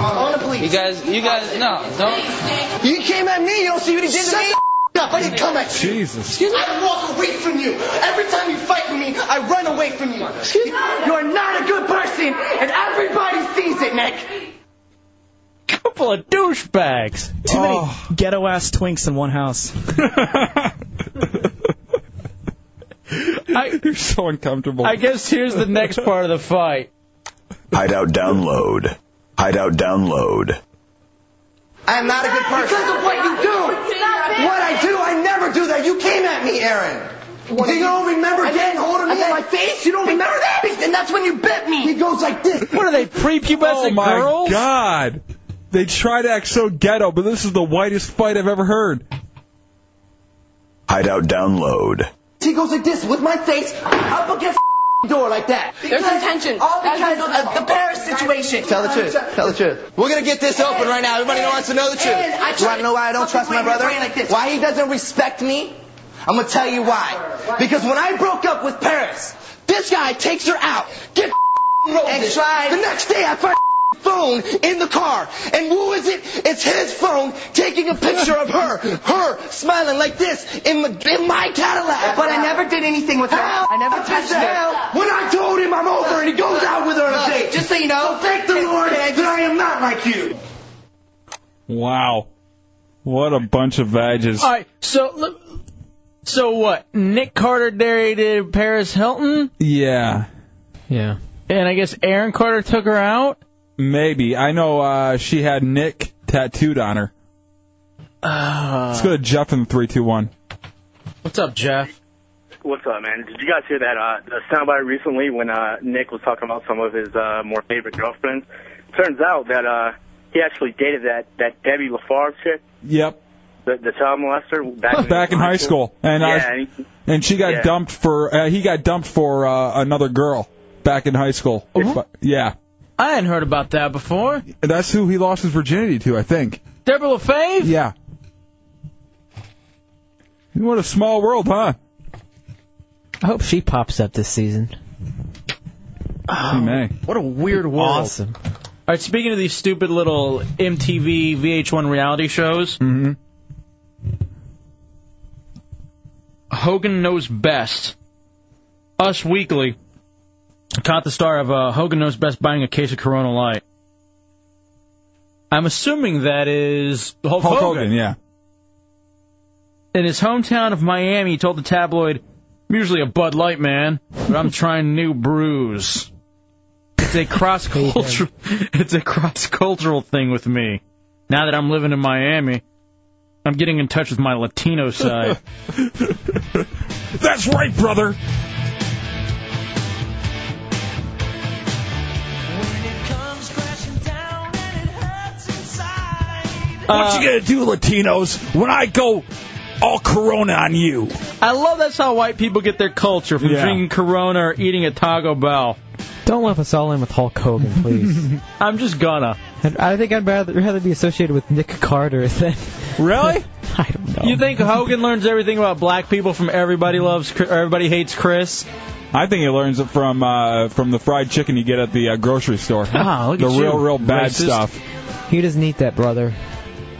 Speaker 16: On the police.
Speaker 18: You guys, you guys, no, don't. You came at me. You don't see what he did to me.
Speaker 16: Up. I didn't come at you.
Speaker 2: Jesus.
Speaker 16: I walk away from you. Every time you fight with me, I run away from you. You are not a good person, and everybody sees it, Nick.
Speaker 1: Couple of douchebags.
Speaker 28: Too
Speaker 18: Oh.
Speaker 28: many ghetto ass twinks in one house.
Speaker 1: I,
Speaker 2: You're so uncomfortable.
Speaker 1: I guess here's the next part of the fight.
Speaker 6: Hideout download. Hideout download.
Speaker 16: I am not a good person. Because of what you do. What I do, I never do that. You came at me, Aaron.
Speaker 18: What
Speaker 16: do
Speaker 18: I did-
Speaker 16: you don't remember
Speaker 18: I
Speaker 16: getting
Speaker 18: did-
Speaker 16: hold of me
Speaker 18: I
Speaker 16: in
Speaker 18: did-
Speaker 16: my face? You don't remember that? And that's when you bit me. He goes like this.
Speaker 1: What are they, prepubescent
Speaker 2: Oh my
Speaker 1: girls?
Speaker 2: God. They try to act so ghetto, but this is the whitest fight I've ever heard.
Speaker 6: Hideout download.
Speaker 16: He goes like this with my face up against the door like that.
Speaker 18: There's
Speaker 16: Because-
Speaker 18: intention.
Speaker 16: All
Speaker 18: There's
Speaker 16: because
Speaker 18: intention.
Speaker 16: of the Paris situation.
Speaker 18: Tell the truth. Tell the truth. We're gonna get this open right now. Everybody wants to know the truth.
Speaker 16: And I
Speaker 18: You wanna know why I don't trust my brother?
Speaker 16: Like this.
Speaker 18: Why he doesn't respect me? I'm gonna tell you why. Because when I broke up with Paris, this guy takes her out. Get and try. The next day I find phone in the car. And who is it? It's his phone taking a picture of her. Her smiling like this in, the, in my Cadillac.
Speaker 16: But I never did anything with her.
Speaker 18: How?
Speaker 16: I never touched her.
Speaker 18: Now,
Speaker 16: When I told him I'm over and he goes out with her on a date. Just so you know. So thank the Lord that I am not like you.
Speaker 2: Wow. What a bunch of vages.
Speaker 1: All right, so look- so what? Nick Carter dated Paris Hilton,
Speaker 2: Yeah.
Speaker 3: Yeah.
Speaker 1: and I guess Aaron Carter took her out.
Speaker 2: Maybe. I know uh, she had Nick tattooed on her. Let's go to Jeff in 321.
Speaker 1: Uh, What's up, Jeff?
Speaker 14: What's up, man? Did you guys hear that uh, the soundbite recently when uh, Nick was talking about some of his uh, more favorite girlfriends? Turns out that uh,
Speaker 29: he actually dated that that Debbie LaFarge chick,
Speaker 2: Yep.
Speaker 29: the, the child molester back in,
Speaker 2: Back in high school, and
Speaker 29: yeah,
Speaker 2: I,
Speaker 29: and he-
Speaker 2: and she got
Speaker 29: Yeah.
Speaker 2: dumped for uh, he got dumped for uh, another girl back in high school. But- yeah,
Speaker 1: I hadn't heard about that before.
Speaker 2: that's who he lost his virginity to, I think.
Speaker 1: Deborah LaFave?
Speaker 2: Yeah. What a small world, huh?
Speaker 3: I hope she pops up this season.
Speaker 2: She may.
Speaker 1: What a weird world.
Speaker 3: Awesome.
Speaker 1: All right, speaking of these stupid little MTV VH1 reality shows, mm-hmm. Hogan Knows Best. Us Weekly caught the star of uh, Hogan Knows Best buying a case of Corona Light. I'm assuming that is Hulk,
Speaker 2: Hulk Hogan, yeah.
Speaker 1: in his hometown of Miami, he told the tabloid, "I'm usually a Bud Light man, but I'm trying new brews. It's a cross cultural, it's a cross cultural thing with me. Now that I'm living in Miami, I'm getting in touch with my Latino side.
Speaker 2: That's right, brother.
Speaker 1: What you
Speaker 2: gonna do, Latinos, when I go all Corona on you?
Speaker 1: I love that's how white people get their culture from
Speaker 3: Yeah.
Speaker 1: drinking Corona or eating a Taco Bell.
Speaker 3: Don't lump us all in with Hulk Hogan, please.
Speaker 1: I'm just gonna.
Speaker 3: And I think I'd rather, rather be associated with Nick Carter than.
Speaker 1: Really?
Speaker 3: I don't know.
Speaker 1: You think Hogan learns everything about uh, black people from everybody loves, Chri- or everybody hates Chris?
Speaker 2: I think he learns it from uh, from the fried chicken you get at the uh, grocery store.
Speaker 3: Ah, look
Speaker 2: the
Speaker 3: at
Speaker 2: real,
Speaker 3: you,
Speaker 2: real bad
Speaker 3: racist.
Speaker 2: stuff.
Speaker 3: He doesn't eat that, brother.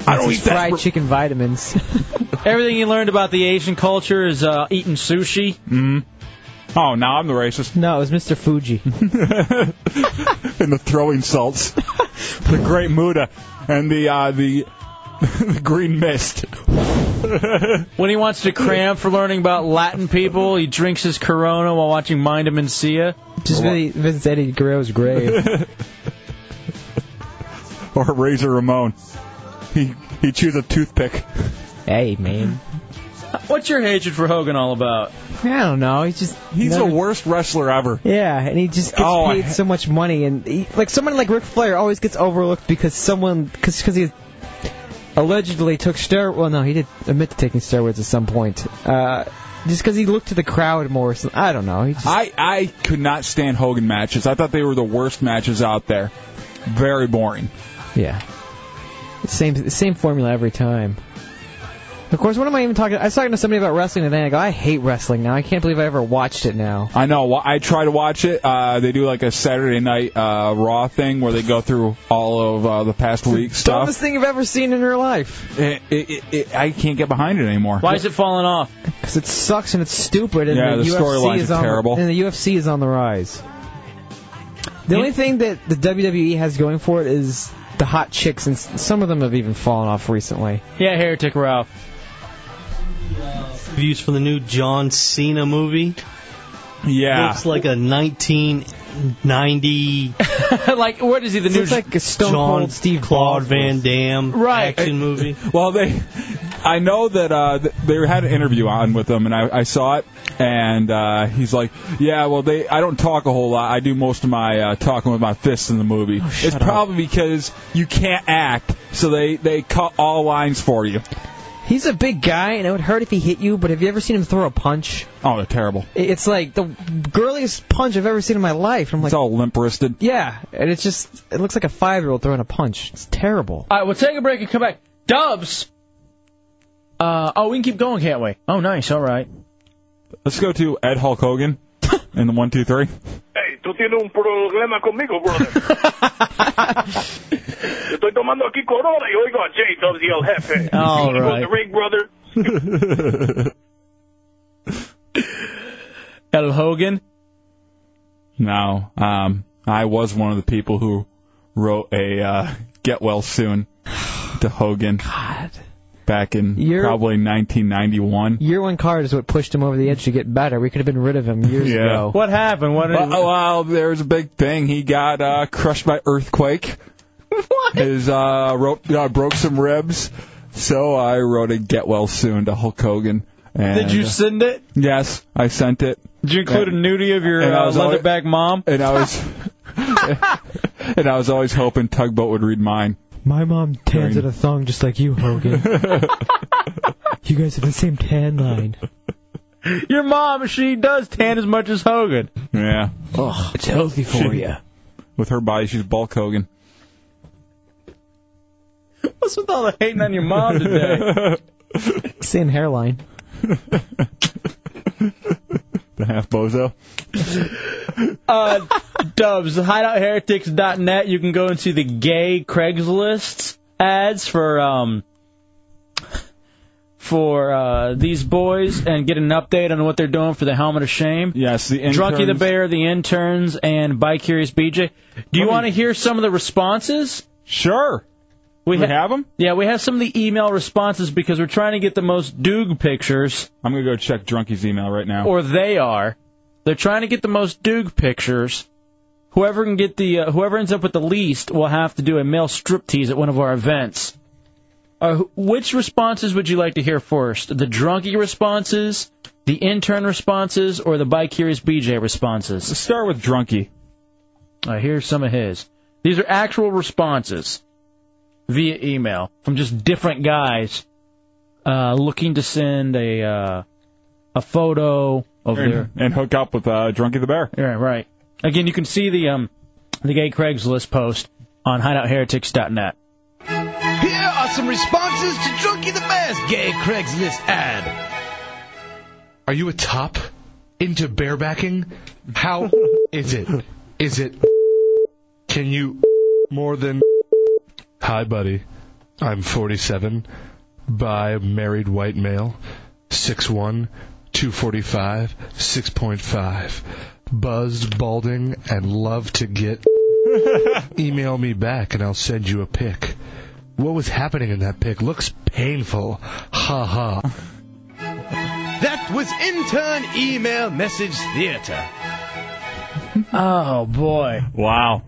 Speaker 2: I don't
Speaker 3: It's
Speaker 2: eat
Speaker 3: his
Speaker 2: that,
Speaker 3: fried
Speaker 2: bro-
Speaker 3: chicken vitamins.
Speaker 1: Everything you learned about the Asian culture is uh, eating sushi.
Speaker 2: Mm. Oh, now I'm the racist.
Speaker 3: No, it was Mr. Fuji.
Speaker 2: and the throwing salts, the Great Muda, and the uh, the the green mist.
Speaker 1: When he wants to cram for learning about Latin people, he drinks his Corona while watching Mind Him and Sia.
Speaker 3: Just really visits Eddie Guerrero's grave.
Speaker 2: or Razor Ramon. He he chews a toothpick.
Speaker 3: Hey man.
Speaker 1: What's your hatred for Hogan all about?
Speaker 3: I don't know. He's just
Speaker 2: He's
Speaker 3: never-
Speaker 2: the worst wrestler ever.
Speaker 3: Yeah, and he just gets
Speaker 2: Oh, I
Speaker 3: paid
Speaker 2: ha-
Speaker 3: so much money, and he, like someone like Ric Flair always gets overlooked because someone because he allegedly took steroids. Well, no, he did admit to taking steroids at some point. Uh, just because he looked to the crowd more. So, I don't know. He just,
Speaker 2: I I could not stand Hogan matches. I thought they were the worst matches out there. Very boring.
Speaker 3: yeah, same same formula every time. Of course, what am I even talking? I was talking to somebody about wrestling today. And I go, I hate wrestling now. I can't believe I ever watched it now.
Speaker 2: I know. Well, I try to watch it. Uh, they do like a Saturday night uh, Raw thing where they go through all of uh, the past week stuff.
Speaker 3: Dumbest thing I've ever seen in your life.
Speaker 2: It, it, it, it, eh, I can't get behind it anymore.
Speaker 1: Why is it falling off?
Speaker 3: Because it sucks and it's stupid, and
Speaker 2: Yeah, the
Speaker 3: UFC
Speaker 2: storylines
Speaker 3: is
Speaker 2: are
Speaker 3: on,
Speaker 2: terrible.
Speaker 3: And the UFC is on the rise. The only thing that the WWE has going for it is the hot chicks, and s- some of them have even fallen off recently.
Speaker 1: Yeah, Heretic Ralph.
Speaker 16: Reviews for the new John Cena movie.
Speaker 2: Yeah.
Speaker 16: Looks like a 1990
Speaker 1: like, what is he, the new...
Speaker 16: Looks like a
Speaker 3: Stone
Speaker 16: John
Speaker 3: Cold Steve
Speaker 16: Claude Van Damme
Speaker 1: Right.
Speaker 16: action movie.
Speaker 2: Eh, Well, they, I know that uh, th- they had an interview on with him, and I, I saw it, and uh, he's like, "Yeah, well, they, I don't talk a whole lot. I do most of my uh, talking with my fists in the
Speaker 3: Oh,
Speaker 2: movie. it's probably because you can't act, so they they cut all lines for you.
Speaker 3: He's a big guy, and it would hurt if he hit you, but have you ever seen him throw a punch?
Speaker 2: Oh, they're terrible.
Speaker 3: I- It's like the girliest punch I've ever seen in my life. I'm like,
Speaker 2: It's all limp wristed.
Speaker 3: yeah, and it's just, it looks like a five year old throwing a punch. It's terrible.
Speaker 1: All right, we'll take a break and come back. Dubs! Uh, oh, we can keep going, can't we? Oh, nice. All right.
Speaker 2: Let's go to Ed Hulk Hogan in the one, two, three.
Speaker 4: Hey, tú tienes un problema conmigo, brother. Yo Estoy tomando aquí Corona y oigo a Jay Dubs y el jefe.
Speaker 1: All
Speaker 4: Equals
Speaker 1: right.
Speaker 4: the ring, brother.
Speaker 1: El Hogan?
Speaker 2: No, um, I was one of the people who wrote a uh, "Get Well Soon" to Hogan. God. Back in probably 1991.
Speaker 3: Year one card is what pushed him over the edge to get better. We could have been rid of him years
Speaker 2: Yeah.
Speaker 3: ago.
Speaker 1: What happened? What
Speaker 2: Well, well, there was a big thing. He got uh, crushed by earthquake. What? His uh, rope uh, broke some ribs. So I wrote a "Get Well Soon" to Hulk Hogan. And, uh,
Speaker 1: Did you send it?
Speaker 2: Yes, I sent it.
Speaker 1: Did you include a nudie of your
Speaker 2: And I
Speaker 1: uh,
Speaker 2: was always-
Speaker 1: leatherback mom?
Speaker 2: And I was, and I was always hoping Tugboat would read mine.
Speaker 3: My mom tans at a thong just like you, Hogan. you guys have the same tan line.
Speaker 1: Your mom, she does tan as much as Hogan.
Speaker 2: Yeah.
Speaker 3: Ugh, it's healthy for
Speaker 2: She-
Speaker 3: you.
Speaker 2: With her body, she's bulk Hogan.
Speaker 1: What's with all the hating on your mom today?
Speaker 3: Same hairline.
Speaker 2: The half bozo.
Speaker 1: uh, Dubs, hideoutheretics.net. You can go and see the gay Craigslist ads for um for uh, these boys and get an update on what they're doing for the Helmet of Shame.
Speaker 2: Yes, the
Speaker 1: Drunky the
Speaker 2: interns-
Speaker 1: Bear, the interns, and By Curious BJ. Do you want to hear some of the responses?
Speaker 2: Sure.
Speaker 1: We,
Speaker 2: We have 'em?
Speaker 1: Yeah, we have some of the email responses because we're trying to get the most Doog pictures.
Speaker 2: I'm gonna go check Drunky's email right now.
Speaker 1: Or they are. They're trying to get the most Doog pictures. Whoever can get the uh, whoever ends up with the least will have to do a male striptease at one of our events. Uh, wh- which responses would you like to hear first? The drunky responses, the intern responses, or the by curious BJ responses? Let's
Speaker 2: start with drunky.
Speaker 1: Uh, here's some of his. These are actual responses via email from just different guys uh, looking to send a uh, a photo of
Speaker 2: and,
Speaker 1: their
Speaker 2: and hook up with uh, Drunky the Bear.
Speaker 1: yeah, right. Again, you can see the um the gay Craigslist post on hideoutheretics.net.
Speaker 20: Here are some responses to Drunky the Bear's gay Craigslist ad. Are you a top? Into barebacking? How is it? Is it? Can you more than? Hi, buddy. I'm 47. Bi married white male. 6'1, 245, 6.5. Buzzed, balding, and love to get. Email me back and I'll send you a pic. What was happening in that pic looks painful. Ha ha.
Speaker 29: That was intern email message theater.
Speaker 1: Oh boy!
Speaker 2: Wow.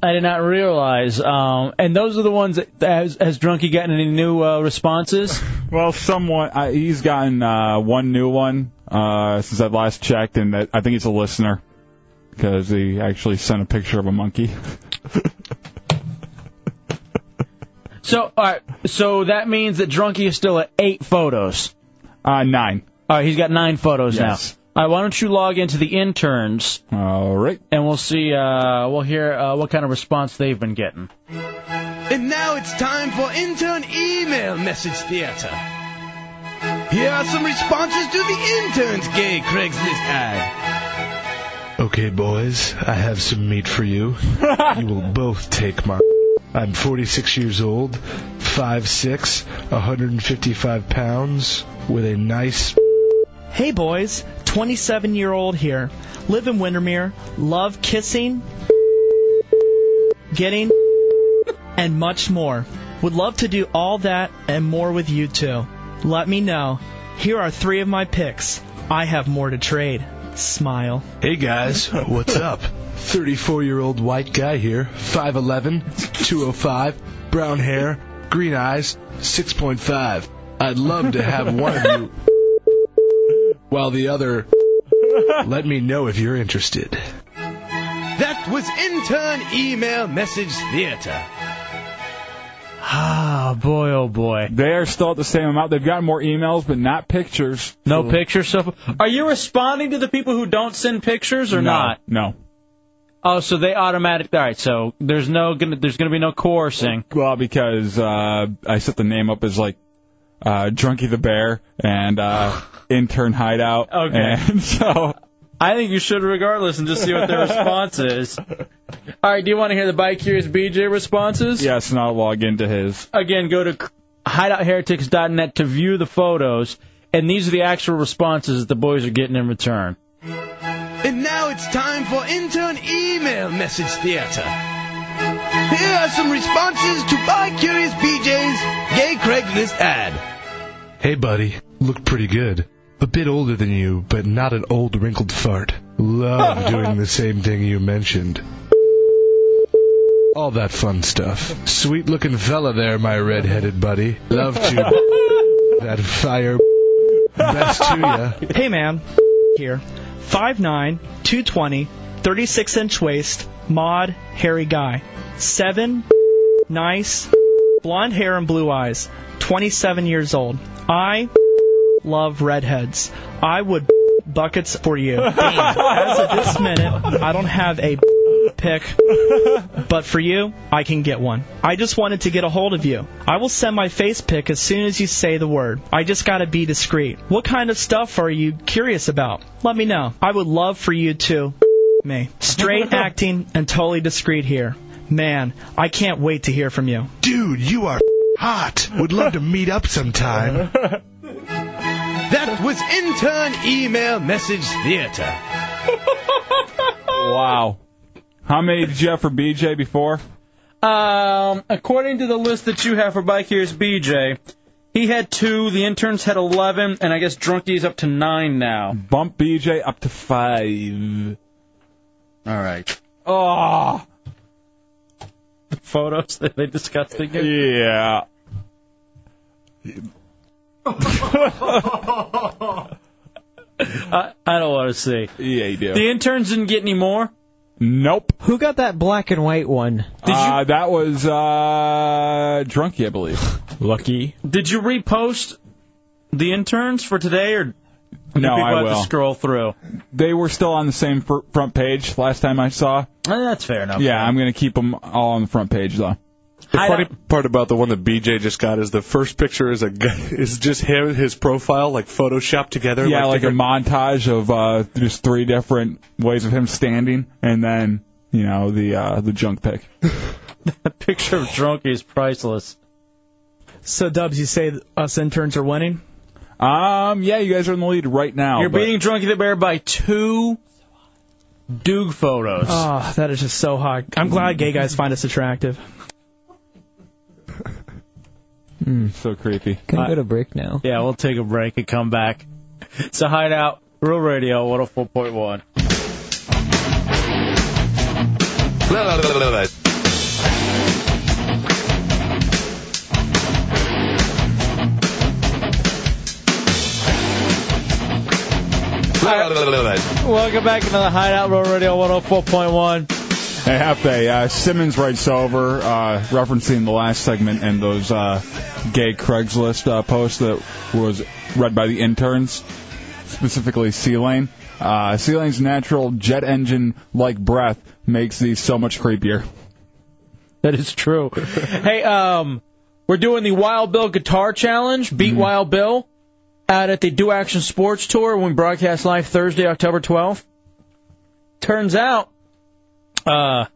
Speaker 1: I did not realize. Um, and those are the ones that has, has Drunky gotten any new uh, responses?
Speaker 2: Well, someone uh, he's gotten uh, one new one uh, since I last checked, and that, I think he's a listener because he actually sent a picture of a monkey.
Speaker 1: So, all right. So that means that Drunky is still at eight photos.
Speaker 2: Uh, nine.
Speaker 1: All right, he's got nine photos
Speaker 2: Yes.
Speaker 1: now. All right, why don't you log into the interns?
Speaker 2: All right.
Speaker 1: And we'll see. Uh, we'll hear uh, what kind of response they've been getting.
Speaker 20: And now it's time for intern email message theater. Here are some responses to the intern's gay Craigslist ad. Okay, boys, I have some meat for you. you will both take my. I'm 46 years old, 5'6, 155 pounds, with a nice.
Speaker 18: Hey boys, 27 year old here. Live in Windermere, love kissing, getting, and much more. Would love to do all that and more with you too. Let me know. Here are three of my picks. I have more to trade. Smile.
Speaker 20: Hey guys, what's up? 34 year old white guy here, 5'11, 205, brown hair, green eyes, 6.5. I'd love to have one of you while the other. Let me know if you're interested.
Speaker 29: That was intern email message theater.
Speaker 1: Ah, boy, oh boy.
Speaker 2: They are still at the same amount. They've gotten more emails, but not pictures.
Speaker 1: No pictures so far. Are you responding to the people who don't send pictures or
Speaker 2: No,
Speaker 1: not?
Speaker 2: No.
Speaker 1: Oh, so they automatic. All right, so there's no gonna there's gonna be no coercing.
Speaker 2: Well, because uh, I set the name up as like uh, Drunky the Bear and uh, Intern Hideout.
Speaker 1: Okay.
Speaker 2: And so
Speaker 1: I think you should regardless and just see what their response is. All right, do you want to hear the by curious BJ responses?
Speaker 2: yes, and I'll log into his.
Speaker 1: Again, go to hideoutheretics.net to view the photos, and these are the actual responses that the boys are getting in return.
Speaker 20: And now it's time for intern email message theater. Here are some responses to By Curious BJ's Gay Craigslist ad. Hey, buddy. Look pretty good. A bit older than you, but not an old wrinkled fart. Love doing the same thing you mentioned. All that fun stuff. Sweet looking fella there, my red headed buddy. Love to. that fire. Best to ya.
Speaker 18: Hey man, here. 5'9, 220, 36 inch waist, mod, hairy guy. 7 nice, blonde hair and blue eyes, 27 years old. I love redheads. I would buckets for you. As of this minute, I don't have a pick, but for you, I can get one. I just wanted to get a hold of you. I will send my face pick as soon as you say the word. I just gotta be discreet. What kind of stuff are you curious about? Let me know. I would love for you to me. Straight acting and totally discreet here. Man, I can't wait to hear from you.
Speaker 29: Dude, you are hot. Would love to meet up sometime. That was intern email message theater.
Speaker 2: Wow. How many did you have for BJ before?
Speaker 1: Um, according to the list that you have for Bike Here's BJ, he had two, the interns had 11, and I guess Drunkie's up to nine now.
Speaker 2: Bump BJ up to five.
Speaker 1: All right.
Speaker 2: Oh.
Speaker 1: The photos, are they disgusting you?
Speaker 2: Yeah.
Speaker 1: I, I don't want to see.
Speaker 2: Yeah, you do.
Speaker 1: The interns didn't get any more?
Speaker 2: Nope.
Speaker 3: Who got that black and white one?
Speaker 2: uh, That was uh, Drunky, I believe.
Speaker 3: Lucky.
Speaker 1: Did you repost the interns for today, or do
Speaker 2: No,
Speaker 1: people
Speaker 2: I
Speaker 1: have
Speaker 2: will.
Speaker 1: to scroll through?
Speaker 2: They were still on the same fr- front page last time I saw.
Speaker 1: Eh, that's fair enough.
Speaker 2: Yeah, I'm going to keep them all on the front page, though.
Speaker 7: The funny part about the one that BJ just got is the first picture is a guy- is just him his profile like photoshopped together.
Speaker 2: yeah, like, a
Speaker 7: different-
Speaker 2: montage of uh, just three different ways of him standing, and then you know the uh, the junk pic.
Speaker 1: That picture of Drunkie is priceless.
Speaker 18: So, Dubs, you say us interns are winning?
Speaker 2: Um, yeah, you guys are in the lead right now.
Speaker 1: You're
Speaker 2: Oh, but-
Speaker 1: beating Drunkie the Bear by two Duke photos.
Speaker 18: Oh, that is just so hot. I'm glad gay guys find us attractive.
Speaker 2: So creepy.
Speaker 3: Can I go to break now?
Speaker 1: Yeah, we'll take a break and come back. It's a hideout, Real Radio 104.1. Welcome back into the Hideout Road Radio 104.1.
Speaker 2: Hey, Hefe, uh, Simmons writes over, uh, referencing the last segment and those uh, gay Craigslist uh, posts that was read by the interns, specifically C Lane. Uh, C Lane's natural jet engine like breath makes these so much creepier.
Speaker 1: That is true. hey, um, we're doing the Wild Bill Guitar Challenge,
Speaker 2: Mm-hmm.
Speaker 1: Beat Wild Bill, out at the Do Action Sports Tour when we broadcast live Thursday, October 12th. Turns out, uh,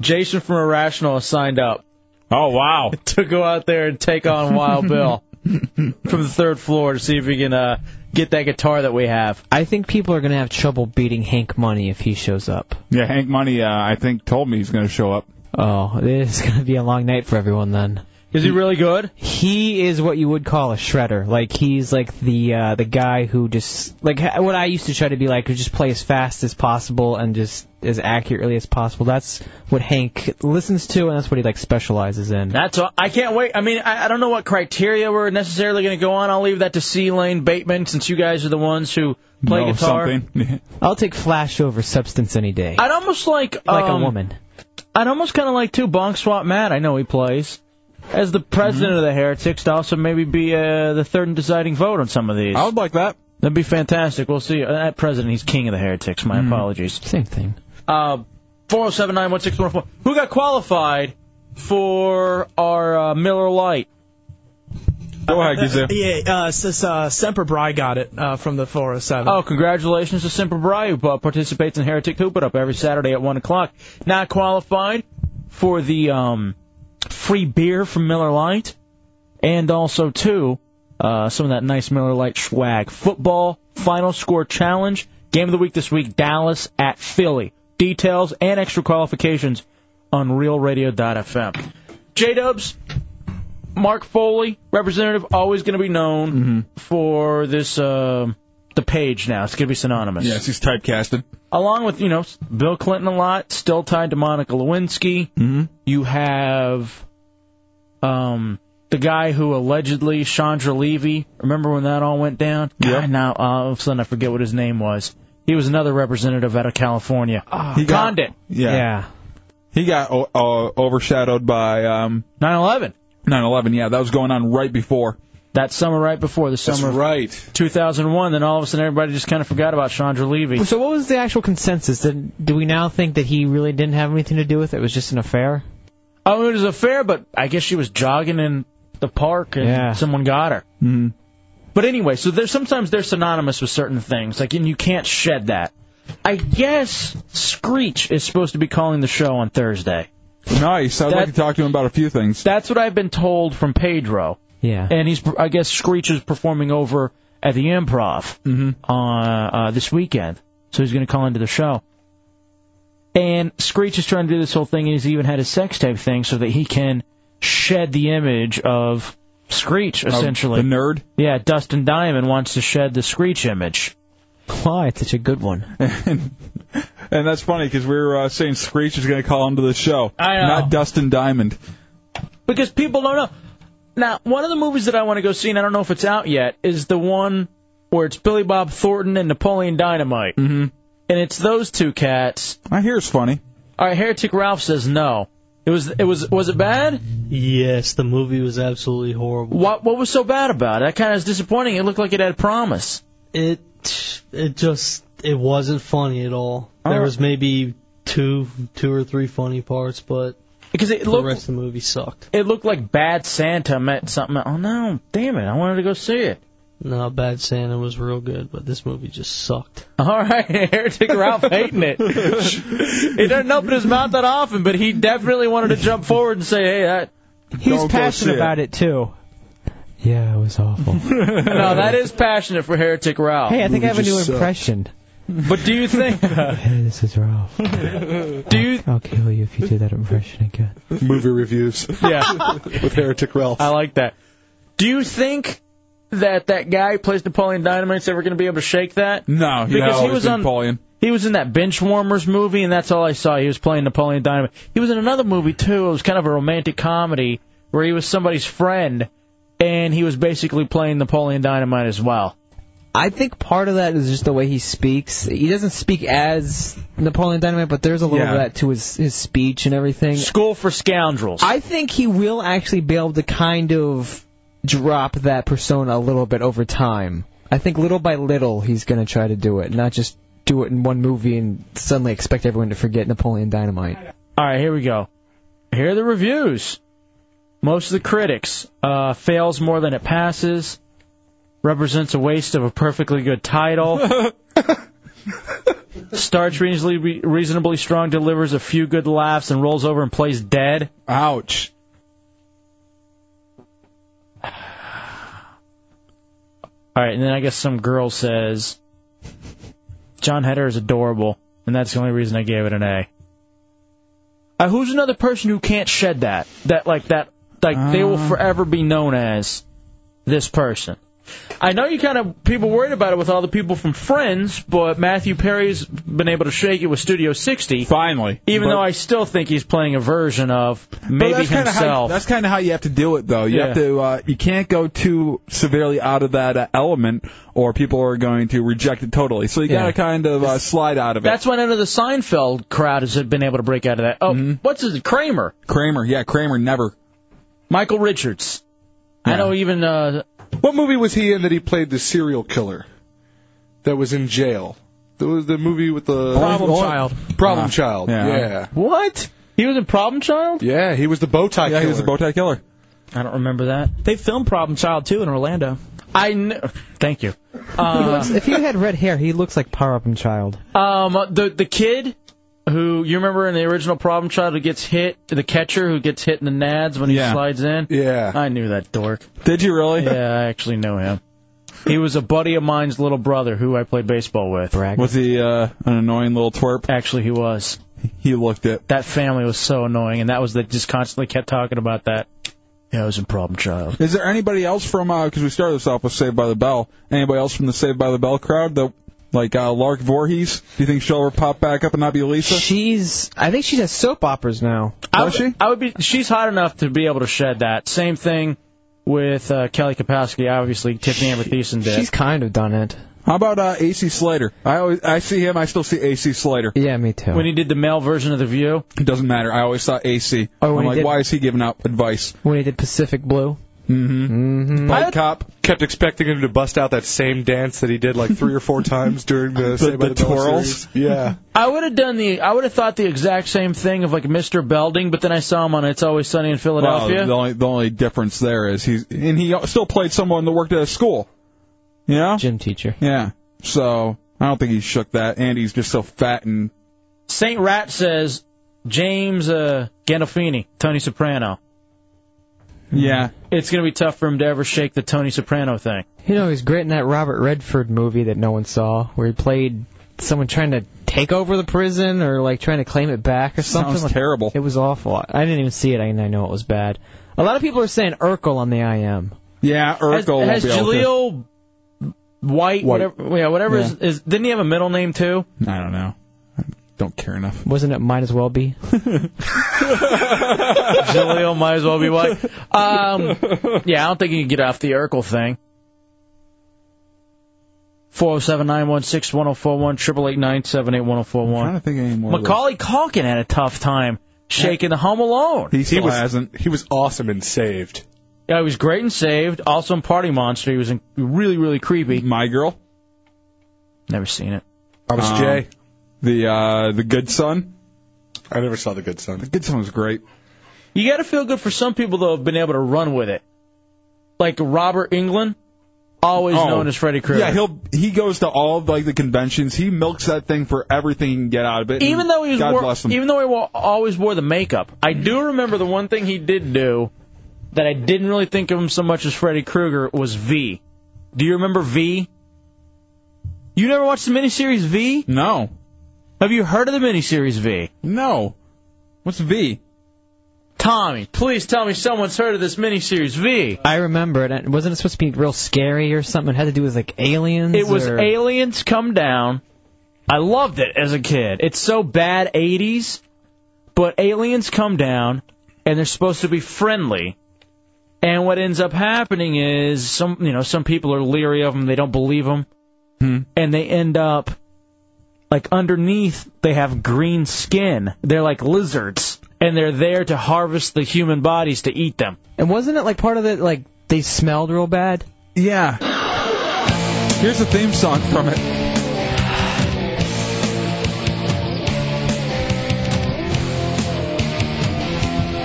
Speaker 1: Jason from Irrational has signed up.
Speaker 2: Oh, wow.
Speaker 1: to go out there and take on Wild Bill from the third floor to see if he can uh, get that guitar that we have.
Speaker 3: I think people are gonna have trouble beating Hank Money if he shows up.
Speaker 2: Yeah, Hank Money, uh, I think, told me he's going to show up.
Speaker 3: Oh,
Speaker 1: eh,
Speaker 3: it's gonna be a long night for everyone then.
Speaker 1: Is he really good?
Speaker 3: He is what you would call a shredder. Like he's like the uh, the guy who just like ha- what I used to try to be like, who just play as fast as possible and just as accurately as possible. That's what Hank listens to, and that's what he like specializes in.
Speaker 1: That's all. I can't wait. I mean, I, I don't know what criteria we're necessarily going to go on. I'll leave that to C Lane Bateman since you guys are the ones who play
Speaker 3: Know
Speaker 1: guitar.
Speaker 2: something.
Speaker 3: I'll take flash over substance any day.
Speaker 1: I'd almost like
Speaker 3: Like a
Speaker 1: um,
Speaker 3: woman.
Speaker 1: I'd almost kind of like too Bonk Swap Matt. I know he plays as the president
Speaker 2: Mm-hmm.
Speaker 1: of the Heretics to also maybe be uh, the third and deciding vote on some of these. I
Speaker 2: would like that.
Speaker 1: That'd be fantastic. We'll see. Uh, that president, he's king of the Heretics. My
Speaker 21: Mm-hmm.
Speaker 1: apologies.
Speaker 3: Same thing.
Speaker 1: Uh, four zero seven nine one six one four. Who got qualified for our uh, Miller Lite?
Speaker 2: Go ahead,
Speaker 18: yeah, uh, s- s- uh, Semper Bry got it uh, from the 407.
Speaker 1: Oh, congratulations to Semper Bry, who uh, participates in Heretic Hoop It Up every Saturday at 1 o'clock. Not qualified for the um, free beer from Miller Lite, and also, too, uh, some of that nice Miller Lite swag. Football final score challenge. Game of the week this week, Dallas at Philly. Details and extra qualifications on RealRadio.fm. J-Dubs, Mark Foley, representative, always going to be known
Speaker 2: Mm-hmm.
Speaker 1: for this um the page now. It's going to be synonymous.
Speaker 2: Yes, he's typecasted.
Speaker 1: Along with you know Bill Clinton a lot, still tied to Monica Lewinsky.
Speaker 2: Mm-hmm.
Speaker 1: You have um the guy who allegedly Chandra Levy. Remember when that all went down? Yeah. Now uh, all of a sudden I forget what his name was. He was another representative out of California.
Speaker 2: He got-
Speaker 1: Condit.
Speaker 2: Yeah. He got o- uh, overshadowed by um,
Speaker 1: 9/11.
Speaker 2: 9/11, yeah, that was going on right before.
Speaker 1: That summer, right before the summer of
Speaker 2: right.
Speaker 1: 2001, then all of a sudden everybody just kind of forgot about Chandra Levy.
Speaker 3: So what was the actual consensus? Did, do we now think that he really didn't have anything to do with it? It was just an affair?
Speaker 1: Oh, it was a fair, but I guess she was jogging in the park and
Speaker 3: Yeah.
Speaker 1: someone got her.
Speaker 2: Mm.
Speaker 1: But anyway, so there's sometimes they're synonymous with certain things, like and you can't shed that. I guess Screech is supposed to be calling the show on Thursday.
Speaker 2: Nice. I'd like to talk to him about a few things.
Speaker 1: That's what I've been told from Pedro.
Speaker 3: Yeah.
Speaker 1: And he's, I guess, Screech is performing over at the Improv
Speaker 3: Mm-hmm.
Speaker 1: uh, uh, this weekend, so he's going to call into the show. And Screech is trying to do this whole thing, and he's even had a sex tape thing so that he can shed the image of Screech, essentially.
Speaker 2: the nerd.
Speaker 1: Yeah, Dustin Diamond wants to shed the Screech image.
Speaker 3: Why? It's such a good one.
Speaker 2: And that's funny because we were uh, saying Screech is going to call him to the show.
Speaker 1: I know.
Speaker 2: Not Dustin Diamond.
Speaker 1: because people don't know. Now, one of the movies that I want to go see, and I don't know if it's out yet, is the one where it's Billy Bob Thornton and Napoleon Dynamite. Mm-hmm. And it's those two cats.
Speaker 2: I hear it's funny.
Speaker 1: All right, Heretic Ralph says no. It was. It was. Was it bad?
Speaker 16: Yes, the movie was absolutely horrible.
Speaker 1: What What was so bad about it? That kind of is disappointing. It looked like it had promise.
Speaker 16: It it just it wasn't funny at all. There was maybe two two or three funny parts, but
Speaker 1: because it
Speaker 16: the rest of the movie sucked.
Speaker 1: It looked like Bad Santa meant something. Oh no! Damn it! I wanted to go see it.
Speaker 16: No, Bad Santa was real good, but this movie just sucked.
Speaker 1: All right, Heretic Ralph hating it. he doesn't open his mouth that often, but he definitely wanted to jump forward and say, "Hey, that."
Speaker 3: He's passionate about it, too. Yeah, it was awful.
Speaker 1: no, that is passionate for Heretic Ralph.
Speaker 3: hey, I think I have a new impression.
Speaker 1: But do you think?
Speaker 3: Hey, this is Ralph.
Speaker 1: do you?
Speaker 3: I'll kill you if you do that impression again.
Speaker 7: Movie reviews.
Speaker 1: Yeah,
Speaker 7: with Heretic Ralph.
Speaker 1: I like that. Do you think that that guy who plays Napoleon Dynamite's ever going to be able to shake that?
Speaker 2: No, he
Speaker 1: because he
Speaker 2: always
Speaker 1: was
Speaker 2: been
Speaker 1: on
Speaker 2: Napoleon.
Speaker 1: He was in that Benchwarmers movie, and that's all I saw. He was playing Napoleon Dynamite. He was in another movie too. It was kind of a romantic comedy where he was somebody's friend, and he was basically playing Napoleon Dynamite as well.
Speaker 3: I think part of that is just the way he speaks. He doesn't speak as Napoleon Dynamite, but there's a little
Speaker 1: Yeah.
Speaker 3: of that to his, his speech and everything.
Speaker 1: School for Scoundrels.
Speaker 3: I think he will actually be able to kind of drop that persona a little bit over time. I think little by little he's going to try to do it, not just do it in one movie and suddenly expect everyone to forget Napoleon Dynamite.
Speaker 1: All right, here we go. Here are the reviews. Most of the critics uh, fails more than it passes. Represents a waste of a perfectly good title. Starts reasonably, reasonably strong, delivers a few good laughs, and rolls over and plays dead.
Speaker 2: Ouch.
Speaker 1: All right, and then I guess some girl says, John Heder is adorable, and that's the only reason I gave it an A. Uh, who's another person who can't shed that? That like that like they will forever be known as this person. I know you kind of people worried about it with all the people from Friends, but Matthew Perry's been able to shake it with Studio 60.
Speaker 2: Finally,
Speaker 1: even
Speaker 2: But-
Speaker 1: though I still think he's playing a version of
Speaker 2: But
Speaker 1: maybe
Speaker 2: that's kinda how-
Speaker 1: himself.
Speaker 2: that's kind of how you have to do it, though. You
Speaker 1: Yeah.
Speaker 2: have to. Uh, you can't go too severely out of that uh, element, or people are going to reject it totally. So you got to
Speaker 1: Yeah.
Speaker 2: kind of uh, slide out of it.
Speaker 1: That's why none of the Seinfeld crowd has been able to break out of that. Oh, what's his Kramer?
Speaker 2: Mm-hmm. Kramer, yeah, Kramer never.
Speaker 1: Michael Richards. I know even uh,
Speaker 7: What movie was he in that he played the serial killer that was in jail? That was the movie with the
Speaker 1: Problem
Speaker 7: Oh,
Speaker 1: Child.
Speaker 7: Problem
Speaker 1: Ah,
Speaker 7: Child.
Speaker 1: yeah.
Speaker 7: Yeah.
Speaker 1: What? He was in Problem Child?
Speaker 7: Yeah, he was the bow tie
Speaker 2: Yeah,
Speaker 7: killer.
Speaker 2: he was the bow tie killer.
Speaker 1: I don't remember that.
Speaker 18: They filmed Problem Child too in Orlando.
Speaker 1: I know. Thank you.
Speaker 3: He
Speaker 1: Uh,
Speaker 3: looks- if he had red hair, he looks like Power Upham Child.
Speaker 1: um, the the kid who you remember in the original Problem Child who gets hit, the catcher who gets hit in the nads when he
Speaker 2: Yeah.
Speaker 1: slides in.
Speaker 7: Yeah,
Speaker 1: I knew that dork.
Speaker 2: Did you really?
Speaker 1: Yeah, I actually know him. He was a buddy of mine's little brother who I played baseball with.
Speaker 2: Was he uh, an annoying little twerp?
Speaker 1: Actually, he was.
Speaker 2: He looked it.
Speaker 1: That family was so annoying, and that was that just constantly kept talking about that. Yeah, I was a problem child.
Speaker 2: Is there anybody else from? Because we started this off with Saved by the Bell. Anybody else from the Saved by the Bell crowd? The like uh, Lark Voorhees. Do you think she'll ever pop back up and not be Lisa?
Speaker 3: She's. I think she does soap operas now.
Speaker 1: I would, I would be. She's hot enough to be able to shed that. Same thing with uh, Kelly Kapowski. Obviously, Tiffany Amber Thiessen did.
Speaker 3: She's kind of done it.
Speaker 2: How about uh, AC Slater? I always I see him. I still see AC Slater.
Speaker 3: Yeah, me too.
Speaker 1: When he did the male version of the View,
Speaker 2: it doesn't matter. I always saw AC.
Speaker 3: Oh, when
Speaker 2: I'm
Speaker 3: he
Speaker 2: like,
Speaker 3: did-
Speaker 2: why is he giving out advice?
Speaker 3: When he did Pacific Blue.
Speaker 2: Mm-hmm.
Speaker 3: Mm-hmm.
Speaker 7: Bike cop kept expecting him to bust out that same dance that he did like three or four times during the Saved by
Speaker 1: the
Speaker 7: Bell
Speaker 1: twirls?
Speaker 7: series. Yeah,
Speaker 1: I would have done the. I would have thought the exact same thing of like Mr. Belding, but then I saw him on It's Always Sunny in Philadelphia.
Speaker 2: Well, the only the only difference there is he's and he still played someone that worked at a school. You know,
Speaker 3: gym teacher.
Speaker 2: Yeah. So I don't think he shook that. Andy's just so fat and
Speaker 1: Saint Rat says James uh, Gandolfini, Tony Soprano.
Speaker 2: Yeah,
Speaker 1: it's gonna be tough for him to ever shake the Tony Soprano thing.
Speaker 3: You know, he's great in that Robert Redford movie that no one saw, where he played someone trying to take over the prison or like trying to claim it back or something.
Speaker 2: Sounds
Speaker 3: like,
Speaker 2: terrible.
Speaker 3: It was awful. I- I didn't even see it, and I know it was bad. A lot of people are saying Urkel on the IM.
Speaker 2: Yeah,
Speaker 1: Has, has Jaleel White, whatever, yeah, whatever
Speaker 3: Yeah.
Speaker 1: Is, is. Didn't he have a middle name too?
Speaker 2: I don't know. Don't care enough.
Speaker 3: Wasn't it might as well be?
Speaker 1: Jaleel might as well be white. Um, yeah, I don't think you can get off the Urkel thing. Four zero seven nine one six one zero four one triple eight nine seven eight one zero four one.
Speaker 2: I don't think anymore.
Speaker 1: Macaulay Culkin had a tough time shaking the Home Alone.
Speaker 2: He still
Speaker 1: was,
Speaker 2: hasn't.
Speaker 7: He was awesome and saved.
Speaker 1: Yeah, he was great and saved. Also in Party Monster, he was in, really, really creepy.
Speaker 2: My Girl.
Speaker 1: Never seen it.
Speaker 7: I was
Speaker 2: Um,
Speaker 7: Jay.
Speaker 2: The uh, the Good Son.
Speaker 7: I never saw the Good Son. The
Speaker 2: Good Son was great.
Speaker 1: You got to feel good for some people though, have been able to run with it. Like Robert England, always
Speaker 2: Oh.
Speaker 1: known as Freddy Krueger.
Speaker 2: Yeah, he'll he goes to all of, like the conventions. He milks that thing for everything he can get out of it.
Speaker 1: even
Speaker 2: and
Speaker 1: though he was
Speaker 2: God
Speaker 1: wore,
Speaker 2: bless him.
Speaker 1: even though he wore, always wore the makeup, I do remember the one thing he did do that I didn't really think of him so much as Freddy Krueger was V. Do you remember V? You never watched the miniseries V?
Speaker 2: No.
Speaker 1: Have you heard of the miniseries V?
Speaker 2: No. What's V?
Speaker 1: Tommy, please tell me someone's heard of this miniseries V.
Speaker 3: I remember it. and Wasn't it supposed to be real scary or something? It had to do with like aliens.
Speaker 1: It was
Speaker 3: or-
Speaker 1: Aliens Come Down. I loved it as a kid. It's so bad 80s, but aliens come down and they're supposed to be friendly. And what ends up happening is some, you know, some people are leery of them, they don't believe them, and they end up like underneath they have green skin. They're like lizards and they're there to harvest the human bodies to eat them.
Speaker 3: And wasn't it like part of it? Like they smelled real bad.
Speaker 2: Yeah. Here's the theme song from it.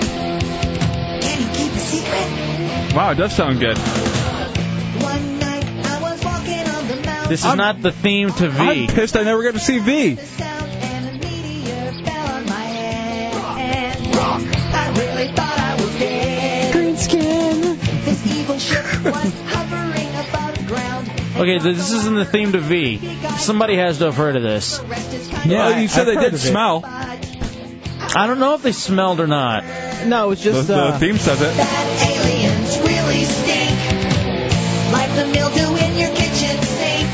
Speaker 14: Can you keep a secret?
Speaker 2: Wow, it does sound good.
Speaker 14: One night I was walking on the mountain.
Speaker 1: This is not the theme to V.
Speaker 2: I'm pissed I never got to see V.
Speaker 14: I really thought I was dead. Green skin. This evil ship was hovering above ground.
Speaker 1: Okay, th- this isn't the theme to V. Somebody has to have heard of this.
Speaker 2: Yeah, Well, you said I've they heard did of it. smell.
Speaker 1: I don't know if they smelled or not.
Speaker 3: No, it's
Speaker 2: The, the theme says it.
Speaker 14: Aliens really stink. Like the mildew in your kitchen sink.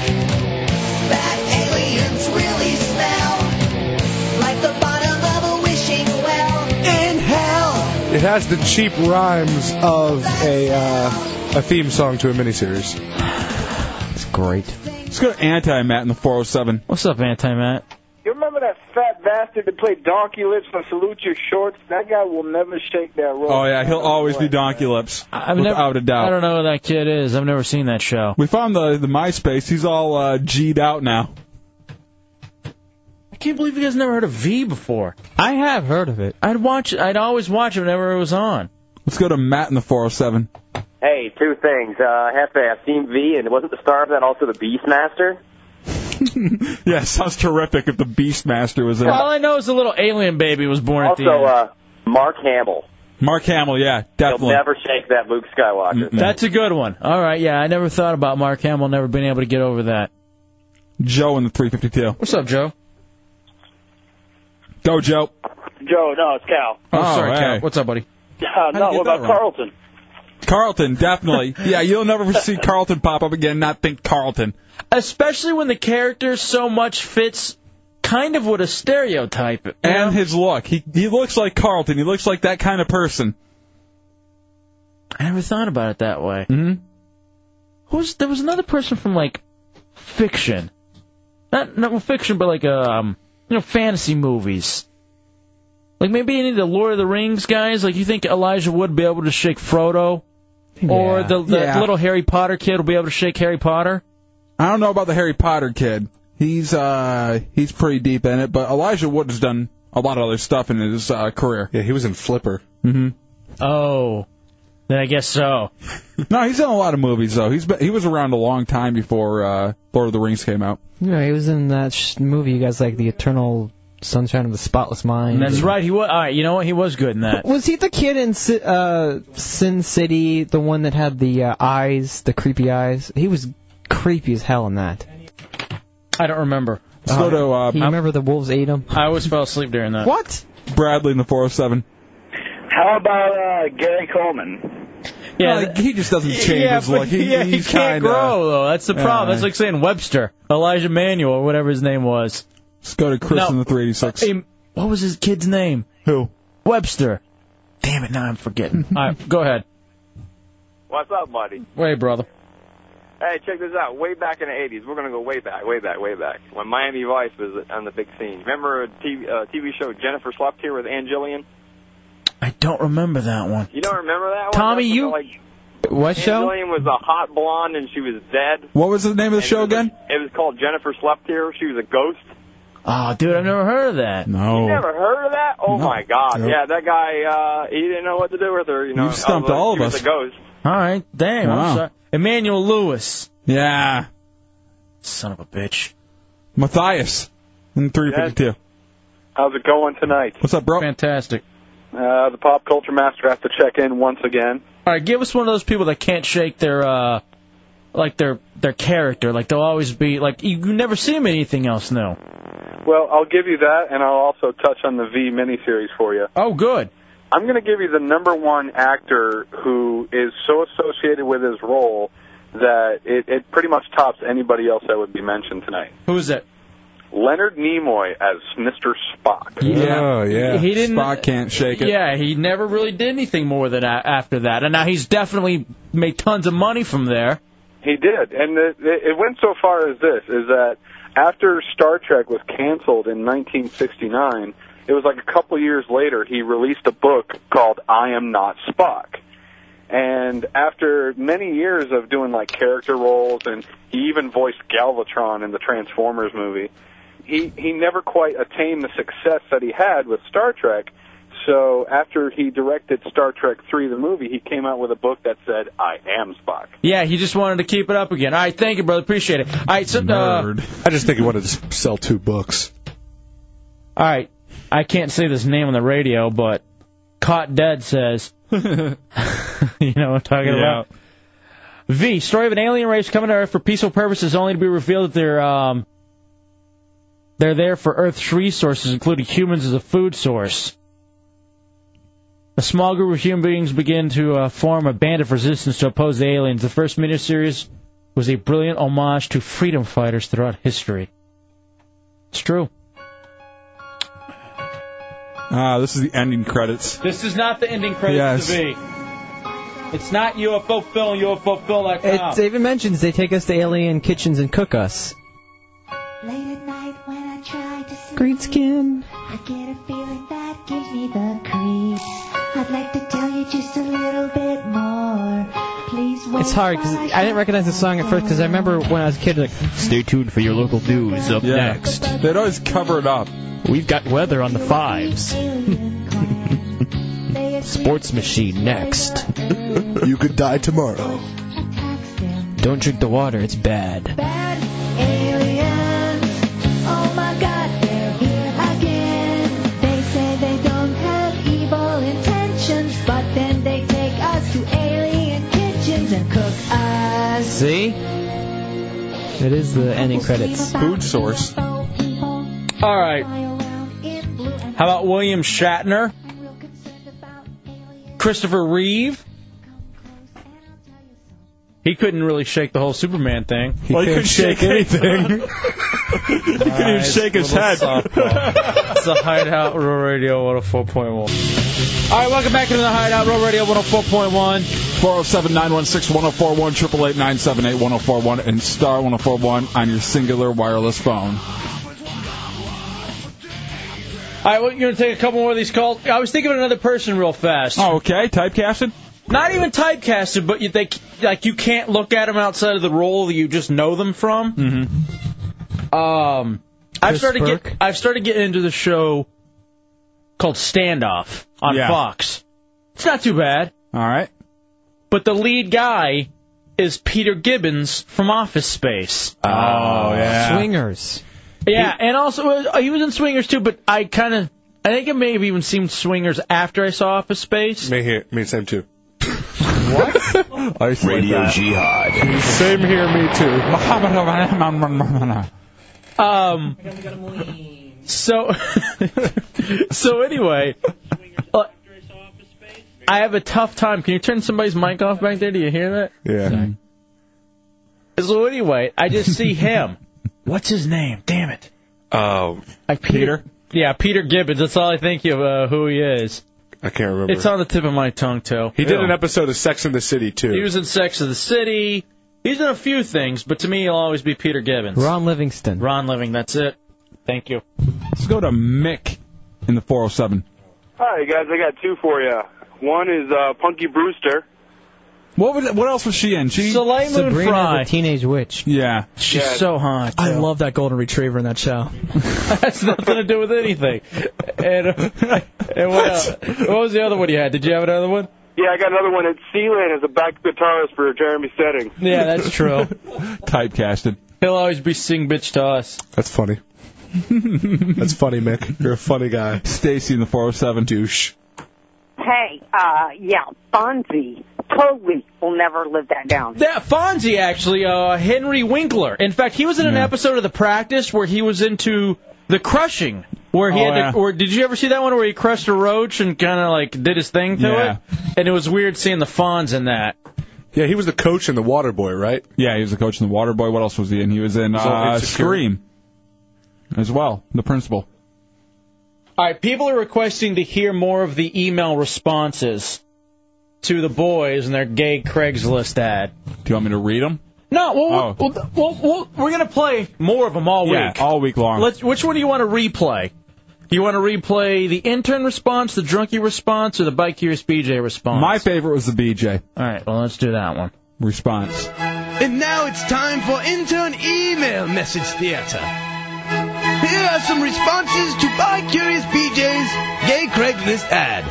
Speaker 14: Bad aliens really smell. Like the bottom of a wishing well. In hell.
Speaker 7: It has the cheap rhymes of a uh, a theme song to a miniseries.
Speaker 3: It's great.
Speaker 2: Let's go to Anti Matt in the 407.
Speaker 1: What's up, Anti Matt?
Speaker 4: You remember that fat bastard that played Donkey Lips on Salute Your Shorts? That guy will never shake that role.
Speaker 2: Oh yeah, he'll always do donkey lips
Speaker 1: I've never-
Speaker 2: without a
Speaker 1: I
Speaker 2: doubt.
Speaker 1: don't know who that kid is. I've never seen that show.
Speaker 2: We found the the MySpace. He's all uh, G'd out now.
Speaker 1: I can't believe you guys never heard of V before.
Speaker 3: I have heard of it.
Speaker 1: I'd watch. I'd always watch it whenever it was on.
Speaker 2: Let's go to Matt in the 407.
Speaker 23: Hey, two things. Uh, I have to say, I've seen V, and wasn't the star of that also the Beastmaster?
Speaker 2: yeah, sounds terrific if the Beastmaster was in
Speaker 1: All
Speaker 2: it.
Speaker 1: I know is a little alien baby was born at the
Speaker 23: Also,
Speaker 1: end.
Speaker 23: uh, Mark Hamill.
Speaker 2: Mark Hamill, yeah,
Speaker 23: He'll
Speaker 2: definitely.
Speaker 23: never shake that Luke Skywalker.
Speaker 1: That's a good one. All right, yeah, I never thought about Mark Hamill. Never been able to get over that.
Speaker 2: Joe in the 352.
Speaker 1: What's up, Joe?
Speaker 2: Go, Joe.
Speaker 4: Joe, no, it's Cal.
Speaker 1: Oh, sorry,
Speaker 2: hey.
Speaker 1: Cal. What's up, buddy?
Speaker 4: Uh,
Speaker 2: How'd
Speaker 4: no,
Speaker 2: you get
Speaker 4: what
Speaker 2: that
Speaker 4: about
Speaker 2: wrong?
Speaker 4: Carlton?
Speaker 2: Carlton, definitely. yeah, you'll never see Carlton pop up again. Not think Carlton.
Speaker 1: Especially when the character so much fits kind of what a stereotype. you
Speaker 2: And
Speaker 1: know?
Speaker 2: his look. He he looks like Carlton. He looks like that kind of person.
Speaker 1: I never thought about it that way.
Speaker 2: Mm-hmm.
Speaker 1: Who's there was another person from like fiction. Not not fiction, but like um, you know, fantasy movies. Like maybe any of the Lord of the Rings guys. Like you think Elijah would be able to shake Frodo, or
Speaker 2: Yeah.
Speaker 1: the, the
Speaker 2: Yeah.
Speaker 1: little Harry Potter kid will be able to shake Harry Potter.
Speaker 2: I don't know about the Harry Potter kid. He's uh he's pretty deep in it, but Elijah Wood has done a lot of other stuff in his uh, career. Yeah, he was in Flipper. hmm
Speaker 1: Oh, then I guess so.
Speaker 2: no, he's in a lot of movies though. He's been, he was around a long time before uh, Lord of the Rings came out.
Speaker 3: Yeah, he was in that sh- movie you guys like, The Eternal Sunshine of the Spotless Mind.
Speaker 2: Mm-hmm.
Speaker 1: That's right. He was. All right. You know what? He was good in that.
Speaker 3: Was he the kid in Si- uh, Sin City, the one that had the uh, eyes, the creepy eyes? He was creepy as hell in that.
Speaker 1: I don't remember.
Speaker 3: Uh, you remember the wolves ate him?
Speaker 1: I always fell asleep during that.
Speaker 3: What?
Speaker 2: Bradley in the 407.
Speaker 25: How about uh, Gary Coleman?
Speaker 1: Yeah,
Speaker 2: Like, he just doesn't change
Speaker 1: yeah,
Speaker 2: his look. He,
Speaker 1: yeah, he
Speaker 2: he's
Speaker 1: can't
Speaker 2: kinda,
Speaker 1: grow though. That's the problem.
Speaker 2: Uh,
Speaker 1: That's like saying Webster, Elijah Manuel, or whatever his name was.
Speaker 2: Let's go to Chris in the 386.
Speaker 1: what was his kid's name?
Speaker 2: Who?
Speaker 1: Webster. Damn it! Now I'm forgetting. All right, go ahead.
Speaker 21: What's up, buddy?
Speaker 1: Wait, brother.
Speaker 21: Hey, check this out. Way back in the 80s, we're going to go way back, way back, way back, when Miami Vice was on the big scene. Remember a TV, uh, TV show Jennifer slept here with Ann Gillian?
Speaker 1: I don't remember that one.
Speaker 21: You don't remember that one?
Speaker 1: Tommy,
Speaker 21: That's
Speaker 1: you-
Speaker 21: Like,
Speaker 1: What
Speaker 21: Ann Gillian was a hot blonde and she was dead.
Speaker 2: What was the name of the show again?
Speaker 21: It was called Jennifer slept here. She was a ghost.
Speaker 1: Oh, dude, I've never heard of that.
Speaker 21: You
Speaker 2: No.
Speaker 21: never heard of that? Oh
Speaker 2: No.
Speaker 21: my God!
Speaker 2: Nope.
Speaker 21: Yeah, that guy. uh He didn't know what to do with her. You know,
Speaker 1: You've stumped
Speaker 21: although
Speaker 1: all
Speaker 21: she
Speaker 1: of
Speaker 21: was
Speaker 1: us.
Speaker 21: A ghost.
Speaker 1: All right, damn.
Speaker 2: Wow.
Speaker 1: I'm sorry. Emmanuel Lewis.
Speaker 2: Yeah.
Speaker 1: Son of a bitch.
Speaker 2: Matthias in 352.
Speaker 10: How's it going tonight?
Speaker 2: What's up, bro?
Speaker 1: Fantastic.
Speaker 10: Uh, the pop culture master has to check in once again.
Speaker 1: All right, give us one of those people that can't shake their uh like their their character. Like they'll always be like you, you never see them in anything else now.
Speaker 10: Well, I'll give you that, and I'll also touch on the V miniseries for you.
Speaker 1: Oh, good.
Speaker 10: I'm going to give you the number one actor who is so associated with his role that it, it pretty much tops anybody else that would be mentioned tonight.
Speaker 1: Who is it?
Speaker 10: Leonard Nimoy as Mr. Spock.
Speaker 2: Yeah, yeah.
Speaker 1: He didn't-
Speaker 2: Spock can't shake it.
Speaker 1: Yeah, he never really did anything more than that after that, and now he's definitely made tons of money from there.
Speaker 10: He did, and the, the, it went so far as this: is that after Star Trek was canceled in 1969, it was like a couple years later he released a book called "I Am Not Spock." And after many years of doing like character roles, and he even voiced Galvatron in the Transformers movie, he he never quite attained the success that he had with Star Trek. So after he directed Star Trek III, the movie, he came out with a book that said, "I am Spock."
Speaker 1: Yeah, he just wanted to keep it up again. All right, thank you, brother. Appreciate it. All right, so uh,
Speaker 7: I just think he wanted to s- sell two books.
Speaker 1: all right, I can't say this name on the radio, but Caught Dead says, you know what I'm talking
Speaker 7: Yeah.
Speaker 1: about. V, story of an alien race coming to Earth for peaceful purposes, only to be revealed that they're um, they're there for Earth's resources, including humans as a food source. A small group of human beings begin to uh, form a band of resistance to oppose the aliens. The first miniseries was a brilliant homage to freedom fighters throughout history. It's true.
Speaker 2: Ah, this is the ending credits.
Speaker 1: This is not the ending
Speaker 2: credits to
Speaker 1: be. It's not UFO film, UFO
Speaker 3: It
Speaker 1: Ah.
Speaker 3: uh, even mentions they take us to alien kitchens and cook us.
Speaker 14: Late at night when I try to sleep,
Speaker 3: Green skin.
Speaker 14: I get a feeling that gives me the creeps. I'd like to tell you just a little bit more. Please wait.
Speaker 3: It's hard because I didn't recognize the song at first because I remember when I was a kid like, stay tuned for your local news up
Speaker 2: Yeah.
Speaker 3: next.
Speaker 2: They'd always cover it up.
Speaker 3: We've got weather on the fives.
Speaker 12: Sports machine next.
Speaker 29: you could die tomorrow.
Speaker 12: Don't drink the water, it's bad.
Speaker 14: Bad aliens. Oh my god, they're here again. They say they don't have evil intentions, but then they take us to alien kitchens and cook us.
Speaker 3: See? It is the ending credits.
Speaker 2: Food source.
Speaker 1: All right. How about William Shatner? Christopher Reeve? He couldn't really shake the whole Superman thing.
Speaker 2: He Well, he couldn't couldn't shake shake anything.
Speaker 1: he couldn't
Speaker 2: even shake his head.
Speaker 1: it's a hideout, Rural Radio 104.1. All right, welcome back into the Hideout, Road Radio 104.1.
Speaker 2: 407 916 1041, 888 978 1041, and star 1041 on your singular wireless phone.
Speaker 1: All right, we're going to take a couple more of these calls. I was thinking of another person real fast. Oh,
Speaker 2: okay. Typecasted?
Speaker 1: Not even typecasted, but you, they, like you can't look at them outside of the role that you just know them from. Mm-hmm. Um, I've
Speaker 2: Chris
Speaker 1: started
Speaker 2: Burke?
Speaker 1: get, I've started getting into the show called Standoff on
Speaker 2: Yeah.
Speaker 1: Fox. It's not too bad.
Speaker 2: All right.
Speaker 1: But the lead guy is Peter Gibbons from Office Space. Oh
Speaker 3: yeah. Swingers.
Speaker 1: Yeah, and also uh, he was in Swingers too, but I kind of I think it may have even seen Swingers after I saw Office Space.
Speaker 7: Me here, me same too.
Speaker 19: Radio Jihad.
Speaker 7: Same here, me
Speaker 2: too.
Speaker 1: Um. So. so anyway. uh, I have a tough time. Can you turn somebody's mic off back there? Do you hear that?
Speaker 7: Yeah.
Speaker 1: So anyway, I just see him. What's his name? Damn it.
Speaker 7: Oh,
Speaker 1: Like Peter. Yeah, Peter Gibbons. That's all I think of uh, who he is.
Speaker 7: I can't remember.
Speaker 1: It's on the tip of my tongue, too.
Speaker 7: he did an episode of Sex in the City too.
Speaker 1: He was in Sex of the City. He's in a few things, but to me, he'll always be Peter Gibbons.
Speaker 3: Ron Livingston.
Speaker 1: Ron Living. That's it. Thank you.
Speaker 2: Let's go to Mick in the 407.
Speaker 10: Hi guys, I got two for you. One is uh, Punky Brewster.
Speaker 2: What was, what else was she in? She
Speaker 1: Soleil Moon
Speaker 3: Sabrina the
Speaker 1: Fry.
Speaker 3: Teenage Witch.
Speaker 2: Yeah.
Speaker 1: She's so hot.
Speaker 18: I love that golden retriever in that show.
Speaker 1: That's nothing to do with anything. And, uh, and what, else? what was the other one you had? Did you have another one?
Speaker 10: Yeah, I got another one. It's Sealand as a back guitarist for Jeremy Setting.
Speaker 1: Yeah, that's true.
Speaker 2: Typecasted.
Speaker 1: He'll always be sing bitch to us.
Speaker 7: That's funny. That's funny, Mick. You're a funny guy.
Speaker 2: Stacy in the 407. Douche.
Speaker 6: Hey, uh, yeah, Fonzie totally will never live that down.
Speaker 1: Yeah, Fonzie actually, uh, Henry Winkler. In fact, he was in an episode of The Practice where he was into the crushing. Where he
Speaker 2: Oh,
Speaker 1: had,
Speaker 2: yeah.
Speaker 1: to, or did you ever see that one where he crushed a roach and kind of like did his thing to
Speaker 2: Yeah.
Speaker 1: it? And it was weird seeing the Fonz in that.
Speaker 7: Yeah, he was the coach in the Water Boy, right?
Speaker 2: Yeah, he was the coach in the Water Boy. What else was he in? He was in
Speaker 7: Was all
Speaker 2: uh,
Speaker 7: insecure.
Speaker 2: Scream as well, the principal.
Speaker 1: All right, people are requesting to hear more of the email responses to the boys and their gay Craigslist ad. Do
Speaker 2: you want me to read them?
Speaker 1: No, well, we'll- we'll- we'll- we're going to play more of them all
Speaker 2: Yeah,
Speaker 1: week.
Speaker 2: all week long.
Speaker 1: Let's, which one do you want to replay? Do you want to replay the intern response, the drunkie response, or the bike curious BJ response?
Speaker 2: My favorite was the BJ.
Speaker 1: All right, well, let's do that one.
Speaker 2: Response.
Speaker 29: And now it's time for intern email message theater. Here are some responses to by Curious BJ's Gay Craigslist ad.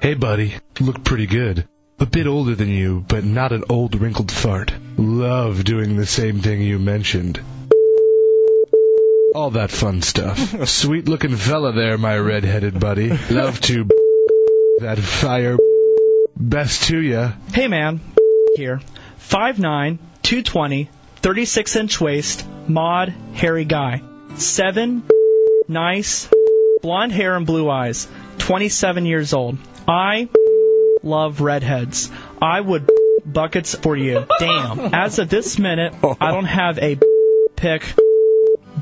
Speaker 20: Hey, buddy. Look pretty good. A bit older than you, but not an old wrinkled fart. Love doing the same thing you mentioned. All that fun stuff. Sweet looking fella there, my red-headed buddy. Love to that fire. Best to ya.
Speaker 18: Hey man, here. 5'9", 220, 36 inch waist, mod, hairy guy. 7, nice, blonde hair and blue eyes. 27 years old. I love redheads. I would buckets for you. Damn. As of this minute, I don't have a pick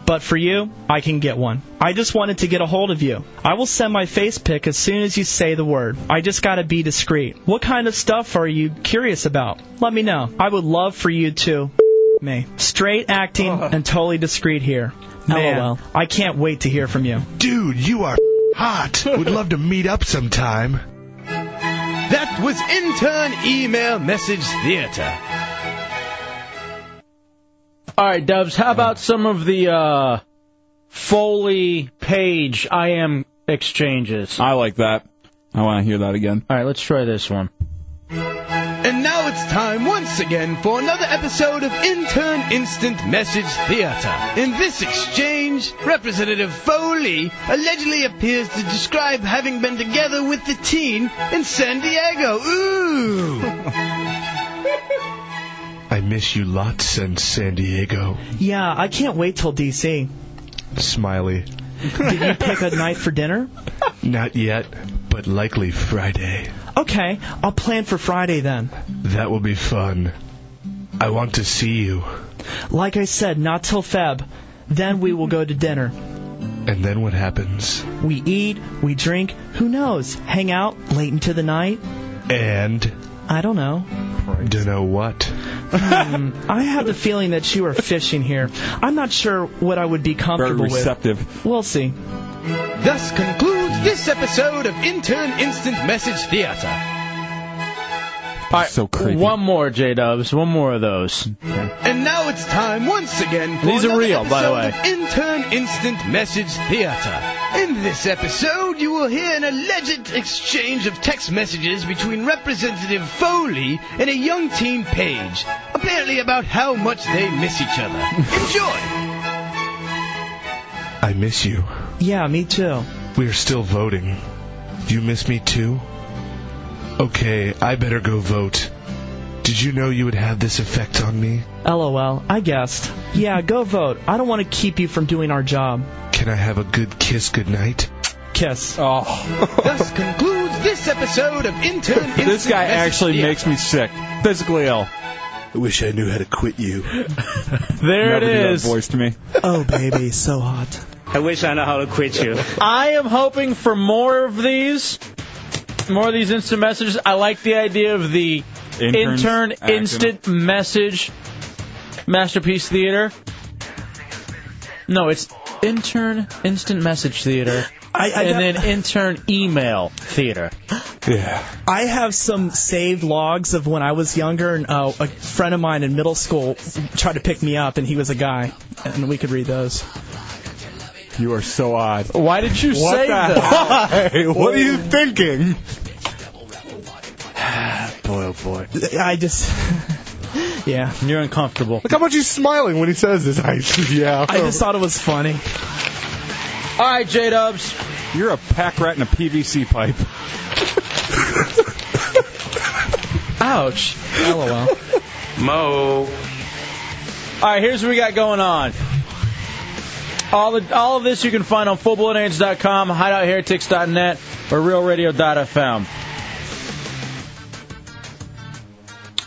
Speaker 18: but for you, I can get one. I just wanted to get a hold of you. I will send my face pic as soon as you say the word. I just gotta be discreet. What kind of stuff are you curious about? Let me know. I would love for you to me. Straight acting and totally discreet here. Man,
Speaker 29: LOL.
Speaker 18: I can't wait to hear from you.
Speaker 29: Dude, you are hot. Would love to meet up sometime. That was intern email message theater.
Speaker 1: All right, Dubs. How about some of the uh, Foley page I am exchanges?
Speaker 2: I like that. I want to hear that again.
Speaker 1: All right, let's try this one.
Speaker 29: And now it's time once again for another episode of Intern Instant Message Theater. In this exchange, Representative Foley allegedly appears to describe having been together with the teen in San Diego. Ooh!
Speaker 20: I miss you lots since San Diego.
Speaker 18: Yeah, I can't wait till DC.
Speaker 20: Smiley.
Speaker 18: Did you pick a night for dinner?
Speaker 20: Not yet, but likely Friday.
Speaker 18: Okay, I'll plan for Friday then.
Speaker 20: That will be fun. I want to see you.
Speaker 18: Like I said, not till Feb. Then we will go to dinner.
Speaker 20: And then what happens?
Speaker 18: We eat, we drink, who knows? Hang out late into the night.
Speaker 20: And
Speaker 18: I don't know.
Speaker 20: Dunno what.
Speaker 18: Hmm, I have the feeling that you are fishing here. I'm not sure what I would be comfortable with.
Speaker 2: receptive.
Speaker 18: We'll see.
Speaker 29: Thus concludes this episode of Intern Instant Message Theater.
Speaker 1: All right, so creepy. One more, J Dubs. One more of those.
Speaker 29: And now it's time once again for
Speaker 1: These are
Speaker 29: another
Speaker 1: real, by the
Speaker 29: episode of Intern Instant Message Theater. In this episode, you will hear an alleged exchange of text messages between Representative Foley and a young teen Page, apparently about how much they miss each other. Enjoy.
Speaker 20: I miss you.
Speaker 18: Yeah, me too.
Speaker 20: We're still voting. You miss me too? Okay, I better go vote. Did you know you would have this effect on me?
Speaker 18: LOL, I guessed. Yeah, go vote. I don't want to keep you from doing our job.
Speaker 20: Can I have a good kiss goodnight?
Speaker 18: Kiss.
Speaker 2: Oh.
Speaker 29: Thus concludes this episode of Intern Instant
Speaker 2: this guy
Speaker 29: Message
Speaker 2: actually
Speaker 29: Theater.
Speaker 2: makes me sick, physically ill.
Speaker 20: I wish I knew how to quit you.
Speaker 1: There
Speaker 2: Never
Speaker 1: it
Speaker 2: do that
Speaker 1: is.
Speaker 2: voice to me.
Speaker 18: Oh, baby, so hot.
Speaker 1: I wish I know how to quit you. I am hoping for more of these, more of these instant messages. I like the idea of the
Speaker 2: Interns
Speaker 1: intern
Speaker 2: acting.
Speaker 1: instant message masterpiece theater. No, it's intern instant message theater,
Speaker 18: I- I
Speaker 1: and
Speaker 18: got-
Speaker 1: then intern email theater.
Speaker 2: Yeah.
Speaker 18: I have some saved logs of when I was younger, and uh, a friend of mine in middle school tried to pick me up, and he was a guy, and we could read those.
Speaker 2: You are so odd.
Speaker 1: Why did you
Speaker 2: What
Speaker 1: say
Speaker 2: the
Speaker 1: that?
Speaker 2: Hey, what are you thinking?
Speaker 20: Boy, oh boy.
Speaker 18: I just, yeah,
Speaker 1: You're uncomfortable.
Speaker 20: Look how much he's smiling when he says this. I, yeah.
Speaker 18: I just thought it was funny.
Speaker 1: All right, J Dubs.
Speaker 2: You're a pack rat in a PVC pipe.
Speaker 1: Ouch.
Speaker 18: LOL.
Speaker 1: Mo. All right, here's what we got going on. All the all of this you can find on fullbloodage.com, hideoutheretics.net, or realradio.fm.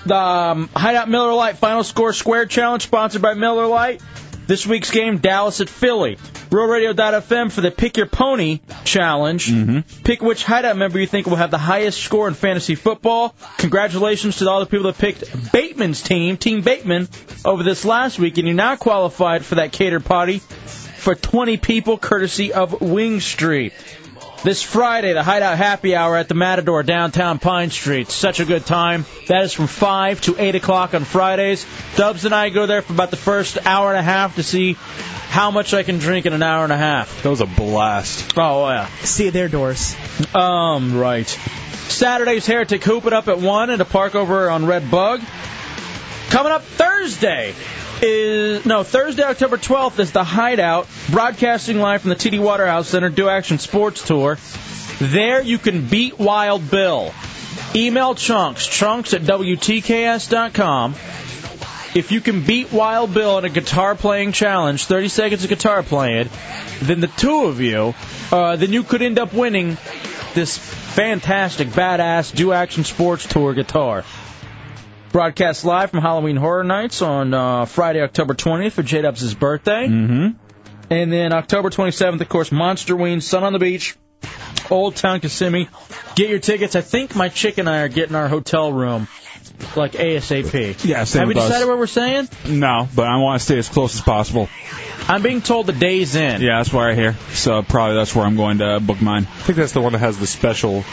Speaker 1: The um, Hideout Miller Lite Final Score Square Challenge, sponsored by Miller Lite. This week's game, Dallas at Philly. RealRadio.fm for the Pick Your Pony Challenge. Pick which hideout member you think will have the highest score in fantasy football. Congratulations to all the people that picked Bateman's team, Team Bateman, over this last week, and you're now qualified for that cater potty for 20 people, courtesy of Wing Street. This Friday, the Hideout Happy Hour at the Matador, downtown Pine Street. Such a good time. That is from 5 to 8 o'clock on Fridays. Dubs and I go there for about the first hour and a half to see how much I can drink in an hour and a half.
Speaker 2: That was a blast.
Speaker 1: Oh, yeah.
Speaker 18: See you there, Doris.
Speaker 1: Um, right. Saturday's Heretic Hoop It Up at 1 at a park over on Red Bug. Coming up Thursday is no Thursday, October 12th is the Hideout broadcasting live from the TD Waterhouse Center Do Action Sports Tour. There you can beat Wild Bill. Email Chunks Chunks at wtks.com. If you can beat Wild Bill in a guitar playing challenge, 30 seconds of guitar playing, then the two of you, uh, then you could end up winning this fantastic, badass Do Action Sports Tour guitar. Broadcast live from Halloween Horror Nights on uh, Friday, October 20th for J Dubs' birthday.
Speaker 2: Mm-hmm.
Speaker 1: And then October 27th, of course, Monster Ween, Sun on the Beach, Old Town Kissimmee. Get your tickets. I think my chick and I are getting our hotel room like ASAP.
Speaker 2: Yeah, same
Speaker 1: Have we
Speaker 2: with us.
Speaker 1: decided what we're saying?
Speaker 2: No, but I want to stay as close as possible.
Speaker 1: I'm being told the day's in.
Speaker 2: Yeah, that's why I hear. So probably that's where I'm going to book mine.
Speaker 20: I think that's the one that has the special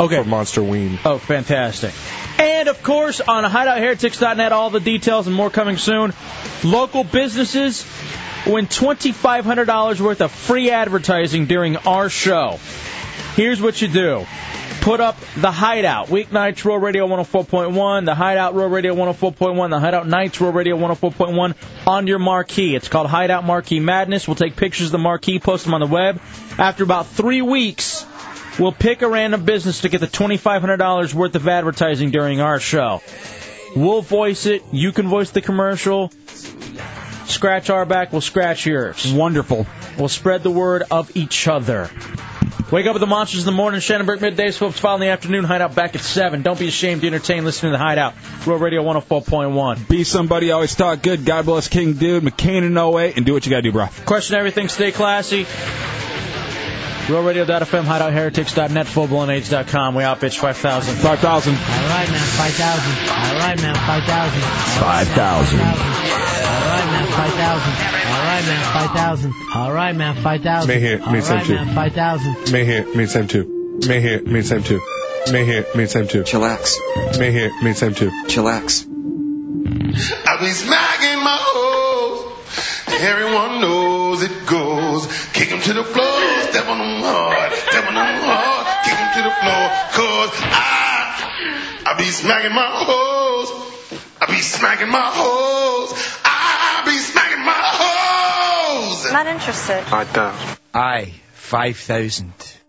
Speaker 1: Okay.
Speaker 20: for Monster Ween.
Speaker 1: Oh, fantastic. And of course, on hideoutheretics.net, all the details and more coming soon. Local businesses win $2,500 worth of free advertising during our show. Here's what you do. Put up the Hideout, weeknights, Roll Radio 104.1, the Hideout, Roll Radio 104.1, the Hideout Nights, Roll Radio 104.1 on your marquee. It's called Hideout Marquee Madness. We'll take pictures of the marquee, post them on the web. After about three weeks, We'll pick a random business to get the $2,500 worth of advertising during our show. We'll voice it. You can voice the commercial. Scratch our back, we'll scratch yours.
Speaker 2: Wonderful.
Speaker 1: We'll spread the word of each other. Wake up with the monsters in the morning, Shannonburg midday, Swipes File in the afternoon, Hideout back at 7. Don't be ashamed to entertain listening to the Hideout. Real Radio 104.1.
Speaker 2: Be somebody always oh thought good. God bless King Dude, McCain in 08, and do what you got to do, bro.
Speaker 1: Question everything, stay classy. RealRadio.fm, HideoutHeretics.net, FullBlownAids.com. We out, bitch, 5,000.
Speaker 30: 5,000.
Speaker 3: All right, man, 5,000. All right, man, 5,000.
Speaker 2: 5,000.
Speaker 3: All right, man, 5,000. All right, man, 5,000. All right, man, 5,000.
Speaker 20: Me here, me
Speaker 3: All right,
Speaker 20: same too.
Speaker 3: man, 5,000.
Speaker 20: May here, means same too. May here, means same too. May here, means same too. Chillax. May here, means same too. Chillax.
Speaker 14: I've been smacking my hoes. Everyone knows it goes. Kick 'em to the floor, step on 'em hard, step on 'em hard, kick 'em to the floor. Cause I, I be smacking my hoes. I be smacking my hoes. I be smacking my hoes.
Speaker 31: Not interested.
Speaker 16: Aye, 5,000.